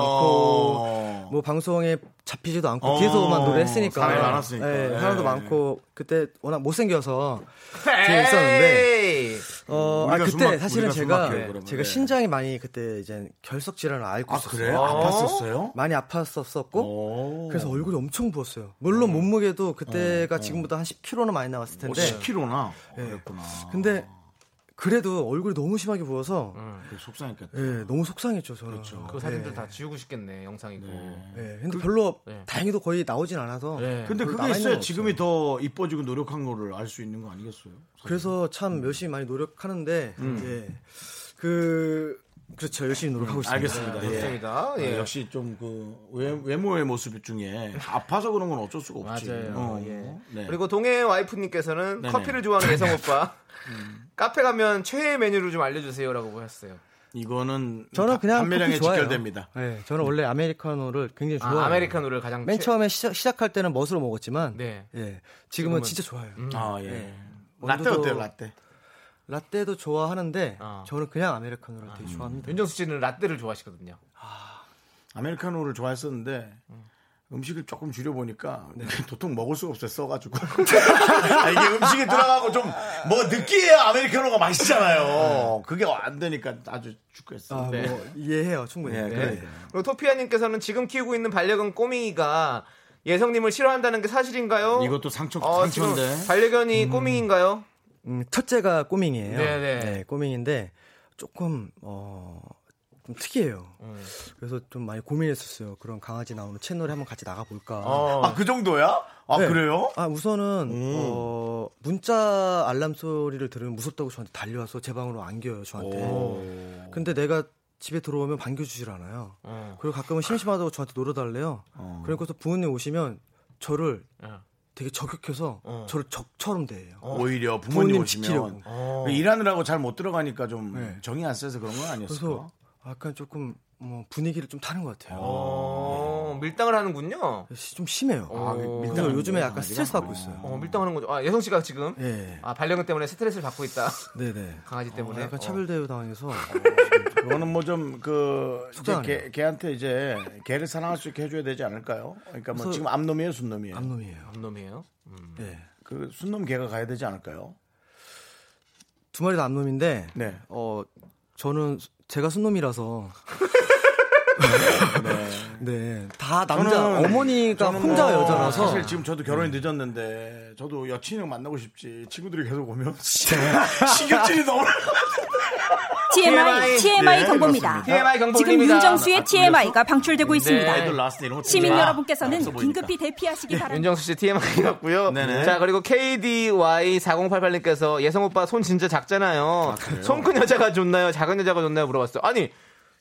Speaker 8: 않고 뭐 방송에 잡히지도 않고
Speaker 1: 어,
Speaker 8: 뒤에서만 노래했으니까
Speaker 1: 사람이 많았으니까.
Speaker 8: 예,
Speaker 1: 예.
Speaker 8: 사람도 많고 그때 워낙 못생겨서
Speaker 2: 에이!
Speaker 8: 있었는데. 어, 아
Speaker 1: 우리가 숨
Speaker 8: 그때
Speaker 1: 막-
Speaker 8: 사실은
Speaker 1: 우리가 숨
Speaker 8: 제가
Speaker 1: 막혀요, 그러면.
Speaker 8: 제가
Speaker 1: 네.
Speaker 8: 신장이 많이 그때 이제 결석 질환을 앓고
Speaker 1: 아
Speaker 8: 있었어요.
Speaker 1: 그래요? 어. 아팠었어요?
Speaker 8: 많이 아팠었었고
Speaker 1: 오.
Speaker 8: 그래서 얼굴이 엄청 부었어요. 물론
Speaker 1: 어.
Speaker 8: 몸무게도 그때가 지금보다 한 10kg는 많이 나왔을 텐데
Speaker 2: 네.
Speaker 1: 10kg나 그랬구나.
Speaker 8: 근데 그래도 얼굴이 너무 심하게 부어서
Speaker 1: 음. 속상했겠다.
Speaker 2: 네,
Speaker 8: 예, 너무 속상했죠 저는.
Speaker 1: 그렇죠.
Speaker 2: 그 사진들 다 지우고 싶겠네 영상이고.
Speaker 8: 예, 근데 별로
Speaker 2: 네.
Speaker 8: 다행히도 거의 나오진 않아서.
Speaker 2: 네.
Speaker 1: 근데 그게
Speaker 8: 별로 나와 있는
Speaker 1: 있어야
Speaker 8: 건
Speaker 1: 지금이 더 이뻐지고 노력한 거를 알 수 있는 거 아니겠어요?
Speaker 8: 그래서 참 열심히 많이 노력하는데
Speaker 1: 음.
Speaker 8: 예. 그 그렇죠 열심히 노력하고 있습니다.
Speaker 1: 알겠습니다. 예.
Speaker 2: 좋습니다. 예.
Speaker 8: 네.
Speaker 1: 아, 역시 좀 그 외모의 모습 중에 아파서 그런 건 어쩔 수가 없지.
Speaker 2: 맞아요.
Speaker 1: 어.
Speaker 2: 예.
Speaker 1: 네.
Speaker 2: 그리고 동해 와이프님께서는
Speaker 1: 네네.
Speaker 2: 커피를 좋아하는 예성 오빠
Speaker 8: 음.
Speaker 2: 카페 가면 최애 메뉴를 좀 알려주세요라고 하셨어요.
Speaker 1: 이거는
Speaker 8: 저는 그냥
Speaker 1: 판매량에
Speaker 8: 커피 좋아해요.
Speaker 1: 직결됩니다.
Speaker 8: 예, 저는 원래 아메리카노를 굉장히 좋아해요.
Speaker 2: 아, 아메리카노를 가장
Speaker 8: 맨
Speaker 2: 최-
Speaker 8: 처음에 시작, 시작할 때는 멋으로 먹었지만
Speaker 2: 네.
Speaker 8: 예,
Speaker 2: 지금은-
Speaker 8: 지금은
Speaker 2: 음.
Speaker 8: 진짜 좋아요.
Speaker 1: 아 예. 라떼
Speaker 8: 음. 네. 원두도
Speaker 1: 어때요? 라떼.
Speaker 8: 라떼도 좋아하는데
Speaker 2: 아. 음.
Speaker 8: 저는 그냥 아메리카노를 되게 좋아합니다.
Speaker 2: 윤정수 씨는 라떼를 좋아하시거든요.
Speaker 1: 아메리카노를 좋아했었는데 음식을 조금 줄여 보니까
Speaker 8: 네.
Speaker 1: 도통 먹을 수가 없어요. 써가지고 아, 이게 음식에 들어가고 좀 뭐 느끼해야 아메리카노가 맛있잖아요. 그게 안 되니까 아주 죽겠어.
Speaker 8: 네. 아,
Speaker 1: 네.
Speaker 8: 뭐 이해해요 충분히.
Speaker 1: 예,
Speaker 8: 네.
Speaker 1: 그러니까요.
Speaker 2: 그리고 토피아님께서는 지금 키우고 있는 반려견 꼬밍이가 예성님을 싫어한다는 게 사실인가요?
Speaker 1: 이것도 상처
Speaker 8: 아,
Speaker 2: 어, 지금
Speaker 1: 상처인데.
Speaker 2: 반려견이 꼬밍인가요?
Speaker 8: 음, 첫째가 꼬밍이에요.
Speaker 2: 네네.
Speaker 8: 꼬밍인데 조금 어. 좀 특이해요.
Speaker 2: 음.
Speaker 8: 그래서 좀 많이 고민했었어요. 그런 강아지 나오는 채널에 한번 같이 나가볼까.
Speaker 2: 어.
Speaker 1: 아 그 정도야? 아
Speaker 8: 네.
Speaker 1: 그래요?
Speaker 8: 아 우선은 어, 문자 알람 소리를 들으면 무섭다고 저한테 달려와서 제 방으로 안겨요 저한테. 근데 내가 집에 들어오면 반겨주질 않아요.
Speaker 2: 어.
Speaker 8: 그리고 가끔은 심심하다고 저한테 놀아달래요.
Speaker 1: 어.
Speaker 8: 그러니까서 부모님 오시면 저를
Speaker 2: 어.
Speaker 8: 되게 저격해서
Speaker 2: 어.
Speaker 8: 저를 적처럼 대해요.
Speaker 1: 오히려 부모님
Speaker 8: 어. 부모님
Speaker 1: 오시면 그
Speaker 8: 지키려고.
Speaker 2: 어.
Speaker 1: 일하느라고 잘 못 들어가니까 좀
Speaker 8: 네.
Speaker 1: 정이 안 세서 그런 건 아니었을까?
Speaker 8: 그래서 약간 조금 뭐 분위기를 좀 타는 것 같아요.
Speaker 2: 어, 밀당을 하는군요.
Speaker 8: 시- 좀 심해요.
Speaker 2: 아, 그
Speaker 8: 그래서
Speaker 1: 밀당하는
Speaker 8: 요즘에
Speaker 1: 거예요,
Speaker 8: 약간
Speaker 1: 어. 강아지가?
Speaker 8: 스트레스 받고 있어요.
Speaker 2: 어, 밀당하는 거죠. 아, 예성 씨가 지금
Speaker 8: 예,
Speaker 2: 아, 반려견 때문에 스트레스를 받고 있다.
Speaker 8: 네네.
Speaker 2: 강아지 때문에.
Speaker 8: 약간
Speaker 2: 어.
Speaker 8: 차별 대우 당해서
Speaker 1: 그거는 뭐 좀 그
Speaker 8: 속상하네요.
Speaker 1: 걔, 걔한테 이제 걔를 사랑할 수 있게 해줘야 되지 않을까요? 그러니까 뭐
Speaker 8: 그래서-
Speaker 1: 지금 암놈이에요, 순놈이에요.
Speaker 8: 암놈이에요.
Speaker 2: 놈이에요.
Speaker 8: 예.
Speaker 1: 그 순놈 개가 가야 되지 않을까요?
Speaker 8: 두 마리 다 암놈인데
Speaker 1: 네.
Speaker 8: 어 저는 수- 제가 순놈이라서 네다 남자
Speaker 1: 네. 저는-
Speaker 8: 어머니가
Speaker 1: 저는
Speaker 8: 혼자
Speaker 1: 뭐
Speaker 8: 여자라서 네.
Speaker 1: 사실 지금 저도 결혼이 늦었는데 저도 여친을 만나고 싶지 친구들이 계속 오면
Speaker 8: 네.
Speaker 1: 식욕질이 너무
Speaker 5: TMI, TMI
Speaker 1: 네,
Speaker 5: 경보입니다.
Speaker 1: 그렇습니다.
Speaker 2: TMI 경보입니다.
Speaker 5: 지금 윤정수의 TMI가 방출되고 있습니다. 네. 아,
Speaker 1: 애들 낳았을 때 이런 거
Speaker 5: 시민
Speaker 1: 들지 마. 없어
Speaker 5: 여러분께서는
Speaker 1: 보이니까.
Speaker 5: 긴급히 대피하시기 바랍니다.
Speaker 2: 윤정수 씨 TMI였고요.
Speaker 1: 네네.
Speaker 2: 자 그리고 KDY4088님께서 예성 오빠 손 진짜 작잖아요.
Speaker 1: 그래요?
Speaker 2: 손 큰 여자가 좋나요? 작은 여자가 좋나요? 물어봤어요. 아니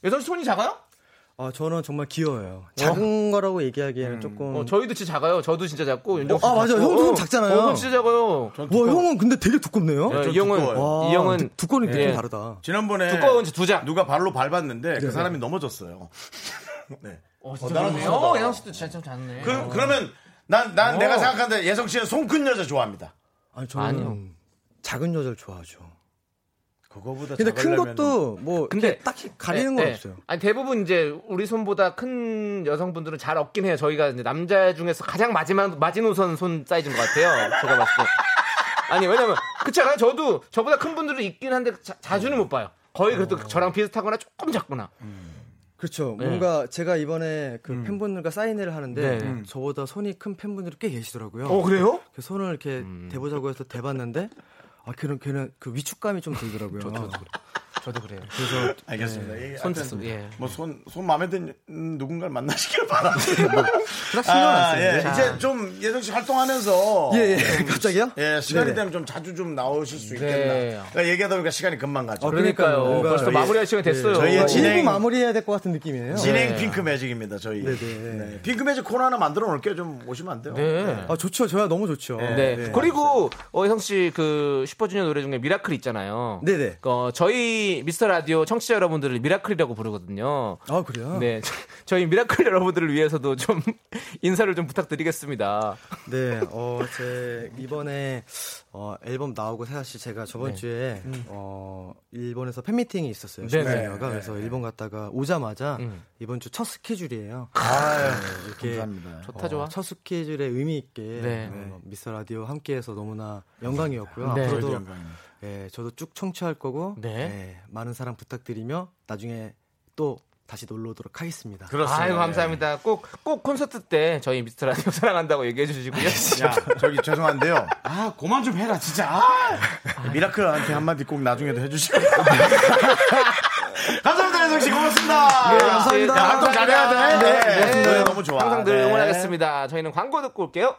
Speaker 2: 예성 씨 손이 작아요?
Speaker 8: 어, 저는 정말 귀여워요. 작은 거라고 얘기하기에는
Speaker 1: 음.
Speaker 8: 조금
Speaker 2: 어, 저희도 진짜 작아요. 저도 진짜 작고 윤정수.
Speaker 8: 음. 아,
Speaker 2: 씨
Speaker 8: 맞아요.
Speaker 2: 작고.
Speaker 8: 형도 손 작잖아요.
Speaker 2: 어, 손 진짜 작아요.
Speaker 1: 저는
Speaker 8: 와
Speaker 1: 두꺼워.
Speaker 8: 형은 근데 되게 두껍네요.
Speaker 2: 야,
Speaker 1: 저
Speaker 2: 이 형은
Speaker 1: 두꺼워요.
Speaker 8: 와,
Speaker 2: 이 형은
Speaker 8: 근데 두꺼운 느낌
Speaker 2: 예.
Speaker 8: 다르다.
Speaker 1: 지난번에
Speaker 2: 두꺼운 두 장.
Speaker 1: 누가 발로 밟았는데
Speaker 8: 네,
Speaker 1: 그 사람이 넘어졌어요. 네.
Speaker 2: 어,
Speaker 1: 어, 나랑
Speaker 2: 작네요.
Speaker 1: 비슷하다.
Speaker 2: 어, 예성 씨도 진짜 참 작네.
Speaker 1: 그, 그러면 난, 난 내가 생각하는데 예성 씨는 손 큰 여자 좋아합니다.
Speaker 8: 아니 저는
Speaker 2: 아니요.
Speaker 8: 작은 여자를 좋아하죠.
Speaker 1: 그거보다
Speaker 8: 근데 큰
Speaker 1: 작으려면은 예,
Speaker 8: 것도 뭐
Speaker 2: 근데-
Speaker 8: 근데 딱히 가리는
Speaker 2: 네,
Speaker 8: 건
Speaker 2: 네.
Speaker 8: 없어요.
Speaker 2: 아니 대부분 이제 우리 손보다 큰 여성분들은 잘 없긴 해요. 저희가 이제 남자 중에서 가장 마지막 마지노선 손 사이즈인 것 같아요. 제가 봤을 때. 아니 왜냐면 그렇잖아요. 저도 저보다 큰 분들은 있긴 한데 자, 주는못 봐요. 거의 그래도 저랑 비슷하거나 조금 작거나.
Speaker 8: 그렇죠.
Speaker 2: 네. 음.
Speaker 8: 뭔가 제가 이번에 그 팬분들과 사인회를 하는데
Speaker 2: 네. 음.
Speaker 8: 저보다 손이 큰 팬분들이 꽤 계시더라고요.
Speaker 2: 어 그래요?
Speaker 8: 그 손을 이렇게
Speaker 2: 음.
Speaker 8: 대보자고 해서 대봤는데 아 걔는 걔는 그 위축감이 좀 들더라고요.
Speaker 2: 저도 그래요.
Speaker 1: 알겠습니다.
Speaker 2: 손 뜯습니다. 예.
Speaker 1: 뭐손손 마음에 드는 누군가를 만나시길 바랍니다.
Speaker 8: 딱 신경 안
Speaker 1: 아,
Speaker 8: 써요.
Speaker 1: 예. 이제 좀 예성 씨 활동하면서
Speaker 8: 예, 예. 갑자기요?
Speaker 1: 어, 예, 시간이
Speaker 8: 네네.
Speaker 1: 되면 좀 자주 좀 나오실 수
Speaker 2: 네.
Speaker 1: 있겠나. 그러니까 얘기하다 보니까 시간이 금방 가죠.
Speaker 8: 어,
Speaker 2: 그러니까요.
Speaker 8: 뭔가
Speaker 2: 벌써
Speaker 8: 저희-
Speaker 2: 마무리할 시간이 됐어요.
Speaker 1: 저희의
Speaker 8: 일부
Speaker 1: 진행-
Speaker 8: 마무리해야 될 것 같은 느낌이에요.
Speaker 1: 진행
Speaker 2: 네.
Speaker 1: 핑크 매직입니다. 저희.
Speaker 8: 네네.
Speaker 1: 네. 핑크 매직 코너 하나 만들어 놓을게요. 좀 오시면 안 돼요?
Speaker 2: 네.
Speaker 8: 아 좋죠. 저야 너무 좋죠.
Speaker 2: 네. 그리고 어, 혜성 씨 그 슈퍼주니어 노래 중에 미라클 있잖아요.
Speaker 8: 네네.
Speaker 2: 어, 저희 미스터 라디오 청취자 여러분들을 미라클이라고 부르거든요.
Speaker 8: 아 그래요?
Speaker 2: 네,
Speaker 8: 네.
Speaker 2: 저희 미라클 여러분들을 위해서도 좀 인사를 좀 부탁드리겠습니다.
Speaker 8: 어, 제 이번에 어, 앨범 나오고 사실 제가 저번 주에 어, 일본에서 팬미팅이 있었어요.
Speaker 2: 네. 음. 네네. 음.
Speaker 8: 슈퍼주니어가 그래서 일본 갔다가 오자마자 이번 주 첫 스케줄이에요.
Speaker 1: 아유,
Speaker 8: 이렇게
Speaker 1: 감사합니다.
Speaker 2: 좋다 좋아.
Speaker 8: 첫 스케줄에 의미 있게
Speaker 2: 네.
Speaker 8: 어, 미스터 라디오 함께해서 너무나 영광이었고요.
Speaker 2: 네.
Speaker 1: 저희도
Speaker 8: 앞으로도
Speaker 1: 영광입니다.
Speaker 8: 예, 저도 쭉 청취할 거고
Speaker 2: 네.
Speaker 8: 예, 많은 사랑 부탁드리며 나중에 또 다시 놀러 오도록 하겠습니다.
Speaker 1: 그렇습니다.
Speaker 2: 아유 감사합니다. 꼭 꼭 콘서트 때 저희 미스터 라디오 사랑한다고 얘기해 주시고요.
Speaker 1: 야, 저기 죄송한데요. 아, 고만 좀 해라, 진짜. 아! 미라클한테 한마디 꼭 나중에도 해주시고. 감사합니다, 연석 씨. 고맙습니다.
Speaker 2: 네, 감사합니다.
Speaker 1: 야, 활동 잘해야 돼.
Speaker 2: 네,
Speaker 1: 네,
Speaker 2: 네.
Speaker 1: 노래 너무 좋아.
Speaker 2: 항상 늘
Speaker 1: 네.
Speaker 2: 응원하겠습니다. 저희는 광고 듣고 올게요.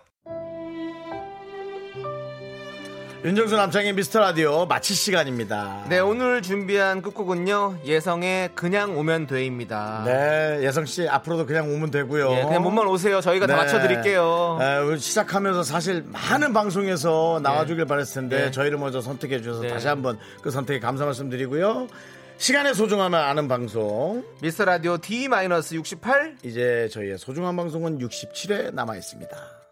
Speaker 1: 윤정수 남창의 미스터 라디오 마칠 시간입니다.
Speaker 2: 네 오늘 준비한 끝곡은요 예성의 그냥 오면 돼입니다.
Speaker 1: 네, 예성 씨 앞으로도 그냥 오면 되고요.
Speaker 2: 예, 그냥 몸만 오세요. 저희가 다
Speaker 1: 네.
Speaker 2: 맞춰드릴게요.
Speaker 1: 네, 우리 시작하면서 사실 많은 방송에서 나와주길 바랬을 텐데
Speaker 2: 네.
Speaker 1: 저희를 먼저 선택해 주셔서
Speaker 2: 네.
Speaker 1: 다시 한번 그 선택에 감사 말씀드리고요. 시간의 소중함을 아는 방송
Speaker 2: 미스터 라디오 D-68
Speaker 1: 이제 저희의 소중한 방송은 67회 남아 있습니다.